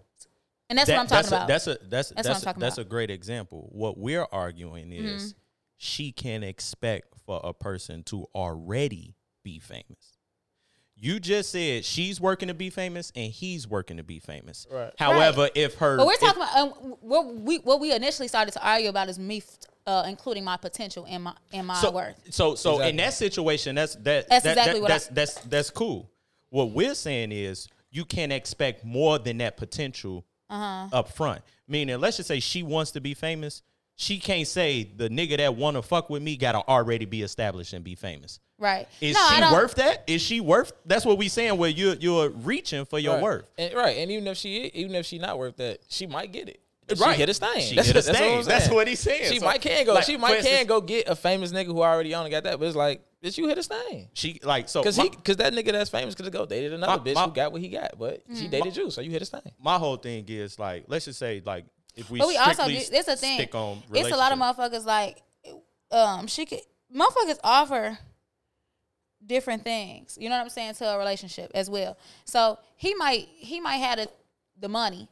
[SPEAKER 3] And that's
[SPEAKER 1] that-
[SPEAKER 3] what I'm talking
[SPEAKER 1] that's a-
[SPEAKER 3] about.
[SPEAKER 1] That's a that's
[SPEAKER 3] what
[SPEAKER 1] that's
[SPEAKER 3] I'm
[SPEAKER 1] that's,
[SPEAKER 3] talking
[SPEAKER 1] a, that's
[SPEAKER 3] about. Mm-hmm.
[SPEAKER 1] a great example. What we're arguing is she can expect for a person to already be famous. You just said she's working to be famous and he's working to be famous.
[SPEAKER 2] Right.
[SPEAKER 1] However, if her
[SPEAKER 3] but we're
[SPEAKER 1] if-
[SPEAKER 3] talking about um, what we what we initially started to argue about is me f- uh, including my potential in my in my
[SPEAKER 1] so,
[SPEAKER 3] worth.
[SPEAKER 1] So so in
[SPEAKER 2] Exactly.
[SPEAKER 1] that situation, that's that
[SPEAKER 3] That's
[SPEAKER 1] that-
[SPEAKER 3] exactly
[SPEAKER 1] that-
[SPEAKER 3] what I-
[SPEAKER 1] that's, that's that's cool. What we're saying is you can expect more than that potential
[SPEAKER 3] Uh-huh.
[SPEAKER 1] up front. Meaning, let's just say she wants to be famous. She can't say the nigga that wanna fuck with me gotta already be established and be famous.
[SPEAKER 3] Right.
[SPEAKER 1] Is
[SPEAKER 3] No, I
[SPEAKER 1] she
[SPEAKER 3] don't-
[SPEAKER 1] worth that? Is she worth? That's what we saying. Where you are you're reaching for your
[SPEAKER 2] right.
[SPEAKER 1] worth.
[SPEAKER 2] And, right, and even if she i- even if she not worth that, she might get it.
[SPEAKER 1] Right.
[SPEAKER 2] She hit a stain.
[SPEAKER 1] She hit a stain.
[SPEAKER 2] I'm
[SPEAKER 1] That's
[SPEAKER 2] saying.
[SPEAKER 1] what he's saying.
[SPEAKER 2] She
[SPEAKER 1] So,
[SPEAKER 2] might can go.
[SPEAKER 1] like,
[SPEAKER 2] she
[SPEAKER 1] for
[SPEAKER 2] might can
[SPEAKER 1] instance-
[SPEAKER 2] go get a famous nigga who already on and got that. But it's like, bitch, you hit a stain.
[SPEAKER 1] She like so.
[SPEAKER 2] Cause
[SPEAKER 1] my-
[SPEAKER 2] he, cause that nigga that's famous could go dated another
[SPEAKER 1] My-
[SPEAKER 2] bitch
[SPEAKER 1] my-
[SPEAKER 2] who got what he got, but she dated you, so you hit a stain.
[SPEAKER 1] my whole thing is like, let's just say like if we
[SPEAKER 3] But we also do,
[SPEAKER 1] strictly
[SPEAKER 3] it's a thing.
[SPEAKER 1] stick on
[SPEAKER 3] it's a lot of
[SPEAKER 1] relationship.
[SPEAKER 3] motherfuckers like, um, she could motherfuckers offer different things. You know what I'm saying to a relationship as well. So he might he might have the, the money,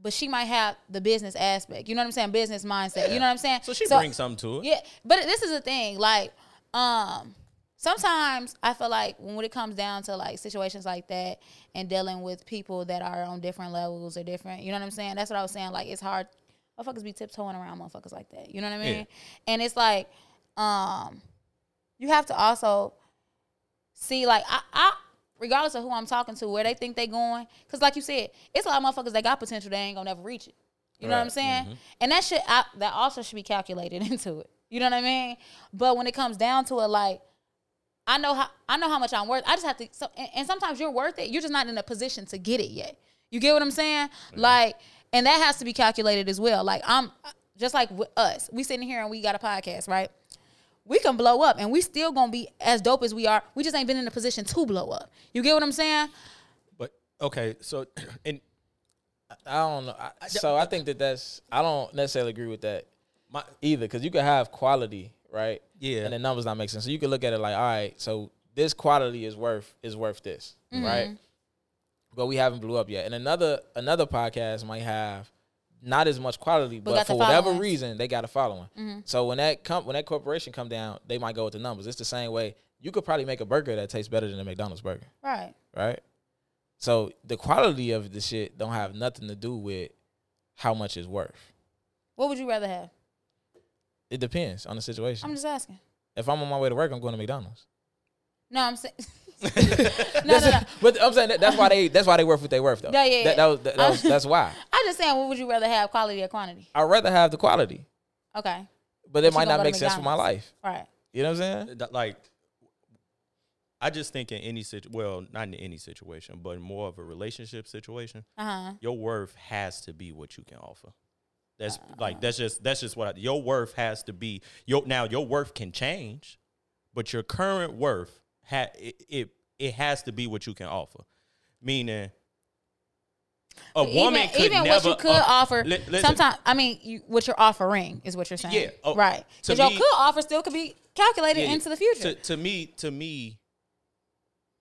[SPEAKER 3] but she might have the business aspect. You know what I'm saying? Business mindset. You know what I'm saying?
[SPEAKER 1] So she brings something to it.
[SPEAKER 3] Yeah, but this is the thing. Like, um, sometimes I feel like when it comes down to like situations like that and dealing with people that are on different levels or different, you know what I'm saying? That's what I was saying. Like, it's hard. Motherfuckers be tiptoeing around motherfuckers like that. You know what I mean?
[SPEAKER 1] Yeah.
[SPEAKER 3] And it's like, um, you have to also see like I, I regardless of who I'm talking to, where they think they going, because like you said, it's a lot of motherfuckers that got potential they ain't gonna never reach it. You know what I'm
[SPEAKER 2] Right.
[SPEAKER 3] saying? And that shit I, that also should be calculated into it. You know what I mean? But when it comes down to it, like I know how I know how much I'm worth. I just have to. So, and, and sometimes you're worth it. You're just not in a position to get it yet. You get what I'm saying? Like, and that has to be calculated as well. Like I'm just like with us. We sitting here and we got a podcast, right? We can blow up and we still gonna be as dope as we are. We just ain't been in a position to blow up. You get what I'm saying?
[SPEAKER 1] But okay, so and
[SPEAKER 2] I don't know. I, so I think that that's I don't necessarily agree with that
[SPEAKER 1] my
[SPEAKER 2] either because you can have quality, right?
[SPEAKER 1] Yeah.
[SPEAKER 2] And the numbers not make sense. So you can look at it like, all right, so this quality is worth is worth this, right? But we haven't blew up yet. And another another podcast might have not as much quality, but,
[SPEAKER 3] got the
[SPEAKER 2] for whatever
[SPEAKER 3] following.
[SPEAKER 2] reason they got a following. So when that com- when that corporation come down, they might go with the numbers. It's the same way. You could probably make a burger that tastes better than a McDonald's burger
[SPEAKER 3] Right.
[SPEAKER 2] right? So the quality of the shit don't have nothing to do with how much it's worth.
[SPEAKER 3] What would you rather have?
[SPEAKER 2] It depends on the situation.
[SPEAKER 3] I'm just asking.
[SPEAKER 2] if I'm on my way to work, I'm going to McDonald's.
[SPEAKER 3] No, I'm saying. no, no, no.
[SPEAKER 2] But I'm saying that, that's why they that's why they worth what they worth though.
[SPEAKER 3] Yeah, yeah,
[SPEAKER 2] That, that was, that, that was,
[SPEAKER 3] yeah.
[SPEAKER 2] that's why.
[SPEAKER 3] I'm just saying, what would you rather have, quality or quantity?
[SPEAKER 2] I'd rather have the quality,
[SPEAKER 3] Okay.
[SPEAKER 2] but it
[SPEAKER 3] you
[SPEAKER 2] might not
[SPEAKER 3] gonna go to
[SPEAKER 2] make sense for my
[SPEAKER 3] McDonald's.
[SPEAKER 2] life.
[SPEAKER 3] Right.
[SPEAKER 2] You know what I'm saying?
[SPEAKER 1] that, like I just think in any situ well, not in any situation, but more of a relationship situation,
[SPEAKER 3] Uh huh.
[SPEAKER 1] your worth has to be what you can offer. That's
[SPEAKER 3] Ah.
[SPEAKER 1] like that's just that's just what I, your worth has to be. Your now your worth can change, but your current worth ha, it, it it has to be what you can offer. Meaning, a woman
[SPEAKER 3] even,
[SPEAKER 1] could
[SPEAKER 3] even
[SPEAKER 1] never
[SPEAKER 3] what you could
[SPEAKER 1] uh,
[SPEAKER 3] offer.
[SPEAKER 1] li- listen,
[SPEAKER 3] sometimes, I mean, you, what you're offering is what you're saying.
[SPEAKER 1] Yeah, oh,
[SPEAKER 3] right.
[SPEAKER 1] to
[SPEAKER 3] Because your
[SPEAKER 1] me-
[SPEAKER 3] could offer still could be calculated
[SPEAKER 1] Yeah, yeah.
[SPEAKER 3] into the
[SPEAKER 1] To,
[SPEAKER 3] future.
[SPEAKER 1] to me, to me,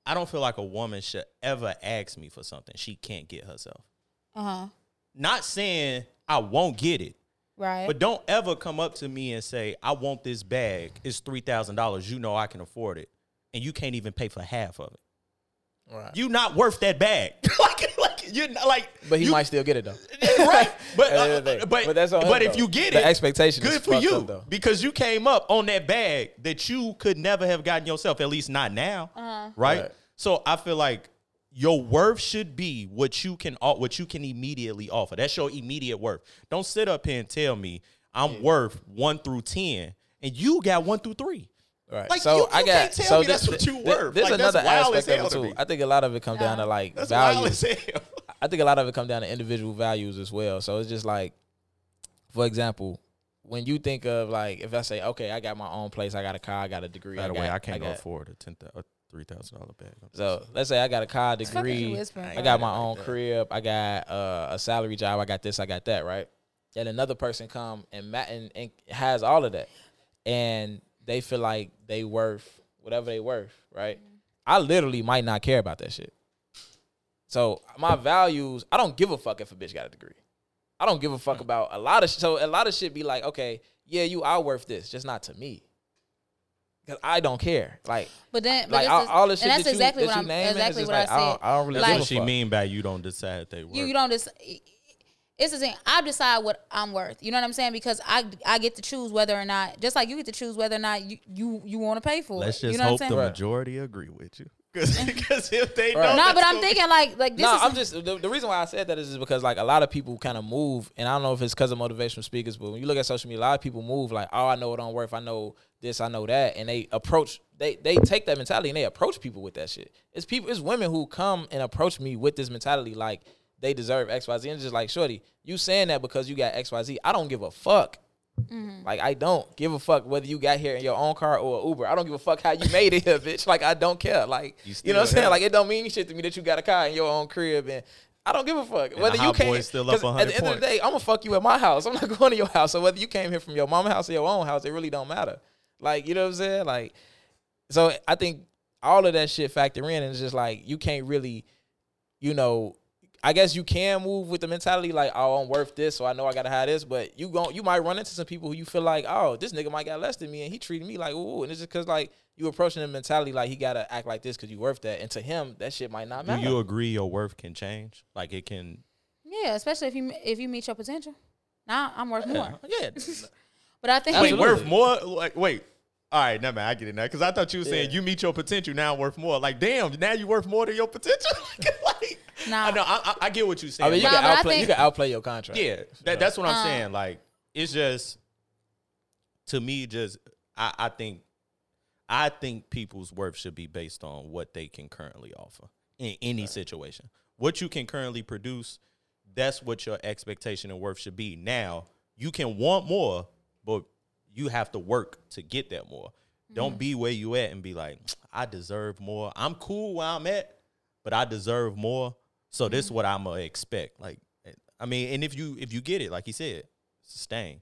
[SPEAKER 1] I don't feel like a woman should ever ask me for something she can't get herself.
[SPEAKER 3] uh huh.
[SPEAKER 1] Not saying I won't get it,
[SPEAKER 3] Right.
[SPEAKER 1] but don't ever come up to me and say I want this bag. It's three thousand dollars. You know I can afford it, and you can't even pay for half of it.
[SPEAKER 2] Right.
[SPEAKER 1] You not worth that bag. like, like you're not, like.
[SPEAKER 2] but he
[SPEAKER 1] you-
[SPEAKER 2] might still get it though.
[SPEAKER 1] right, but
[SPEAKER 2] At the end
[SPEAKER 1] uh,
[SPEAKER 2] of the day.
[SPEAKER 1] but but,
[SPEAKER 2] that's on him,
[SPEAKER 1] if
[SPEAKER 2] though.
[SPEAKER 1] you get
[SPEAKER 2] The
[SPEAKER 1] it,
[SPEAKER 2] expectation is
[SPEAKER 1] good for
[SPEAKER 2] fucked
[SPEAKER 1] you
[SPEAKER 2] up, though.
[SPEAKER 1] because you came up on that bag that you could never have gotten yourself. At least not now,
[SPEAKER 3] Uh-huh.
[SPEAKER 1] right?
[SPEAKER 2] Right.
[SPEAKER 1] So I feel like your worth should be what you can au- what you can immediately offer. That's your immediate worth. Don't sit up here and tell me I'm worth one through ten and you got one through three.
[SPEAKER 2] Right.
[SPEAKER 1] Like,
[SPEAKER 2] so
[SPEAKER 1] you- you
[SPEAKER 2] I got
[SPEAKER 1] can't tell
[SPEAKER 2] so
[SPEAKER 1] me that's
[SPEAKER 2] this-
[SPEAKER 1] what you
[SPEAKER 2] thi-
[SPEAKER 1] worth.
[SPEAKER 2] This
[SPEAKER 1] Like, that's
[SPEAKER 2] another
[SPEAKER 1] wild as
[SPEAKER 2] aspect of
[SPEAKER 1] hell
[SPEAKER 2] it
[SPEAKER 1] to
[SPEAKER 2] too.
[SPEAKER 1] me.
[SPEAKER 2] I think a lot of it comes down to like
[SPEAKER 1] That's
[SPEAKER 2] value.
[SPEAKER 1] wild as hell.
[SPEAKER 2] I think a lot of it comes down to individual values as well. So it's just like, for example, when you think of like, if I say, okay, I got my own place, I got a car, I got a degree. I got- got-
[SPEAKER 1] afford a ten thousand, three thousand dollar bag.
[SPEAKER 2] So let's say I got a car
[SPEAKER 3] fuck is you
[SPEAKER 2] degree,
[SPEAKER 3] whispering
[SPEAKER 2] I
[SPEAKER 3] for?
[SPEAKER 2] got my own crib, I got uh, a salary job, I got this, I got that, right? And another person come and, ma- and and has all of that, and they feel like they worth whatever they worth, right? I literally might not care about that shit. So my values, I don't give a fuck if a bitch got a degree. I don't give a fuck about a lot of sh- so a lot of shit be like, okay, yeah, you are worth this, just not to me. Cause I don't care. Like,
[SPEAKER 3] But then, but
[SPEAKER 2] like
[SPEAKER 3] this
[SPEAKER 2] all,
[SPEAKER 3] is-
[SPEAKER 2] all the shit
[SPEAKER 3] and that's
[SPEAKER 2] that you-
[SPEAKER 3] exactly
[SPEAKER 2] that
[SPEAKER 3] what
[SPEAKER 2] you
[SPEAKER 3] I'm
[SPEAKER 2] naming, it's
[SPEAKER 3] exactly
[SPEAKER 2] just
[SPEAKER 3] what I
[SPEAKER 2] like, I
[SPEAKER 3] said.
[SPEAKER 2] don't- I don't really
[SPEAKER 1] That's
[SPEAKER 2] give
[SPEAKER 3] Like,
[SPEAKER 2] a
[SPEAKER 1] what she
[SPEAKER 2] fuck.
[SPEAKER 1] mean by you don't decide they worth.
[SPEAKER 3] you, you don't just. It's the thing. I decide what I'm worth. You know what I'm saying? Because I I get to choose whether or not, just like you get to choose whether or not you you, you want to pay for
[SPEAKER 1] Let's
[SPEAKER 3] it.
[SPEAKER 1] just
[SPEAKER 3] you know
[SPEAKER 1] hope
[SPEAKER 3] what I'm
[SPEAKER 1] the
[SPEAKER 3] saying?
[SPEAKER 2] Right.
[SPEAKER 1] majority agree with you. Because if they
[SPEAKER 2] Right.
[SPEAKER 1] don't,
[SPEAKER 3] No,
[SPEAKER 1] that's
[SPEAKER 3] but I'm
[SPEAKER 1] gonna
[SPEAKER 3] thinking like like this
[SPEAKER 2] no,
[SPEAKER 3] is
[SPEAKER 2] I'm just the, the reason why I said that is just because like a lot of people kind of move, and I don't know if it's because of motivational speakers, but when you look at social media, a lot of people move like, oh, I know what I'm worth, I know this, I know that, and they approach they they take that mentality and they approach people with that shit. It's people, it's women who come and approach me with this mentality like they deserve X Y Z, and it's just like, shorty, you saying that because you got X Y Z, I don't give a fuck. Like I don't give a fuck whether you got here in your own car or Uber. I don't give a fuck how you made it here, bitch. Like I don't care. Like
[SPEAKER 1] You
[SPEAKER 2] you, know what I'm
[SPEAKER 1] still
[SPEAKER 2] saying?
[SPEAKER 1] here.
[SPEAKER 2] Like it don't mean shit to me that you got a car in your own crib and I don't give a fuck whether
[SPEAKER 1] the
[SPEAKER 2] you
[SPEAKER 1] hot
[SPEAKER 2] came.
[SPEAKER 1] boy's still up
[SPEAKER 2] 'cause
[SPEAKER 1] 100
[SPEAKER 2] at the end of the
[SPEAKER 1] points.
[SPEAKER 2] day, I'm gonna fuck you at my house. I'm not going to your house. So whether you came here from your mama house or your own house, it really don't matter. Like you know what I'm saying? Like so I think all of that shit factor in, and it's just like you can't really, you know, I guess you can move with the mentality like, oh, I'm worth this, so I know I gotta have this. But you gon' you might run into some people who you feel like, oh, this nigga might got less than me, and he treated me like, ooh, and it's just cause like you approaching the mentality like he gotta act like this because you worth that, and to him that shit might not
[SPEAKER 1] Do
[SPEAKER 2] matter.
[SPEAKER 1] you agree your worth can change? Like it can.
[SPEAKER 3] yeah, especially if you if you meet your potential. Now I'm worth more.
[SPEAKER 2] yeah,
[SPEAKER 3] But I think
[SPEAKER 1] Wait,
[SPEAKER 2] Absolutely.
[SPEAKER 1] worth more? Like wait. All right, never mind. I get it now because I thought you were saying
[SPEAKER 2] Yeah.
[SPEAKER 1] you meet your potential now worth more. Like damn, now you worth more than your potential. like,
[SPEAKER 3] Nah.
[SPEAKER 1] I know. I, I, I get what you're
[SPEAKER 2] I
[SPEAKER 1] saying.
[SPEAKER 2] mean you
[SPEAKER 1] Like,
[SPEAKER 3] Nah,
[SPEAKER 2] can
[SPEAKER 3] but I
[SPEAKER 2] outplay you
[SPEAKER 3] think-
[SPEAKER 2] can outplay your contract.
[SPEAKER 1] yeah, that, that's what I'm saying. Like it's just to me, just I, I think I think people's worth should be based on what they can currently offer in any situation. What you can currently produce, that's what your expectation and worth should be. Now, you can want more, but you have to work to get that more.
[SPEAKER 3] Mm-hmm.
[SPEAKER 1] Don't be where you at and be like, I deserve more. I'm cool where I'm at, but I deserve more. So this is
[SPEAKER 3] Mm-hmm.
[SPEAKER 1] what I'm gonna expect. Like, I mean, and if you if you get it, like he said, sustain.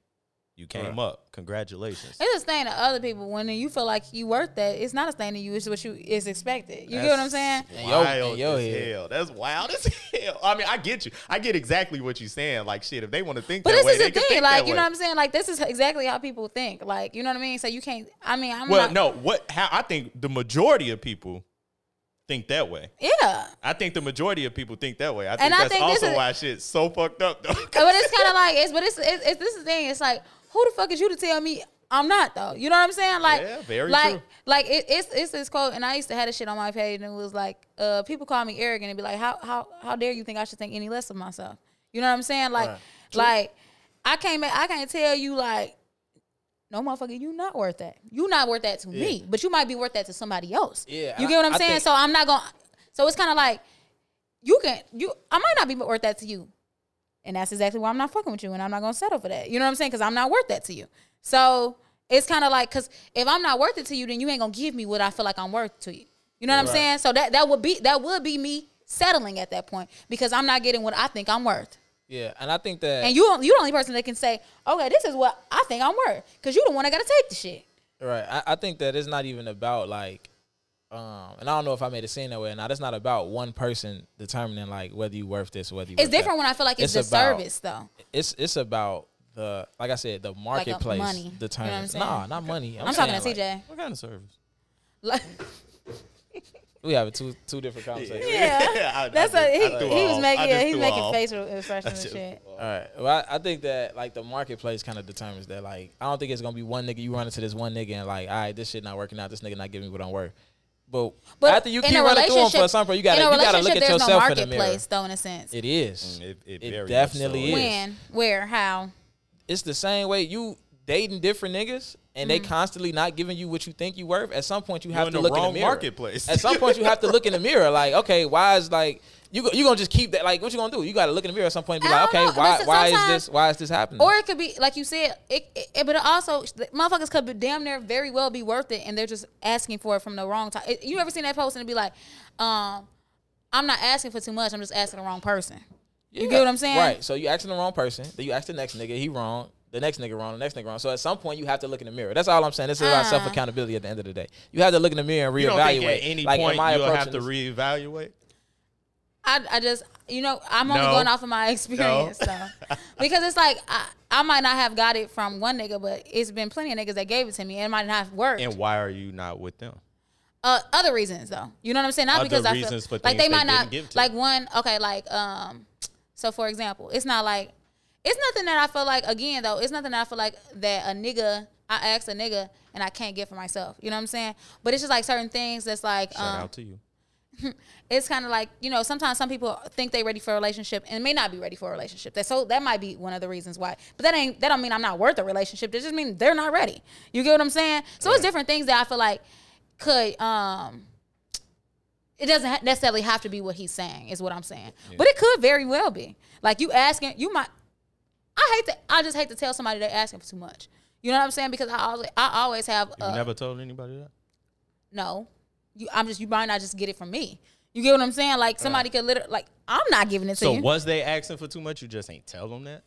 [SPEAKER 1] You came up. Congratulations.
[SPEAKER 3] It's a thing to other people when you feel like you worth that. It's not a thing to you. It's what you is expected. You get what I'm saying?
[SPEAKER 2] In your- in
[SPEAKER 1] Wild
[SPEAKER 2] your
[SPEAKER 1] as
[SPEAKER 2] head.
[SPEAKER 1] hell. That's wild as hell. I mean, I get you. I get exactly what you're saying. Like, shit, if they want to think
[SPEAKER 3] But
[SPEAKER 1] that
[SPEAKER 3] this
[SPEAKER 1] way,
[SPEAKER 3] is
[SPEAKER 1] they
[SPEAKER 3] the
[SPEAKER 1] can
[SPEAKER 3] thing,
[SPEAKER 1] think
[SPEAKER 3] like
[SPEAKER 1] that
[SPEAKER 3] you
[SPEAKER 1] way.
[SPEAKER 3] know what I'm saying. Like this is exactly how people think. Like you know what I mean. So you can't. I mean, I'm
[SPEAKER 1] Well,
[SPEAKER 3] not.
[SPEAKER 1] no. What? How? I think the majority of people think that way.
[SPEAKER 3] Yeah,
[SPEAKER 1] I think the majority of people think that way. I think
[SPEAKER 3] I
[SPEAKER 1] that's
[SPEAKER 3] think this
[SPEAKER 1] also
[SPEAKER 3] is-
[SPEAKER 1] why shit's so fucked up, though.
[SPEAKER 3] but it's kind of like it's. But it's, it's, it's this is the thing. It's like who the fuck is you to tell me I'm not though? You know what I'm saying? Like
[SPEAKER 1] Yeah, very
[SPEAKER 3] like
[SPEAKER 1] true.
[SPEAKER 3] like it, it's it's this quote, and I used to have this shit on my page, and it was like uh, people call me arrogant and be like, how how how dare you think I should think any less of myself? You know what I'm saying? Like like I can't ma- I can't tell you like. No motherfucker, you not worth that. You not worth that to me, but you might be worth that to somebody else.
[SPEAKER 2] Yeah,
[SPEAKER 3] you
[SPEAKER 2] and
[SPEAKER 3] get what
[SPEAKER 2] I-
[SPEAKER 3] I'm
[SPEAKER 2] I
[SPEAKER 3] saying.
[SPEAKER 2] think-
[SPEAKER 3] so I'm not gonna. So it's kind of like you can you. I might not be worth that to you, and that's exactly why I'm not fucking with you, and I'm not gonna settle for that. You know what I'm saying? Because I'm not worth that to you. So it's kind of like, because if I'm not worth it to you, then you ain't gonna give me what I feel like I'm worth to you. You know what I'm saying? So that that would be that would be me settling at that point because I'm not getting what I think I'm worth.
[SPEAKER 2] Yeah, and I think that
[SPEAKER 3] And you you're the only person that can say, okay, this is what I think I'm worth, because you the one that gotta take the shit.
[SPEAKER 2] Right. I, I think that it's not even about like um and I don't know if I made it seem that way or not. It's not about one person determining like whether you worth this or whether you
[SPEAKER 3] It's
[SPEAKER 2] worth that.
[SPEAKER 3] different when I feel like it's,
[SPEAKER 2] It's
[SPEAKER 3] the
[SPEAKER 2] about-
[SPEAKER 3] service though.
[SPEAKER 2] It's it's about the like I said, the
[SPEAKER 3] Like uh,
[SPEAKER 2] marketplace
[SPEAKER 3] money. You know what I'm
[SPEAKER 2] determines.
[SPEAKER 3] saying?
[SPEAKER 2] nah, not money. I'm,
[SPEAKER 3] I'm talking to
[SPEAKER 2] saying, like,
[SPEAKER 3] CJ.
[SPEAKER 1] what kind of service?
[SPEAKER 3] Like,
[SPEAKER 2] We have two two different conversations.
[SPEAKER 3] yeah,
[SPEAKER 1] I- I
[SPEAKER 3] that's
[SPEAKER 1] just-
[SPEAKER 3] a, he,
[SPEAKER 1] I threw
[SPEAKER 3] he was
[SPEAKER 1] off.
[SPEAKER 3] making
[SPEAKER 1] I
[SPEAKER 3] yeah,
[SPEAKER 1] just
[SPEAKER 3] he's
[SPEAKER 1] threw
[SPEAKER 3] making
[SPEAKER 1] off.
[SPEAKER 3] facial uh, expressions and
[SPEAKER 1] just
[SPEAKER 3] shit.
[SPEAKER 2] All right. Well, I, I think that like the marketplace kind of determines that. Like, I don't think it's gonna be one nigga you run into this one nigga and like, all right, this shit not working out. This nigga not giving me what I'm worth. But,
[SPEAKER 3] But
[SPEAKER 2] after you
[SPEAKER 3] in
[SPEAKER 2] keep
[SPEAKER 3] a
[SPEAKER 2] running through him for
[SPEAKER 3] relationship-
[SPEAKER 2] something, you
[SPEAKER 3] in
[SPEAKER 2] gotta
[SPEAKER 3] a
[SPEAKER 2] you gotta look
[SPEAKER 3] relationship,
[SPEAKER 2] at
[SPEAKER 3] there's
[SPEAKER 2] yourself
[SPEAKER 3] no
[SPEAKER 2] in the mirror.
[SPEAKER 3] marketplace though, in a sense.
[SPEAKER 2] It is.
[SPEAKER 1] Mm,
[SPEAKER 2] It,
[SPEAKER 1] it- it very much
[SPEAKER 2] definitely
[SPEAKER 1] so
[SPEAKER 2] is.
[SPEAKER 1] is.
[SPEAKER 3] When, where, how?
[SPEAKER 2] It's the same way you dating different niggas and
[SPEAKER 3] Mm-hmm.
[SPEAKER 2] they constantly not giving you what you think you worth. At some point, you have
[SPEAKER 1] in
[SPEAKER 2] to
[SPEAKER 1] the
[SPEAKER 2] look in
[SPEAKER 1] wrong
[SPEAKER 2] the mirror.
[SPEAKER 1] marketplace.
[SPEAKER 2] At some point, you have to look in the mirror. Like, okay, why is like you go- you gonna just keep that? Like, what you gonna do? You gotta look in the mirror at some point and be
[SPEAKER 3] I
[SPEAKER 2] like,
[SPEAKER 3] don't
[SPEAKER 2] okay,
[SPEAKER 3] know,
[SPEAKER 2] why
[SPEAKER 3] but
[SPEAKER 2] why is
[SPEAKER 3] sometimes-
[SPEAKER 2] this why is this happening?
[SPEAKER 3] Or it could be like you said, it, it, it- but it also the motherfuckers could be damn near very well be worth it, and they're just asking for it from the wrong time. You ever seen that post and it be like, um, "I'm not asking for too much. I'm just asking the wrong person." You get what I'm saying?
[SPEAKER 2] Right. So you asking the wrong person. Then you ask the next nigga. He wrong. The next nigga wrong. The next nigga wrong. So at some point you have to look in the mirror. That's all I'm saying. This is about
[SPEAKER 3] Ah.
[SPEAKER 2] self accountability. At the end of the day, you have to look in the mirror and reevaluate.
[SPEAKER 1] You don't think at any
[SPEAKER 2] like,
[SPEAKER 1] point
[SPEAKER 2] am I
[SPEAKER 1] you'll have
[SPEAKER 2] approaching
[SPEAKER 1] to
[SPEAKER 2] this-
[SPEAKER 1] reevaluate?
[SPEAKER 3] I, I just you know I'm only
[SPEAKER 1] No.
[SPEAKER 3] going off of my experience though, because it's like I, I might not have got it from one nigga, but it's been plenty of niggas that gave it to me, and it might not have worked.
[SPEAKER 1] And why are you not with them?
[SPEAKER 3] uh, other reasons though. You know what I'm saying? Not
[SPEAKER 1] Other
[SPEAKER 3] because I
[SPEAKER 1] reasons
[SPEAKER 3] feel
[SPEAKER 1] for
[SPEAKER 3] like
[SPEAKER 1] things
[SPEAKER 3] they
[SPEAKER 1] they
[SPEAKER 3] might
[SPEAKER 1] didn't
[SPEAKER 3] not
[SPEAKER 1] give to
[SPEAKER 3] like
[SPEAKER 1] you.
[SPEAKER 3] one. Okay, like um, so for example, it's not like it's nothing that I feel like again though. It's nothing that I feel like that a nigga I ask a nigga and I can't get for myself. You know what I'm saying? But it's just like certain things that's like
[SPEAKER 1] Shout
[SPEAKER 3] um,
[SPEAKER 1] out to you.
[SPEAKER 3] it's kind of like you know sometimes some people think they're ready for a relationship and may not be ready for a relationship that so that might be one of the reasons why but that ain't that don't mean i'm not worth a relationship that just mean they're not ready you get what i'm saying so it's different things that i feel like could um it doesn't ha- necessarily have to be what he's saying is what i'm saying but it could very well be like you asking you might i hate to i just hate to tell somebody they're asking for too much you know what i'm saying because i always i always have
[SPEAKER 1] You
[SPEAKER 3] uh,
[SPEAKER 1] never told anybody that.
[SPEAKER 3] no, you, I'm just you might not just get it from me. You get what I'm saying? Like somebody could literally like I'm not giving it to
[SPEAKER 1] So
[SPEAKER 3] you.
[SPEAKER 1] was they asking for too much? You just ain't tell them that.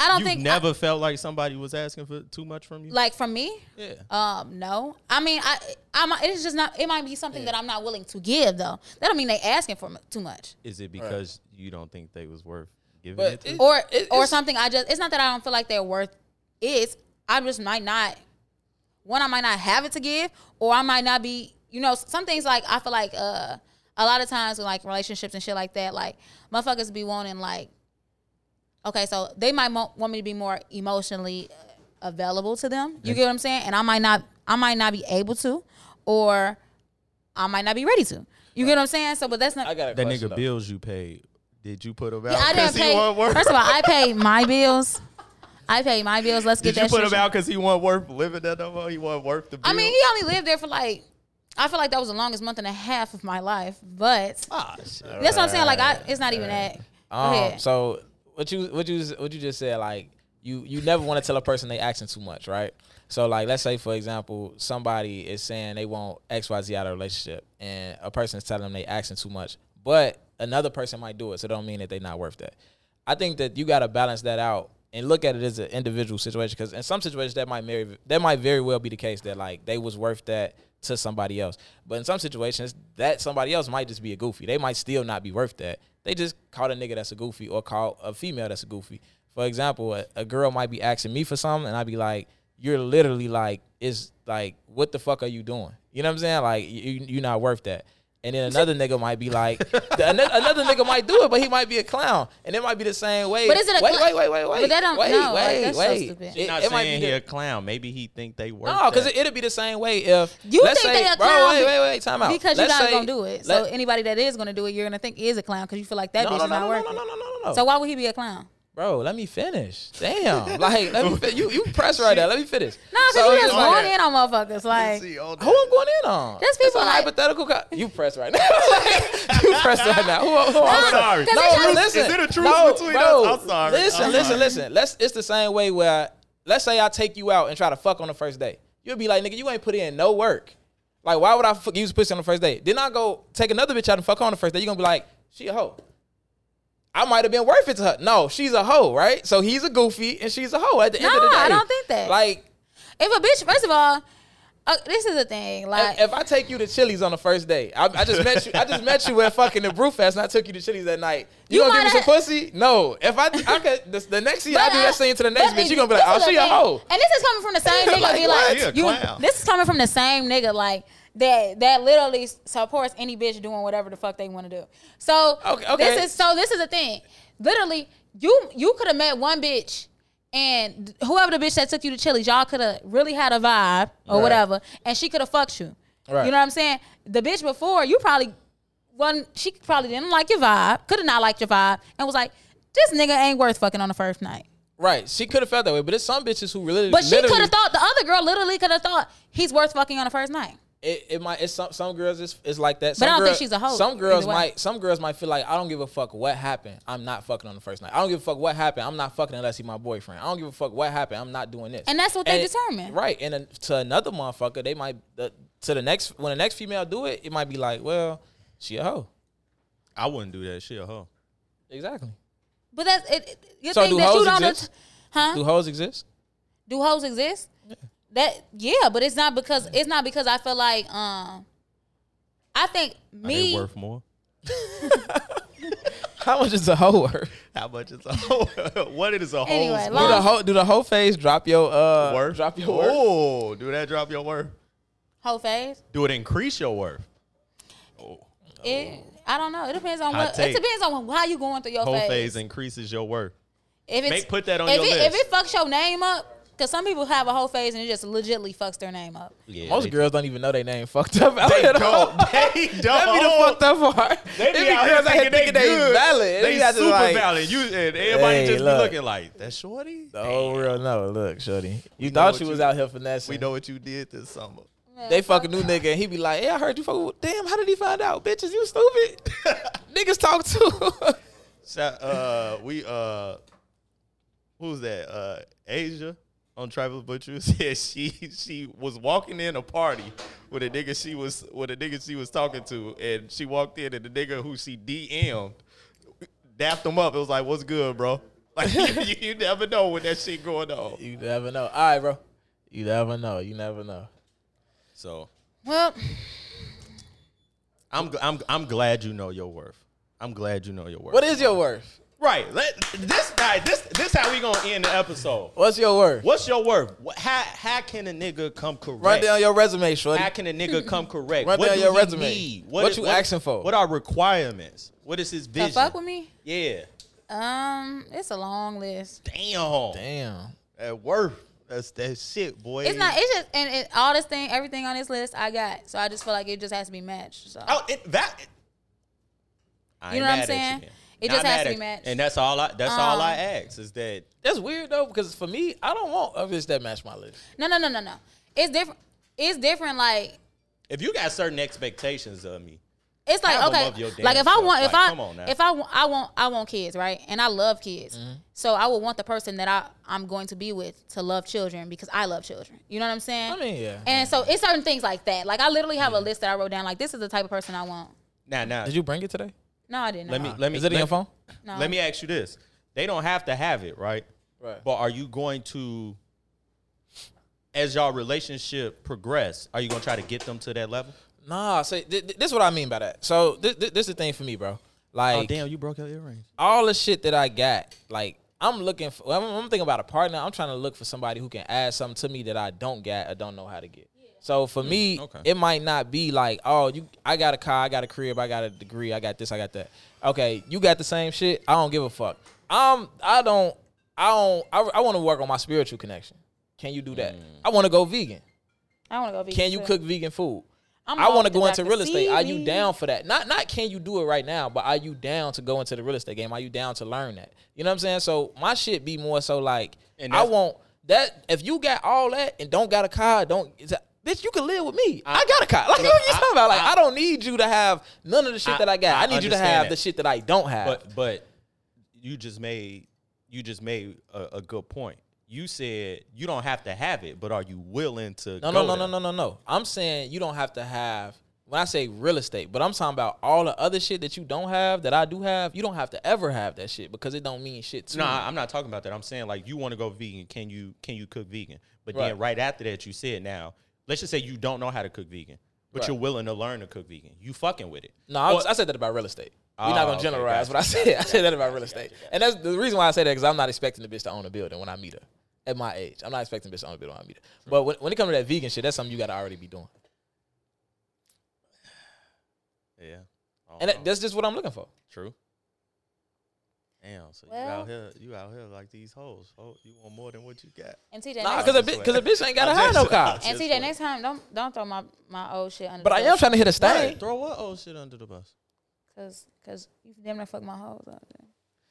[SPEAKER 3] I don't
[SPEAKER 1] You
[SPEAKER 3] think I-
[SPEAKER 1] never felt like somebody was asking for too much from you.
[SPEAKER 3] like from me.
[SPEAKER 1] yeah.
[SPEAKER 3] Um, no. I mean, I, I, might it's just not. It might be something that I'm not willing to give though. That don't mean they asking for mu- too much.
[SPEAKER 1] Is it because you don't think they was worth giving
[SPEAKER 2] But
[SPEAKER 1] it to?
[SPEAKER 2] it-
[SPEAKER 3] or or
[SPEAKER 2] it's-
[SPEAKER 3] something. I just it's not that I don't feel like they're worth it. I just might not. One, I might not have it to give, or I might not be. You know, some things like I feel like uh a lot of times with like relationships and shit like that, like motherfuckers be wanting like. Okay, so they might mo- want me to be more emotionally available to them. You get what I'm saying? And I might not. I might not be able to, or I might not be ready to. You get what I'm saying? So, but that's not.
[SPEAKER 2] I got a
[SPEAKER 1] That
[SPEAKER 2] question.
[SPEAKER 1] nigga
[SPEAKER 2] though.
[SPEAKER 1] bills you paid. Did you put them out?
[SPEAKER 3] Yeah, I
[SPEAKER 2] Oh,
[SPEAKER 1] 'cause
[SPEAKER 3] didn't
[SPEAKER 1] he
[SPEAKER 3] pay.
[SPEAKER 1] wasn't worth
[SPEAKER 3] First of all, I paid my bills. I pay my bills. Let's get
[SPEAKER 1] Did you
[SPEAKER 3] that
[SPEAKER 1] put
[SPEAKER 3] shit.
[SPEAKER 1] him out because he wasn't worth living that no more? He wasn't worth the. Bill?
[SPEAKER 3] I mean, he only lived there for like. I feel like that was the longest month and a half of my life, but
[SPEAKER 1] ah, shit.
[SPEAKER 3] that's what I'm saying. Like, I it's not even that. Go
[SPEAKER 2] Um,
[SPEAKER 3] ahead.
[SPEAKER 2] so what you what you what you just said, like you you never want to tell a person they acting too much, right? So like let's say for example, somebody is saying they want X Y Z out of a relationship, and a person is telling them they acting too much, but another person might do it, so it don't mean that they not worth that. I think that you got to balance that out and look at it as an individual situation because in some situations that might very that might very well be the case that like they was worth that to somebody else but in some situations that somebody else might just be a goofy they might still not be worth that they just call a nigga that's a goofy or call a female that's a goofy for example a, a girl might be asking me for something and i'd be like you're literally like it's like what the fuck are you doing you know what i'm saying like you, you're not worth that and then another nigga might be like, the- ano- another nigga might do it, but he might be a clown, and it might be the same way.
[SPEAKER 3] But is it a
[SPEAKER 2] wait, wait,
[SPEAKER 3] clown-
[SPEAKER 2] wait, wait, wait?
[SPEAKER 3] But that don't-
[SPEAKER 2] wait,
[SPEAKER 3] no, like,
[SPEAKER 2] wait,
[SPEAKER 3] that's so
[SPEAKER 2] wait.
[SPEAKER 3] stupid.
[SPEAKER 1] She's not
[SPEAKER 2] it might
[SPEAKER 1] saying
[SPEAKER 2] be
[SPEAKER 1] he
[SPEAKER 2] the-
[SPEAKER 1] a clown. Maybe he think they worth.
[SPEAKER 2] no, because
[SPEAKER 1] that.
[SPEAKER 2] it, it'll be the same way if
[SPEAKER 3] You
[SPEAKER 2] let's
[SPEAKER 3] think
[SPEAKER 2] say,
[SPEAKER 3] they a
[SPEAKER 2] bro,
[SPEAKER 3] clown,
[SPEAKER 2] Wait,
[SPEAKER 3] but-
[SPEAKER 2] wait, wait, time out.
[SPEAKER 3] because you're
[SPEAKER 2] Let's
[SPEAKER 3] not
[SPEAKER 2] say-
[SPEAKER 3] gonna do it. So
[SPEAKER 2] let-
[SPEAKER 3] anybody that is gonna do it, you're gonna think is a clown because you feel like that
[SPEAKER 2] no,
[SPEAKER 3] bitch
[SPEAKER 2] no,
[SPEAKER 3] is
[SPEAKER 2] no,
[SPEAKER 3] not
[SPEAKER 2] no,
[SPEAKER 3] worth
[SPEAKER 2] no,
[SPEAKER 3] it.
[SPEAKER 2] no, no, no, no.
[SPEAKER 3] So why would he be a clown?
[SPEAKER 2] bro, let me finish. Damn, like let me. Fin- you you press right there. Let me finish.
[SPEAKER 3] No, because
[SPEAKER 2] So
[SPEAKER 3] you just
[SPEAKER 2] it's
[SPEAKER 1] all
[SPEAKER 3] going
[SPEAKER 1] that-
[SPEAKER 3] in on motherfuckers. Like,
[SPEAKER 1] See, all that.
[SPEAKER 2] Who I'm going in on? It's
[SPEAKER 3] There's people
[SPEAKER 2] a
[SPEAKER 3] like-
[SPEAKER 2] hypothetical. Co- you press right now. Like, you press right now. Who, who I'm
[SPEAKER 1] I'm sorry.
[SPEAKER 3] 'cause they tryna-
[SPEAKER 1] Is it a truce between us? I'm sorry.
[SPEAKER 2] Listen,
[SPEAKER 1] I'm
[SPEAKER 2] listen,
[SPEAKER 1] sorry.
[SPEAKER 2] listen. Let's. It's the same way where let's say I take you out and try to fuck on the first day. You'll be like, nigga, you ain't put in no work. Like, why would I fuck use pussy on the first day? Then I go take another bitch out and fuck her on the first day. You're gonna be like, she a hoe. I might have been worth it to her. No, she's a hoe, right? So he's a goofy and she's a hoe at the end of the
[SPEAKER 3] No,
[SPEAKER 2] day.
[SPEAKER 3] I don't think that.
[SPEAKER 2] Like,
[SPEAKER 3] if a bitch, first of all, uh, this is a thing. Like,
[SPEAKER 2] if, if I take you to Chili's on the first day, I, I just met you. I just met you at fucking the Brewfest, and I took you to Chili's that night. You,
[SPEAKER 3] You
[SPEAKER 2] gonna give me some
[SPEAKER 3] might've-
[SPEAKER 2] pussy? No. If I, I could, the, the next year I do
[SPEAKER 3] But,
[SPEAKER 2] that
[SPEAKER 3] uh,
[SPEAKER 2] same to the next
[SPEAKER 3] but
[SPEAKER 2] bitch,
[SPEAKER 3] it-
[SPEAKER 2] you gonna be like,
[SPEAKER 3] this is
[SPEAKER 2] oh, she
[SPEAKER 3] the
[SPEAKER 2] a
[SPEAKER 3] thing.
[SPEAKER 2] hoe.
[SPEAKER 3] And this is coming from the same nigga.
[SPEAKER 2] Like,
[SPEAKER 3] be
[SPEAKER 2] what?
[SPEAKER 3] like,
[SPEAKER 1] She a
[SPEAKER 3] you-
[SPEAKER 1] clown.
[SPEAKER 3] This is coming from the same nigga. Like that that literally supports any bitch doing whatever the fuck they want to do. So
[SPEAKER 2] Okay, okay.
[SPEAKER 3] this is so this is the thing. Literally, you you could have met one bitch. And whoever the bitch that took you to Chili's, y'all could have really had a vibe or
[SPEAKER 2] Right.
[SPEAKER 3] whatever, and she could have fucked you.
[SPEAKER 2] Right.
[SPEAKER 3] You know what I'm saying? The bitch before you probably one she probably didn't like your vibe, could have not liked your vibe, and was like, "This nigga ain't worth fucking on the first night."
[SPEAKER 2] Right. She could have felt that way, but there's some bitches who really.
[SPEAKER 3] But she
[SPEAKER 2] literally-
[SPEAKER 3] could have thought the other girl literally could have thought he's worth fucking on the first night.
[SPEAKER 2] it, it might it's some some girls it's, it's like that.
[SPEAKER 3] But I
[SPEAKER 2] Some
[SPEAKER 3] don't think
[SPEAKER 2] girl-
[SPEAKER 3] she's a hoe,
[SPEAKER 2] Some girls
[SPEAKER 3] either way.
[SPEAKER 2] might some girls might feel like I don't give a fuck what happened. I'm not fucking on the first night. I don't give a fuck what happened. I'm not fucking unless he's my boyfriend. I don't give a fuck what happened. I'm not doing this.
[SPEAKER 3] And that's what they determine.
[SPEAKER 2] right? And then to another motherfucker, they might the, to the next when the next female do it, it might be like, well, she a hoe.
[SPEAKER 1] I wouldn't do that shit, huh?
[SPEAKER 2] Exactly.
[SPEAKER 3] But that's it. it- You
[SPEAKER 2] So
[SPEAKER 3] think
[SPEAKER 2] do
[SPEAKER 3] that
[SPEAKER 2] hoes
[SPEAKER 3] you don't,
[SPEAKER 2] exist?
[SPEAKER 3] det- huh?
[SPEAKER 2] Do
[SPEAKER 3] Do,
[SPEAKER 2] hoes exist?
[SPEAKER 3] hoes exist? That yeah, but it's not because it's not because I feel like um, I think me.
[SPEAKER 1] Are they worth more?
[SPEAKER 2] How much is a hoe worth?
[SPEAKER 1] How much is a whole? what is a whole?
[SPEAKER 3] Anyway,
[SPEAKER 1] worth?
[SPEAKER 2] Do
[SPEAKER 3] long-
[SPEAKER 2] the hoe do the hoe phase drop your uh
[SPEAKER 1] worth?
[SPEAKER 2] drop your worth?
[SPEAKER 1] Oh, do that drop your worth?
[SPEAKER 3] Whole phase.
[SPEAKER 1] Do it increase your worth? Oh,
[SPEAKER 3] It, I don't know. It depends on
[SPEAKER 1] Hot
[SPEAKER 3] what.
[SPEAKER 1] take.
[SPEAKER 3] It depends on how you going through your
[SPEAKER 1] whole
[SPEAKER 3] phase.
[SPEAKER 1] phase increases your worth.
[SPEAKER 3] If it's,
[SPEAKER 1] Make- put that on
[SPEAKER 3] if
[SPEAKER 1] your
[SPEAKER 3] it, If
[SPEAKER 1] list.
[SPEAKER 3] it fucks your name up, because some people have a whole phase and it just legitly fucks their name up.
[SPEAKER 1] Yeah,
[SPEAKER 2] Most
[SPEAKER 1] they-
[SPEAKER 2] girls don't even know they name fucked up. out
[SPEAKER 1] They
[SPEAKER 2] here, though.
[SPEAKER 1] don't. They don't.
[SPEAKER 2] That be the fucked up part.
[SPEAKER 1] They be
[SPEAKER 2] It be
[SPEAKER 1] out here
[SPEAKER 2] girls out here
[SPEAKER 1] thinking they, good.
[SPEAKER 2] valid. It
[SPEAKER 1] They
[SPEAKER 2] be out
[SPEAKER 1] super
[SPEAKER 2] there like,
[SPEAKER 1] valid. You and everybody
[SPEAKER 2] Hey,
[SPEAKER 1] just
[SPEAKER 2] look.
[SPEAKER 1] be looking like that shorty.
[SPEAKER 2] The whole real no. Look, shorty, you
[SPEAKER 1] know
[SPEAKER 2] thought
[SPEAKER 1] what
[SPEAKER 2] you was
[SPEAKER 1] you-
[SPEAKER 2] out here finessing.
[SPEAKER 1] We know what you did this summer.
[SPEAKER 2] They fuck a new nigga and he be like, "Yeah, I heard you fuck." with- Damn, how did he find out? Bitches, you stupid. Niggas talk too.
[SPEAKER 1] Shout, uh, we uh, who's that? Uh, Asia on Travis Butcher said she she was walking in a party with a nigga she was with a nigga she was talking to, and she walked in and the nigga who she DM'd dapped him up. It was like, "What's good, bro?" Like you, you never know when that shit going on.
[SPEAKER 2] you never know. All right, bro. You never know. You never know.
[SPEAKER 1] So
[SPEAKER 3] Well,
[SPEAKER 1] I'm gl- I'm I'm glad you know your worth. I'm glad you know your worth.
[SPEAKER 2] What is your worth?
[SPEAKER 1] right? Let this guy. This this how we gonna end the episode.
[SPEAKER 2] What's your worth?
[SPEAKER 1] What's your worth? What, how how can a nigga come correct?
[SPEAKER 2] Run down your resume, shorty.
[SPEAKER 1] how can a nigga come correct?
[SPEAKER 2] Run
[SPEAKER 1] what
[SPEAKER 2] down
[SPEAKER 1] do
[SPEAKER 2] your
[SPEAKER 1] he
[SPEAKER 2] resume.
[SPEAKER 1] need?
[SPEAKER 2] What
[SPEAKER 1] is-
[SPEAKER 2] you asking for?
[SPEAKER 1] What are requirements? What is his
[SPEAKER 3] to
[SPEAKER 1] vision?
[SPEAKER 3] fuck with me,
[SPEAKER 1] Yeah.
[SPEAKER 3] um, it's a long list.
[SPEAKER 1] Damn.
[SPEAKER 2] Damn.
[SPEAKER 1] That worth. That's that shit, boy.
[SPEAKER 3] It's not. It's just and it, all this thing, everything on this list, I got. So I just feel like it just has to be matched. So
[SPEAKER 1] Oh, it, that. I
[SPEAKER 3] you
[SPEAKER 1] ain't
[SPEAKER 3] know what I'm
[SPEAKER 1] mad at you
[SPEAKER 3] saying?
[SPEAKER 1] then.
[SPEAKER 3] It
[SPEAKER 1] Not
[SPEAKER 3] just has to
[SPEAKER 1] mad
[SPEAKER 3] be
[SPEAKER 1] at-
[SPEAKER 3] matched.
[SPEAKER 1] And that's all I that's all I
[SPEAKER 3] Um,
[SPEAKER 1] ask is that
[SPEAKER 2] That's weird though, because for me, I don't want outfits that match my list.
[SPEAKER 3] No, no, no, no, no. It's different. It's different. Like
[SPEAKER 1] if you got certain expectations of me,
[SPEAKER 3] it's like
[SPEAKER 1] Have 'em of your
[SPEAKER 3] okay.
[SPEAKER 1] damn
[SPEAKER 3] Like if I
[SPEAKER 1] self.
[SPEAKER 3] want, if
[SPEAKER 1] Like, come on now.
[SPEAKER 3] I, if I, wa- I want, I want kids, right? And I love kids,
[SPEAKER 2] Mm-hmm.
[SPEAKER 3] so I would want the person that I I'm going to be with to love children because I love children. You know what I'm saying?
[SPEAKER 2] I mean, yeah.
[SPEAKER 3] And so it's certain things like that. Like I literally have a list that I wrote down. Like this is the type of person I want.
[SPEAKER 1] now now
[SPEAKER 2] Did you bring it today?
[SPEAKER 3] No, I didn't.
[SPEAKER 1] let me let me
[SPEAKER 2] Is it in
[SPEAKER 1] let,
[SPEAKER 2] your phone?
[SPEAKER 3] No.
[SPEAKER 1] Let me ask you this. They don't have to have it, right?
[SPEAKER 2] Right.
[SPEAKER 1] But are you going to as y'all relationship progress, are you gonna try to get them to that level?
[SPEAKER 2] Nah, so th- th- this is what I mean by that. So th- th- this is the thing for me, bro. Like
[SPEAKER 1] you broke your earrings.
[SPEAKER 2] all the shit that I got, like I'm looking for. I'm, I'm thinking about a partner. I'm trying to look for somebody who can add something to me that I don't get or don't know how to get. So for me,
[SPEAKER 1] okay.
[SPEAKER 2] it might not be like, oh, you, I got a car, I got a crib, I got a degree, I got this, I got that. Okay, you got the same shit. I don't give a fuck. Um, I don't, I don't, I, I want to work on my spiritual connection. Can you do that? I want to go vegan.
[SPEAKER 3] I want to go. Vegan
[SPEAKER 2] Can you
[SPEAKER 3] too.
[SPEAKER 2] cook vegan food?
[SPEAKER 3] I'm
[SPEAKER 2] I want to
[SPEAKER 3] off the
[SPEAKER 2] go into
[SPEAKER 3] Dr.
[SPEAKER 2] real estate. Are you
[SPEAKER 3] Sebi.
[SPEAKER 2] down for that? Not not can you do it right now, but are you down to go into the real estate game? Are you down to learn that? You know what I'm saying? So my shit be more so like
[SPEAKER 1] And
[SPEAKER 2] I
[SPEAKER 1] that's-
[SPEAKER 2] want that. If you got all that and don't got a car, don't it's a- bitch. You can live with me. I, got a car. Like what you
[SPEAKER 1] I-
[SPEAKER 2] talking about? Like I,
[SPEAKER 1] I-
[SPEAKER 2] don't need you to have none of the shit
[SPEAKER 1] I-
[SPEAKER 2] that I got.
[SPEAKER 1] I
[SPEAKER 2] I, need you to
[SPEAKER 1] understand
[SPEAKER 2] have
[SPEAKER 1] that.
[SPEAKER 2] the shit that I don't have.
[SPEAKER 1] But but you just made you just made a, a good point. You said you don't have to have it, but are you willing to
[SPEAKER 2] No, no,
[SPEAKER 1] go
[SPEAKER 2] no, no,
[SPEAKER 1] there?
[SPEAKER 2] no, no, no. I'm saying you don't have to have. When I say real estate, but I'm talking about all the other shit that you don't have that I do have. You don't have to ever have that shit because it don't mean shit to
[SPEAKER 1] No,
[SPEAKER 2] me.
[SPEAKER 1] I'm not talking about that. I'm saying like you want to go vegan. Can you can you cook vegan? But then
[SPEAKER 2] Right.
[SPEAKER 1] right after that, you said now, let's just say you don't know how to cook vegan, but
[SPEAKER 2] Right.
[SPEAKER 1] you're willing to learn to cook vegan. You fucking with it.
[SPEAKER 2] No, I,
[SPEAKER 1] Or-
[SPEAKER 2] I said that about real estate. We're not
[SPEAKER 1] Oh,
[SPEAKER 2] gonna
[SPEAKER 1] okay,
[SPEAKER 2] generalize
[SPEAKER 1] gotcha,
[SPEAKER 2] what I said. I said that about real estate, and that's the reason why I say that because I'm not expecting the bitch to own a building when I meet her at my age. I'm not expecting the bitch to own a building when I meet her. But when, when it comes to that vegan shit, that's something you gotta already be doing,
[SPEAKER 1] yeah, I don't
[SPEAKER 2] and that,
[SPEAKER 1] know.
[SPEAKER 2] that's just what I'm looking for.
[SPEAKER 1] true. Damn, so you
[SPEAKER 3] Well-
[SPEAKER 1] out here, you out here like these hoes. Oh, you want more than what you got.
[SPEAKER 3] And TJ,
[SPEAKER 2] Nah,
[SPEAKER 3] next-
[SPEAKER 2] because a bitch, because a bitch ain't gotta
[SPEAKER 1] I
[SPEAKER 2] have no
[SPEAKER 1] just-
[SPEAKER 2] car.
[SPEAKER 1] I
[SPEAKER 3] and
[SPEAKER 1] just
[SPEAKER 3] TJ,
[SPEAKER 1] want-
[SPEAKER 3] next time don't don't throw my my old shit under.
[SPEAKER 2] But
[SPEAKER 3] the
[SPEAKER 2] I am
[SPEAKER 3] bus,
[SPEAKER 2] trying to hit a stain.
[SPEAKER 1] Right, throw what old shit under the bus?
[SPEAKER 3] Cause cause you damn near fuck my hoes up. There.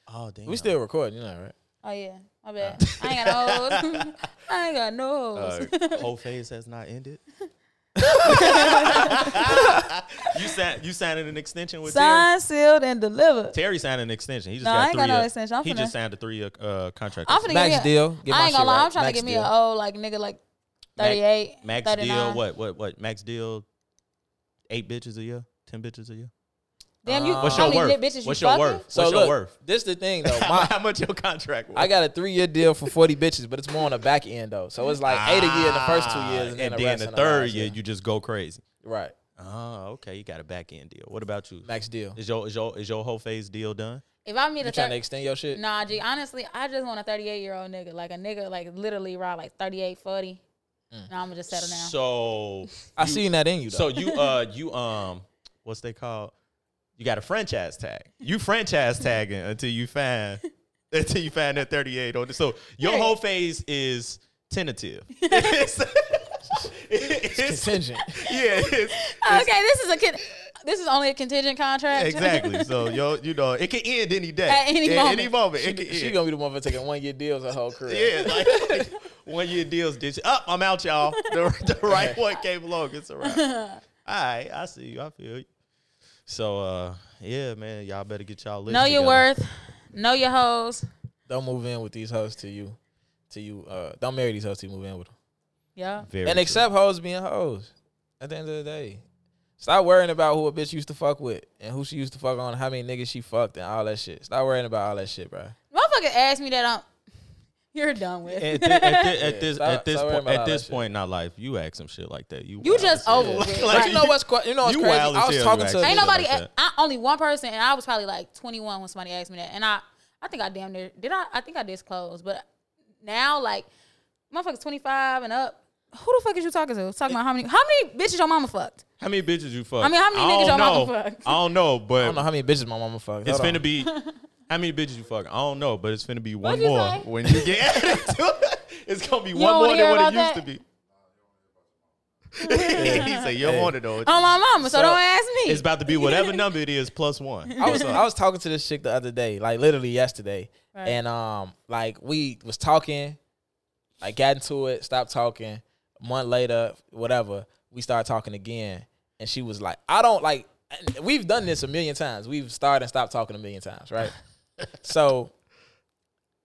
[SPEAKER 1] Oh damn,
[SPEAKER 2] We still recording, you know, right?
[SPEAKER 3] Oh yeah, my bad. I ain't got no hoes. I ain't got no hoes.
[SPEAKER 1] Uh, whole phase has not ended. you signed you signed an extension with Terry.
[SPEAKER 3] Signed, sealed, and delivered.
[SPEAKER 1] Terry signed an extension. He just
[SPEAKER 3] No,
[SPEAKER 1] got
[SPEAKER 3] I ain't
[SPEAKER 1] three
[SPEAKER 3] got no
[SPEAKER 1] year-
[SPEAKER 3] extension. I'm
[SPEAKER 1] he
[SPEAKER 3] finna-
[SPEAKER 1] just signed a three year uh, contract.
[SPEAKER 3] I'm finna
[SPEAKER 2] Max
[SPEAKER 3] get me a,
[SPEAKER 2] deal. Get
[SPEAKER 3] I
[SPEAKER 2] my
[SPEAKER 3] ain't
[SPEAKER 2] shit
[SPEAKER 3] gonna lie.
[SPEAKER 2] right.
[SPEAKER 3] I'm trying
[SPEAKER 2] Max
[SPEAKER 3] to get me
[SPEAKER 2] deal.
[SPEAKER 3] an old like nigga like
[SPEAKER 1] Max-
[SPEAKER 3] 38,
[SPEAKER 1] Max
[SPEAKER 3] 39.
[SPEAKER 1] deal. What what what? Max deal. Eight bitches a year. Ten bitches a year.
[SPEAKER 3] Damn, you
[SPEAKER 1] Uh, What's
[SPEAKER 3] how
[SPEAKER 1] your
[SPEAKER 3] many lit
[SPEAKER 1] worth?
[SPEAKER 3] bitches you
[SPEAKER 1] What's your
[SPEAKER 3] fucking?
[SPEAKER 1] worth?
[SPEAKER 2] So
[SPEAKER 1] What's
[SPEAKER 2] look,
[SPEAKER 1] your worth?
[SPEAKER 2] this the thing though. My,
[SPEAKER 1] How much your contract worth?
[SPEAKER 2] I got a three year deal for forty bitches, but it's more on the back end though. So it's like eight a year in the first two
[SPEAKER 1] Ah,
[SPEAKER 2] years, and,
[SPEAKER 1] and
[SPEAKER 2] then the,
[SPEAKER 1] then
[SPEAKER 2] rest
[SPEAKER 1] the
[SPEAKER 2] in
[SPEAKER 1] third
[SPEAKER 2] last
[SPEAKER 1] year you just go crazy.
[SPEAKER 2] right?
[SPEAKER 1] Oh, okay. You got a back end deal. What about you?
[SPEAKER 2] Max deal.
[SPEAKER 1] Is your is your is your whole phase deal done?
[SPEAKER 3] If I meet
[SPEAKER 2] You
[SPEAKER 3] a
[SPEAKER 2] trying to
[SPEAKER 3] thir-
[SPEAKER 2] extend your shit?
[SPEAKER 3] nah, G. Honestly, I just want a 38 year old nigga, like a nigga like literally around like 38, 40. Now I'm gonna just settle down.
[SPEAKER 1] Mm. So
[SPEAKER 2] I seen that in you. Though.
[SPEAKER 1] so you uh you um what's they called? You got a franchise tag. You franchise tagging until you find until you find that 38 on it. So your whole phase is tentative. It's, it's-
[SPEAKER 2] contingent.
[SPEAKER 1] yeah, it's,
[SPEAKER 3] okay, this is a con- this is only a contingent contract.
[SPEAKER 1] exactly. So yo, you know, it can end any day.
[SPEAKER 3] At any
[SPEAKER 1] Any
[SPEAKER 3] moment.
[SPEAKER 1] moment. It can
[SPEAKER 2] she
[SPEAKER 1] end.
[SPEAKER 2] gonna be the one for taking one year deals her whole career.
[SPEAKER 1] Yeah, like, one year deals ditch. Up, I'm out, y'all. The, the right one came along. It's a wrap. All right, I see you. I feel you. So, uh, yeah, man, y'all better get y'all list.
[SPEAKER 3] know your
[SPEAKER 1] together.
[SPEAKER 3] worth. Know your hoes.
[SPEAKER 2] Don't move in with these hoes to you, to you. Uh, don't marry these hoes to you move in with them.
[SPEAKER 3] Yeah.
[SPEAKER 1] Very
[SPEAKER 2] and
[SPEAKER 1] true.
[SPEAKER 2] accept hoes being hoes. At the end of the day, stop worrying about who a bitch used to fuck with and who she used to fuck on, how many niggas she fucked, and all that shit. Stop worrying about all that shit, bro.
[SPEAKER 3] Motherfucker asked me that I'm you're done with.
[SPEAKER 1] at, thi- at, thi- at
[SPEAKER 2] Yeah,
[SPEAKER 1] this
[SPEAKER 2] stop-
[SPEAKER 1] at this
[SPEAKER 2] stop worrying
[SPEAKER 1] point
[SPEAKER 2] about all
[SPEAKER 1] at this
[SPEAKER 2] that
[SPEAKER 1] point in our life, you ask some shit like that. You
[SPEAKER 3] You
[SPEAKER 1] wild
[SPEAKER 3] just
[SPEAKER 1] as hell.
[SPEAKER 3] over with.
[SPEAKER 1] Like,
[SPEAKER 3] Like,
[SPEAKER 2] But you know what's qu- you know what's
[SPEAKER 1] You
[SPEAKER 2] crazy?
[SPEAKER 1] wild as
[SPEAKER 2] I was
[SPEAKER 1] hell,
[SPEAKER 2] talking
[SPEAKER 1] you
[SPEAKER 2] to
[SPEAKER 1] actually.
[SPEAKER 3] Ain't nobody.
[SPEAKER 1] like that.
[SPEAKER 3] I only one person, and I was probably like 21 when somebody asked me that, and I, I think I damn near did. I, I think I disclosed, but now like, motherfuckers 25 and up. Who the fuck is you talking to? Talking about how many? How many bitches your mama fucked?
[SPEAKER 1] how many bitches you fuck?
[SPEAKER 3] I mean, how many niggas
[SPEAKER 1] don't
[SPEAKER 3] y'all
[SPEAKER 1] know.
[SPEAKER 3] motherfucker fucked?
[SPEAKER 1] I don't know, but
[SPEAKER 2] I don't know how many bitches my mama fucked.
[SPEAKER 1] it's
[SPEAKER 2] Hold
[SPEAKER 1] finna
[SPEAKER 2] on.
[SPEAKER 1] be. How many bitches you fuck? I don't know, but it's finna be one
[SPEAKER 3] you
[SPEAKER 1] more
[SPEAKER 3] say?
[SPEAKER 1] when you get added to it. It's gonna be one
[SPEAKER 3] don't
[SPEAKER 1] more
[SPEAKER 3] wanna hear
[SPEAKER 1] than what it
[SPEAKER 3] about
[SPEAKER 1] used to be. he said, "You're on it though.
[SPEAKER 3] On Oh, my mama, so,
[SPEAKER 2] So,
[SPEAKER 3] don't ask me.
[SPEAKER 1] It's about to be whatever number it is plus one."
[SPEAKER 3] Oh.
[SPEAKER 2] I was I was talking to this chick the other day, like literally yesterday,
[SPEAKER 3] Right.
[SPEAKER 2] and um, like we was talking, like got into it, stopped talking. A month later, whatever, we started talking again, and she was like, "I don't like." and We've done this a million times. We've started and stopped talking a million times, right? so.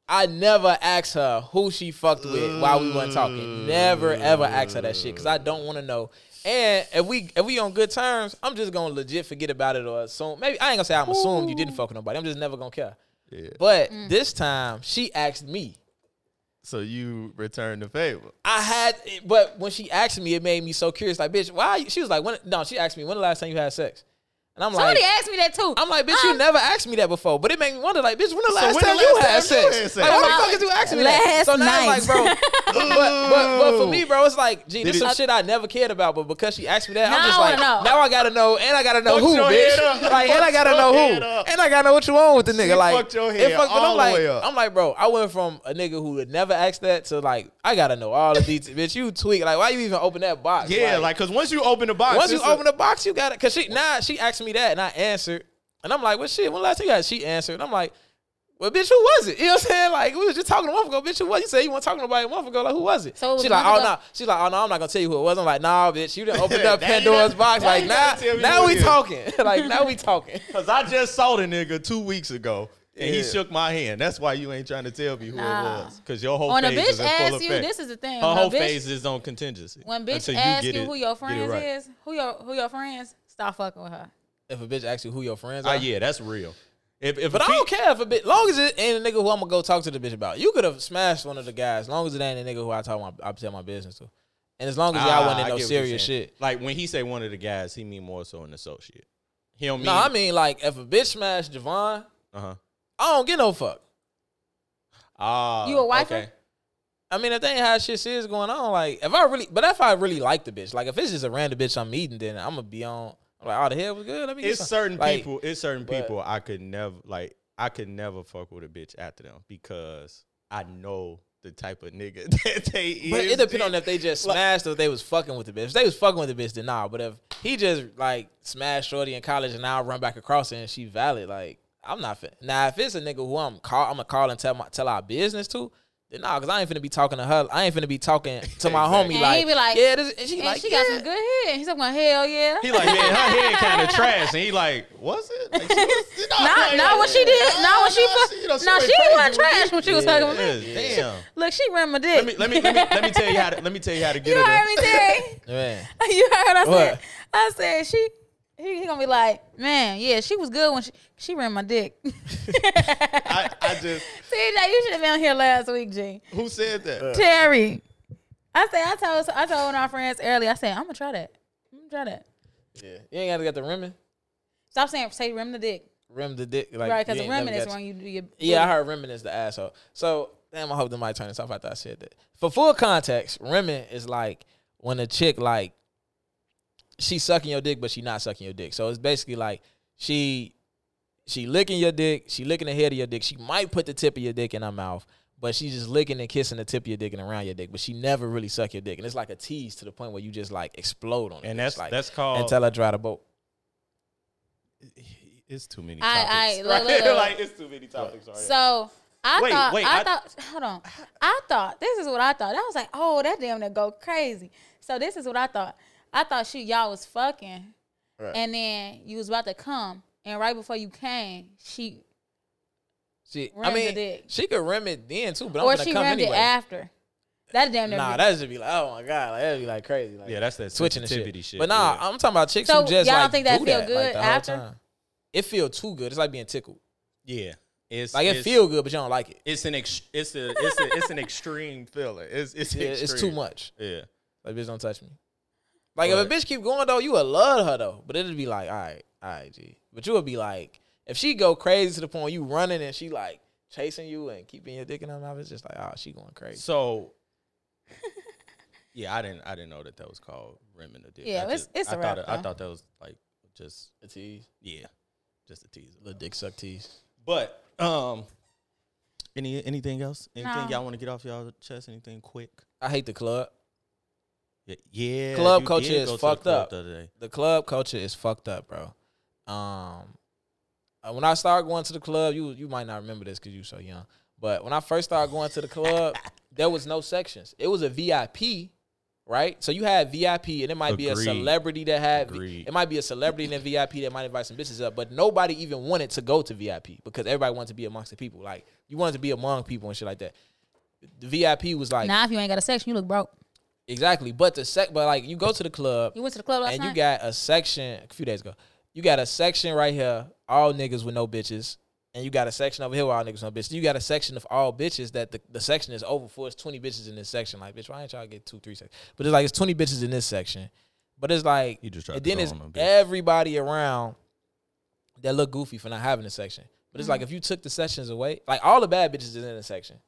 [SPEAKER 2] I never asked her who she fucked with while we weren't talking. Never ever asked her that shit because I don't want to know. And if we if we on good terms, I'm just gonna legit forget about it or assume. Maybe I ain't gonna say I'm assuming you didn't fuck with nobody. I'm just never gonna care.
[SPEAKER 1] Yeah.
[SPEAKER 2] But this time she asked me.
[SPEAKER 1] So you return the favor.
[SPEAKER 2] I had, but when she asked me, it made me so curious. Like, bitch, why? you- She was like, when? No, she asked me when the last time you had sex, and I'm
[SPEAKER 3] Somebody
[SPEAKER 2] like.
[SPEAKER 3] asked me that too.
[SPEAKER 2] I'm like, bitch, you
[SPEAKER 3] Um,
[SPEAKER 2] never asked me that before. But it made me wonder, like, bitch, when the
[SPEAKER 1] when
[SPEAKER 2] last
[SPEAKER 1] the
[SPEAKER 2] time you
[SPEAKER 1] last
[SPEAKER 2] had
[SPEAKER 1] time you
[SPEAKER 2] sex?
[SPEAKER 1] had sex?
[SPEAKER 2] Like, why the
[SPEAKER 3] Last
[SPEAKER 2] fuck is you asking me that?
[SPEAKER 3] night.
[SPEAKER 2] So now it's like, bro, but, but but for me, bro, it's like, gee, this
[SPEAKER 1] Did
[SPEAKER 2] is
[SPEAKER 1] it-
[SPEAKER 2] some shit I never cared about. But because she asked me that,
[SPEAKER 3] Now
[SPEAKER 2] I'm just
[SPEAKER 3] I
[SPEAKER 2] like,
[SPEAKER 3] wanna know.
[SPEAKER 2] now I gotta know, and I gotta know
[SPEAKER 1] Fuck
[SPEAKER 2] who,
[SPEAKER 1] your
[SPEAKER 2] bitch.
[SPEAKER 1] head up.
[SPEAKER 2] Like, and I
[SPEAKER 1] Fuck
[SPEAKER 2] gotta
[SPEAKER 1] your
[SPEAKER 2] know
[SPEAKER 1] head
[SPEAKER 2] who,
[SPEAKER 1] up.
[SPEAKER 2] and I gotta know what you want with the nigga. like,
[SPEAKER 1] fucked your
[SPEAKER 2] it
[SPEAKER 1] head
[SPEAKER 2] fucked- and
[SPEAKER 1] all
[SPEAKER 2] I'm
[SPEAKER 1] the
[SPEAKER 2] like,
[SPEAKER 1] way up.
[SPEAKER 2] I'm like, bro, I went from a nigga who would never ask that to like, I gotta know all the details, bitch. You tweak, like, why you even open that box?
[SPEAKER 1] Yeah, like because once you open the box,
[SPEAKER 2] Once you
[SPEAKER 1] it's a-
[SPEAKER 2] open the box, you got it. Cause she nah, she asked me that and I answered. And I'm like, well shit, when last time you had she answered? And I'm like, well, bitch, who was it? You know what I'm saying? Like, we was just talking a month ago. Bitch, who was? You said you weren't talking to nobody a month ago. Like, who was it?
[SPEAKER 3] So it was
[SPEAKER 2] She's
[SPEAKER 3] a
[SPEAKER 2] like,
[SPEAKER 3] month
[SPEAKER 2] oh
[SPEAKER 3] ago.
[SPEAKER 2] no. She's like, oh no, I'm not gonna tell you who it was. I'm like, nah, bitch, you didn't open up
[SPEAKER 1] Now you
[SPEAKER 2] Pandora's
[SPEAKER 1] done-
[SPEAKER 2] box.
[SPEAKER 1] now
[SPEAKER 2] Like,
[SPEAKER 1] you
[SPEAKER 2] now,
[SPEAKER 1] gotta tell me
[SPEAKER 2] now
[SPEAKER 1] who
[SPEAKER 2] we
[SPEAKER 1] it is.
[SPEAKER 2] talking. like, now we talking.
[SPEAKER 1] Cause I just saw the nigga two weeks ago, and he
[SPEAKER 2] Yeah.
[SPEAKER 1] shook my hand. That's why you ain't trying to tell me who
[SPEAKER 3] Nah.
[SPEAKER 1] it was. Cause your whole
[SPEAKER 3] when a
[SPEAKER 1] phase is
[SPEAKER 3] bitch
[SPEAKER 1] in full
[SPEAKER 3] asks you,
[SPEAKER 1] effect.
[SPEAKER 3] this is the thing.
[SPEAKER 1] Her
[SPEAKER 3] when a
[SPEAKER 1] whole
[SPEAKER 3] bitch-
[SPEAKER 1] phase is on contingency.
[SPEAKER 3] When bitch
[SPEAKER 1] Until
[SPEAKER 3] asks you,
[SPEAKER 1] get it-
[SPEAKER 3] who your
[SPEAKER 1] get it
[SPEAKER 3] friends
[SPEAKER 1] right.
[SPEAKER 3] is, who your who your friends, stop fucking with her.
[SPEAKER 2] If a bitch asks you who your friends
[SPEAKER 1] Ah,
[SPEAKER 2] are.
[SPEAKER 1] yeah, that's real. If if
[SPEAKER 2] But
[SPEAKER 1] a
[SPEAKER 2] I don't care if a bitch, long as it ain't a nigga who I'm gonna go talk to the bitch about. You could have smashed one of the guys, long as it ain't a nigga who I talk my I tell my business to, and as long as
[SPEAKER 1] Ah,
[SPEAKER 2] y'all wasn't in no serious shit.
[SPEAKER 1] Like when he say one of the guys, he mean more so an associate. He don't mean.
[SPEAKER 2] No, I mean like if a bitch smash Javon,
[SPEAKER 1] uh huh.
[SPEAKER 2] I don't get no fuck.
[SPEAKER 1] Ah,
[SPEAKER 3] You a wifer?
[SPEAKER 1] okay.
[SPEAKER 2] I mean, if they ain't had shit serious going on, like if I really, but if I really like the bitch, like if it's just a random bitch I'm meeting, then I'm gonna be on. I'm like, oh, the hell was good. Let me. get
[SPEAKER 1] It's
[SPEAKER 2] some.
[SPEAKER 1] certain
[SPEAKER 2] Like,
[SPEAKER 1] people. It's certain
[SPEAKER 2] but-
[SPEAKER 1] people I could never like. I could never fuck with a bitch after them because I know the type of nigga that they is.
[SPEAKER 2] But it depends on
[SPEAKER 1] that.
[SPEAKER 2] if they just
[SPEAKER 1] Like-
[SPEAKER 2] smashed or if they was fucking with the bitch. If they was fucking with the bitch, then nah. But if he just like smashed Shorty in college and now I run back across her and she valid, like I'm not fin. Now if it's a nigga who I'm call, I'm gonna call and tell my tell our business to. Then nah, cause I ain't finna be talking to her. I ain't finna be talking to my
[SPEAKER 1] Exactly.
[SPEAKER 2] homie.
[SPEAKER 3] And
[SPEAKER 2] Like,
[SPEAKER 3] he be like-
[SPEAKER 2] yeah, this, and she
[SPEAKER 3] And
[SPEAKER 2] like,
[SPEAKER 3] she got
[SPEAKER 2] yeah.
[SPEAKER 3] some good head. He's like, going, hell yeah.
[SPEAKER 1] He like, man, her head kind of trash, and he like, was it? Like, she was, no,
[SPEAKER 3] Not, not when she did. Not when she.
[SPEAKER 1] no,
[SPEAKER 3] fu-
[SPEAKER 1] you know,
[SPEAKER 3] Nah,
[SPEAKER 1] went crazy
[SPEAKER 3] she wasn't
[SPEAKER 1] with me.
[SPEAKER 3] trash when she was fucking with me.
[SPEAKER 1] Yeah, Damn.
[SPEAKER 3] Look, she ran my
[SPEAKER 1] Let
[SPEAKER 3] dick.
[SPEAKER 1] me let me let me let me tell you how to let me tell you how to get
[SPEAKER 3] You
[SPEAKER 1] it.
[SPEAKER 3] heard me, Terry.
[SPEAKER 2] Man.
[SPEAKER 3] you heard what I said.
[SPEAKER 2] What?
[SPEAKER 3] I said she. He, he gonna be like, man, yeah, she was good when she she ran my dick. See,
[SPEAKER 1] I, I just
[SPEAKER 3] now you should have been on here last week, G.
[SPEAKER 1] who said that?
[SPEAKER 3] Terry, I said I told I told one of our friends earlier. I said I'm gonna try that. I'm gonna try that.
[SPEAKER 2] You ain't gotta get the rimming.
[SPEAKER 3] Stop saying say rim the dick,
[SPEAKER 2] Rim the dick. Like,
[SPEAKER 3] right? Because
[SPEAKER 2] you
[SPEAKER 3] the
[SPEAKER 2] ain't never
[SPEAKER 3] rim is
[SPEAKER 2] got-
[SPEAKER 3] when you do your
[SPEAKER 2] Yeah, I heard rimming is the asshole. So damn, I hope the mic turned this off after I said that. For full context, rimming is like when a chick like she sucking your dick, but she not sucking your dick. So it's basically like she she licking your dick, she licking the head of your dick. She might put the tip of your dick in her mouth, but she's just licking and kissing the tip of your dick and around your dick. But she never really suck your dick, and it's like a tease to the point where you just like explode on it.
[SPEAKER 1] And that's
[SPEAKER 2] like
[SPEAKER 1] that's
[SPEAKER 2] and
[SPEAKER 1] called.
[SPEAKER 2] tell her dry the boat.
[SPEAKER 1] it's too many.
[SPEAKER 3] I-
[SPEAKER 1] topics.
[SPEAKER 3] I- look, look, look.
[SPEAKER 1] like it's too many topics
[SPEAKER 2] Oh,
[SPEAKER 1] already.
[SPEAKER 3] So I
[SPEAKER 1] Wait,
[SPEAKER 3] thought,
[SPEAKER 1] wait,
[SPEAKER 3] I,
[SPEAKER 1] I-
[SPEAKER 3] thought, hold on. I thought this is what I thought. I was like, oh, that damn that go crazy. So this is what I thought. I thought she y'all was fucking,
[SPEAKER 2] Right.
[SPEAKER 3] and then you was about to come, and right before you came, she
[SPEAKER 2] She, I
[SPEAKER 3] Rim the
[SPEAKER 2] mean,
[SPEAKER 3] dick.
[SPEAKER 2] she could rim it then too, but I'm
[SPEAKER 3] or
[SPEAKER 2] gonna
[SPEAKER 3] she
[SPEAKER 2] come
[SPEAKER 3] rammed
[SPEAKER 2] anyway.
[SPEAKER 3] it after. That damn near.
[SPEAKER 2] Nah,
[SPEAKER 3] be-
[SPEAKER 2] that'd just be like, oh my god, like that'd be like crazy, like
[SPEAKER 1] yeah, that's that
[SPEAKER 2] switching and
[SPEAKER 1] sensitivity
[SPEAKER 2] shit.
[SPEAKER 1] shit.
[SPEAKER 2] But nah,
[SPEAKER 1] yeah.
[SPEAKER 2] I'm talking about chicks
[SPEAKER 3] So,
[SPEAKER 2] who just
[SPEAKER 3] y'all
[SPEAKER 2] like
[SPEAKER 3] don't think that
[SPEAKER 2] do
[SPEAKER 3] feel
[SPEAKER 2] that,
[SPEAKER 3] good
[SPEAKER 2] like, the
[SPEAKER 3] after?
[SPEAKER 2] Whole time. It feel too good. It's like being tickled.
[SPEAKER 1] yeah. It's
[SPEAKER 2] Like it
[SPEAKER 1] it's-
[SPEAKER 2] feel good, but you don't like it.
[SPEAKER 1] It's an ex, it's a it's a, it's an extreme feeling. It's it's
[SPEAKER 2] Yeah, it's too
[SPEAKER 1] extreme.
[SPEAKER 2] much.
[SPEAKER 1] Yeah.
[SPEAKER 2] Like bitch, don't touch me. Like
[SPEAKER 1] Right.
[SPEAKER 2] if a bitch keep going though, you would love her though. But it'd be like, all right, all right, G. But you would be like, if she go crazy to the point you running and she like chasing you and keeping your dick in her mouth, it's just like, oh, she going crazy.
[SPEAKER 1] So, yeah, I didn't, I didn't know that that was called rimming the dick.
[SPEAKER 3] Yeah,
[SPEAKER 1] I
[SPEAKER 3] it's-
[SPEAKER 1] just-
[SPEAKER 3] it's
[SPEAKER 1] I
[SPEAKER 3] a
[SPEAKER 1] thought,
[SPEAKER 3] wrap,
[SPEAKER 1] it- I
[SPEAKER 3] though.
[SPEAKER 1] thought that was like just,
[SPEAKER 2] A tease,
[SPEAKER 1] yeah, just a teaser.
[SPEAKER 2] little dick suck tease.
[SPEAKER 1] But um, any anything else? Anything
[SPEAKER 3] No.
[SPEAKER 1] y'all want to get off y'all chest? Anything quick?
[SPEAKER 2] I hate the club.
[SPEAKER 1] Y- Yeah,
[SPEAKER 2] Club
[SPEAKER 1] you
[SPEAKER 2] culture
[SPEAKER 1] did
[SPEAKER 2] is
[SPEAKER 1] go to the
[SPEAKER 2] fucked
[SPEAKER 1] club
[SPEAKER 2] up.
[SPEAKER 1] The other day.
[SPEAKER 2] The club culture is fucked up, bro. Um, uh, when I started going to the club, you you might not remember this because you so young. But when I first started going to the club, there was no sections. It was a VIP, right? So you had VIP, and it might be a
[SPEAKER 1] Agreed.
[SPEAKER 2] celebrity that had. V-
[SPEAKER 1] Agreed.
[SPEAKER 2] It might be a celebrity and VIP that might invite some bitches up, but nobody even wanted to go to VIP because everybody wanted to be amongst the people. Like you wanted to be among people and shit like that. The VIP was like
[SPEAKER 3] Now if you ain't got a section, you look broke.
[SPEAKER 2] exactly, but the sec, but like you go to the club,
[SPEAKER 3] You went to the club last
[SPEAKER 2] and
[SPEAKER 3] night.
[SPEAKER 2] you got a section a few days ago. You got a section right here, all niggas with no bitches, and you got a section over here with all niggas with no bitches. You got a section of all bitches that the, the section is over for. It's twenty bitches in this section. Like, bitch, why ain't y'all get two, three sections? But it's like it's twenty bitches in this section. But it's like,
[SPEAKER 1] You just tried
[SPEAKER 2] and
[SPEAKER 1] to
[SPEAKER 2] then
[SPEAKER 1] go
[SPEAKER 2] it's
[SPEAKER 1] on a bitch.
[SPEAKER 2] everybody around that look goofy for not having a section. But
[SPEAKER 3] Mm-hmm.
[SPEAKER 2] it's like if you took the sections away, like all the bad bitches is in the section.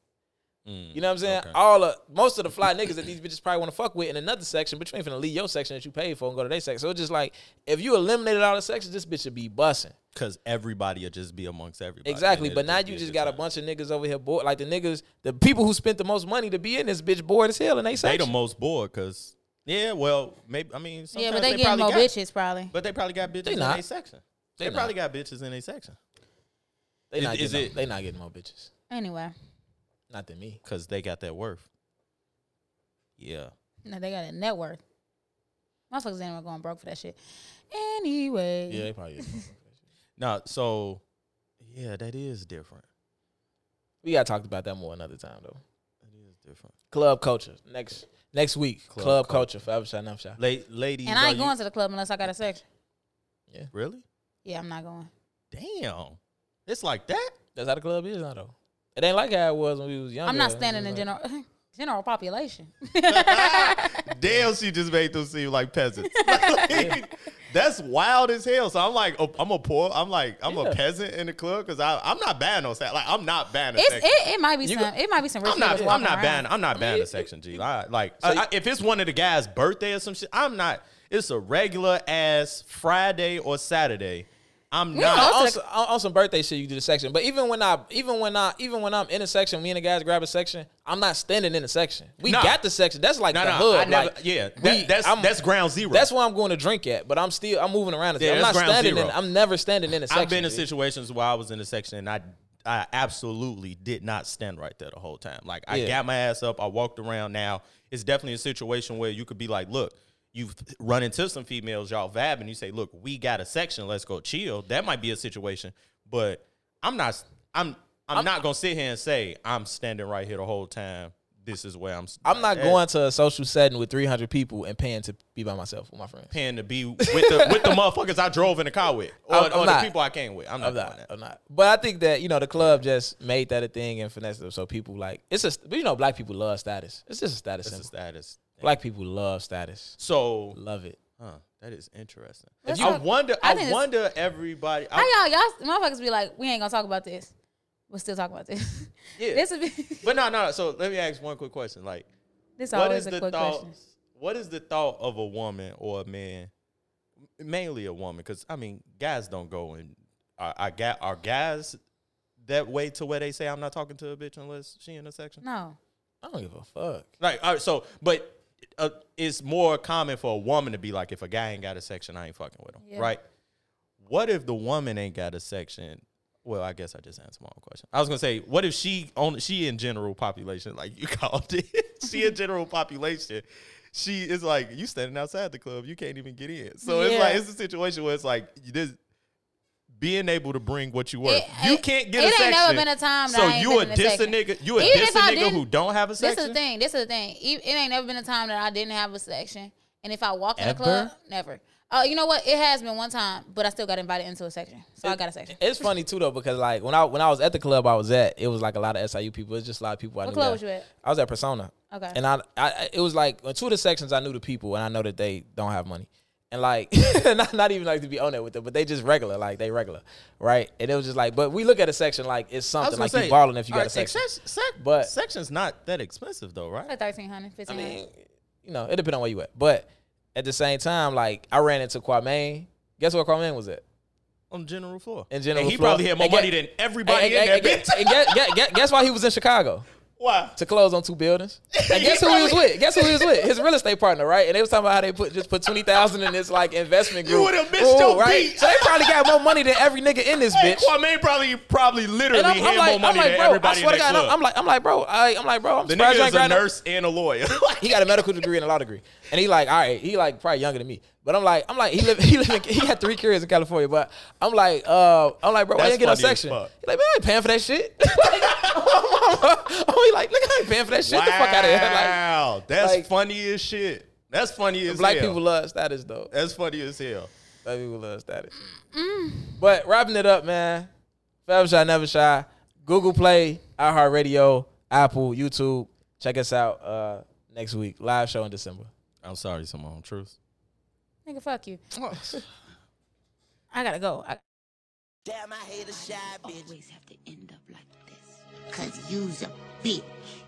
[SPEAKER 1] Mm,
[SPEAKER 2] You know what I'm saying?
[SPEAKER 1] okay.
[SPEAKER 2] All of most of the fly niggas that these bitches probably want to fuck with in another section, but you ain't finna leave your section that you paid for and go to their section. So it's just like if you eliminated all the sections, this bitch should be bussing.
[SPEAKER 1] Cause everybody will just be amongst everybody.
[SPEAKER 2] Exactly.
[SPEAKER 1] and
[SPEAKER 2] But
[SPEAKER 1] it'll
[SPEAKER 2] now
[SPEAKER 1] be
[SPEAKER 2] you just
[SPEAKER 1] good
[SPEAKER 2] got a
[SPEAKER 1] time.
[SPEAKER 2] bunch of niggas over here bored. Like the niggas, the people who spent the most money to be in this bitch bored as hell and they
[SPEAKER 1] They the
[SPEAKER 2] section.
[SPEAKER 1] most bored, cause yeah, well, maybe I mean,
[SPEAKER 3] yeah,
[SPEAKER 1] sometimes
[SPEAKER 3] but
[SPEAKER 1] they
[SPEAKER 3] they, getting
[SPEAKER 1] probably
[SPEAKER 3] more
[SPEAKER 1] got,
[SPEAKER 3] bitches probably.
[SPEAKER 1] But they probably got bitches
[SPEAKER 2] They
[SPEAKER 1] in
[SPEAKER 2] not.
[SPEAKER 1] their section.
[SPEAKER 2] They
[SPEAKER 1] They,
[SPEAKER 2] not.
[SPEAKER 1] probably got bitches in their section
[SPEAKER 2] they not
[SPEAKER 1] is-
[SPEAKER 2] getting
[SPEAKER 1] is
[SPEAKER 2] no, they not getting more bitches.
[SPEAKER 3] Anyway,
[SPEAKER 2] Not than me.
[SPEAKER 1] because they got that worth. Yeah.
[SPEAKER 3] no, they got a net worth. Motherfuckers ain't going broke for that shit. Anyway,
[SPEAKER 2] Yeah, they probably. getting more.
[SPEAKER 1] No, so yeah, that is different.
[SPEAKER 2] we gotta talk about that more another time though.
[SPEAKER 1] That is different.
[SPEAKER 2] Club culture next next week. Club,
[SPEAKER 1] Club
[SPEAKER 2] culture. forever shot, never shot.
[SPEAKER 1] La- ladies,
[SPEAKER 3] and I ain't
[SPEAKER 1] are you-
[SPEAKER 3] going to the club unless I got a section.
[SPEAKER 1] really?
[SPEAKER 3] Yeah, I'm not going.
[SPEAKER 1] Damn, it's like that.
[SPEAKER 2] That's how the club is now though. It ain't like how it was when we was
[SPEAKER 1] Oh,
[SPEAKER 2] younger.
[SPEAKER 3] I'm not
[SPEAKER 2] It's
[SPEAKER 3] standing
[SPEAKER 2] just
[SPEAKER 3] in
[SPEAKER 2] like-
[SPEAKER 3] general general population.
[SPEAKER 1] Damn, she just made them seem like peasants. That's wild as hell. So I'm like, oh, I'm a poor, I'm like, I'm
[SPEAKER 2] Yeah.
[SPEAKER 1] a peasant in the club because I'm not banned on that. Like, I'm not banned. on
[SPEAKER 3] It's,
[SPEAKER 1] sex.
[SPEAKER 3] it, it might be
[SPEAKER 2] You
[SPEAKER 3] some it might be some rich
[SPEAKER 1] I'm not.
[SPEAKER 3] niggas
[SPEAKER 1] I'm
[SPEAKER 3] walking
[SPEAKER 1] not
[SPEAKER 3] around.
[SPEAKER 1] banned. I'm not banned in section G. I, like,
[SPEAKER 2] So
[SPEAKER 1] I-
[SPEAKER 2] you-
[SPEAKER 1] I- if it's one of the guys' birthday or some shit, I'm not. It's a regular ass Friday or Saturday. I'm
[SPEAKER 3] We
[SPEAKER 1] not.
[SPEAKER 3] don't-
[SPEAKER 2] on,
[SPEAKER 3] Also-
[SPEAKER 2] some- on- on some birthday shit, you do the section. But even when I, even when I, even when I'm in a section, me and the guys grab a section. I'm not standing in a section. We
[SPEAKER 1] Nah.
[SPEAKER 2] got the section. That's like
[SPEAKER 1] No,
[SPEAKER 2] the
[SPEAKER 1] no,
[SPEAKER 2] hood.
[SPEAKER 1] I never.
[SPEAKER 2] Like,
[SPEAKER 1] yeah,
[SPEAKER 2] we-
[SPEAKER 1] that, that's
[SPEAKER 2] I'm-
[SPEAKER 1] that's ground zero.
[SPEAKER 2] That's where I'm going to drink at. But I'm still, I'm moving around.
[SPEAKER 1] Yeah,
[SPEAKER 2] I'm not
[SPEAKER 1] that's ground
[SPEAKER 2] standing. In,
[SPEAKER 1] zero.
[SPEAKER 2] I'm never standing in a section.
[SPEAKER 1] I've been in
[SPEAKER 2] dude.
[SPEAKER 1] situations where I was in a section and I I absolutely did not stand right there the whole time. Like I
[SPEAKER 2] Yeah.
[SPEAKER 1] got my ass up, I walked around. Now it's definitely a situation where you could be like, look. You've run into some females, y'all vab, and you say, "Look, we got a section. Let's go chill." That might be a situation, but I'm not. I'm. I'm, not gonna sit here and say I'm standing right here the whole time. This is where I'm. s-
[SPEAKER 2] I'm not
[SPEAKER 1] at."
[SPEAKER 2] going to a social setting with 300 people and paying to be by myself with my friends.
[SPEAKER 1] Paying to be with the with the motherfuckers I drove in the car with, or,
[SPEAKER 2] I'm- I'm
[SPEAKER 1] or
[SPEAKER 2] not.
[SPEAKER 1] the people I came with. I'm not.
[SPEAKER 2] I'm
[SPEAKER 1] doing
[SPEAKER 2] not.
[SPEAKER 1] that.
[SPEAKER 2] I'm not. But I think that you know the club just made that a thing and finessed it so people like it's a. But you know, black people love status. It's just a status
[SPEAKER 1] That's the
[SPEAKER 2] symbol.
[SPEAKER 1] status.
[SPEAKER 2] Black people love status.
[SPEAKER 1] So
[SPEAKER 2] Love it.
[SPEAKER 1] Huh, that is interesting.
[SPEAKER 3] If you-
[SPEAKER 1] I wonder. I,
[SPEAKER 3] I think it's-
[SPEAKER 1] wonder everybody. I-
[SPEAKER 3] How y'all y'all motherfuckers be like, we ain't gonna talk about this. We're still talking about this.
[SPEAKER 1] Yeah.
[SPEAKER 3] This would be
[SPEAKER 1] but no, no. So let me ask one quick question. Like,
[SPEAKER 3] this
[SPEAKER 1] what
[SPEAKER 3] always
[SPEAKER 1] is
[SPEAKER 3] a
[SPEAKER 1] the
[SPEAKER 3] quick
[SPEAKER 1] thought?
[SPEAKER 3] question.
[SPEAKER 1] What is the thought of a woman or a man? Mainly a woman, because I mean, guys don't go and are, are, ga- are guys that way to where they say I'm not talking to a bitch unless she in a section.
[SPEAKER 3] No.
[SPEAKER 2] I don't give a fuck.
[SPEAKER 1] Like, all right, so but uh, it's more common for a woman to be like, if a guy ain't got a section, I ain't fucking with him,
[SPEAKER 3] Yeah.
[SPEAKER 1] right? What if the woman ain't got a section? Well, I guess I just answered my own question. I was gonna say, what if she on she in general population, like you called it, she in general population. She is like you standing outside the club, you can't even get in. So
[SPEAKER 3] Yeah.
[SPEAKER 1] it's like it's a situation where it's like you- this being able to bring what you were.
[SPEAKER 3] It-
[SPEAKER 1] you
[SPEAKER 3] it-
[SPEAKER 1] can't get
[SPEAKER 3] it
[SPEAKER 1] a
[SPEAKER 3] ain't
[SPEAKER 1] section.
[SPEAKER 3] never been a time that
[SPEAKER 1] so
[SPEAKER 3] I ain't
[SPEAKER 1] you
[SPEAKER 3] been
[SPEAKER 1] a
[SPEAKER 3] in a
[SPEAKER 1] diss a
[SPEAKER 3] section.
[SPEAKER 1] nigga, you a
[SPEAKER 3] Even
[SPEAKER 1] diss
[SPEAKER 3] if
[SPEAKER 1] a
[SPEAKER 3] I
[SPEAKER 1] nigga who
[SPEAKER 3] didn't-
[SPEAKER 1] don't have a section.
[SPEAKER 3] This is the thing. This is the thing. E- It ain't never been a time that I didn't have a section. And if I walk in a
[SPEAKER 1] Ever?
[SPEAKER 3] club, never. Oh, you know what? It has been one time, but I still got invited into a section. So I got a section.
[SPEAKER 2] It's funny too though because like when I when I was at the club I was at, it was like a lot of SIU people. It's just a lot of people I knew.
[SPEAKER 3] What club
[SPEAKER 2] that-
[SPEAKER 3] was you at?
[SPEAKER 2] I was at Persona.
[SPEAKER 3] Okay.
[SPEAKER 2] And I, I it was like on two of the sections I knew the people and I know that they don't have money. And like not, not even like to be on there with them, but they just regular, like they regular. Right? And it was just like, but we look at a section like it's
[SPEAKER 1] I was
[SPEAKER 2] something.
[SPEAKER 1] gonna
[SPEAKER 2] Like you
[SPEAKER 1] say,
[SPEAKER 2] balling if you got
[SPEAKER 1] alright,
[SPEAKER 2] a section.
[SPEAKER 1] sec- sec-
[SPEAKER 2] But-
[SPEAKER 1] section's not that expensive though, right?
[SPEAKER 3] Like 1300, 1500.
[SPEAKER 2] You know, it depends on where you at. But at the same time, like I ran into Kwame. Guess where Kwame was at?
[SPEAKER 1] On general floor.
[SPEAKER 2] In general
[SPEAKER 1] and he
[SPEAKER 2] floor.
[SPEAKER 1] probably had more
[SPEAKER 2] And get-
[SPEAKER 1] money than everybody
[SPEAKER 2] and,
[SPEAKER 1] in
[SPEAKER 2] and-
[SPEAKER 1] that
[SPEAKER 2] and-
[SPEAKER 1] bitch.
[SPEAKER 2] and guess, guess- guess why he was in Chicago?
[SPEAKER 1] Why?
[SPEAKER 2] to close on two buildings. And guess who he was with? Guess who he was with? His real estate partner, right? And they was talking about how they put just put twenty thousand in this like investment
[SPEAKER 1] You
[SPEAKER 2] group.
[SPEAKER 1] would've missed your beat.
[SPEAKER 2] So they probably got more money than every nigga in this
[SPEAKER 1] Hey,
[SPEAKER 2] bitch.
[SPEAKER 1] Kwame probably probably literally
[SPEAKER 2] And I'm,
[SPEAKER 1] had
[SPEAKER 2] I'm like,
[SPEAKER 1] more money
[SPEAKER 2] I'm like,
[SPEAKER 1] than
[SPEAKER 2] bro, I
[SPEAKER 1] everybody
[SPEAKER 2] swear to
[SPEAKER 1] in that
[SPEAKER 2] God,
[SPEAKER 1] club.
[SPEAKER 2] I'm, I'm like, I'm like, bro, I, I'm like, bro, I'm
[SPEAKER 1] the
[SPEAKER 2] surprised you
[SPEAKER 1] nigga
[SPEAKER 2] ain't
[SPEAKER 1] is a
[SPEAKER 2] graduated.
[SPEAKER 1] nurse and a lawyer. Like,
[SPEAKER 2] He got a medical degree and a law degree, and he like, all right, he like probably younger than me. But I'm like, I'm like, he live, he live in, he had three kids in California, but I'm like, uh, I'm like, bro,
[SPEAKER 1] That's
[SPEAKER 2] why you ain't get no
[SPEAKER 1] funny as
[SPEAKER 2] section? He
[SPEAKER 1] fuck.
[SPEAKER 2] like, man, I ain't paying for that shit. like, I'm like, nigga, I ain't paying for that shit. Get the fuck out of here. Like,
[SPEAKER 1] Wow, that's
[SPEAKER 2] like-
[SPEAKER 1] funny as shit. That's funny as
[SPEAKER 2] Black
[SPEAKER 1] hell.
[SPEAKER 2] people love status though.
[SPEAKER 1] That's funny as hell.
[SPEAKER 2] Black people love status. But wrapping it up, man. Forever shy, never shy. Google Play, iHeartRadio, Apple, YouTube. Check us out uh, next week. Live show in December.
[SPEAKER 1] I'm sorry, Simone. Truth.
[SPEAKER 3] Nigga, fuck you. I gotta go. I-
[SPEAKER 4] Damn, I hate a shy bitch.
[SPEAKER 5] always have to end up like this. Cause you's a bitch.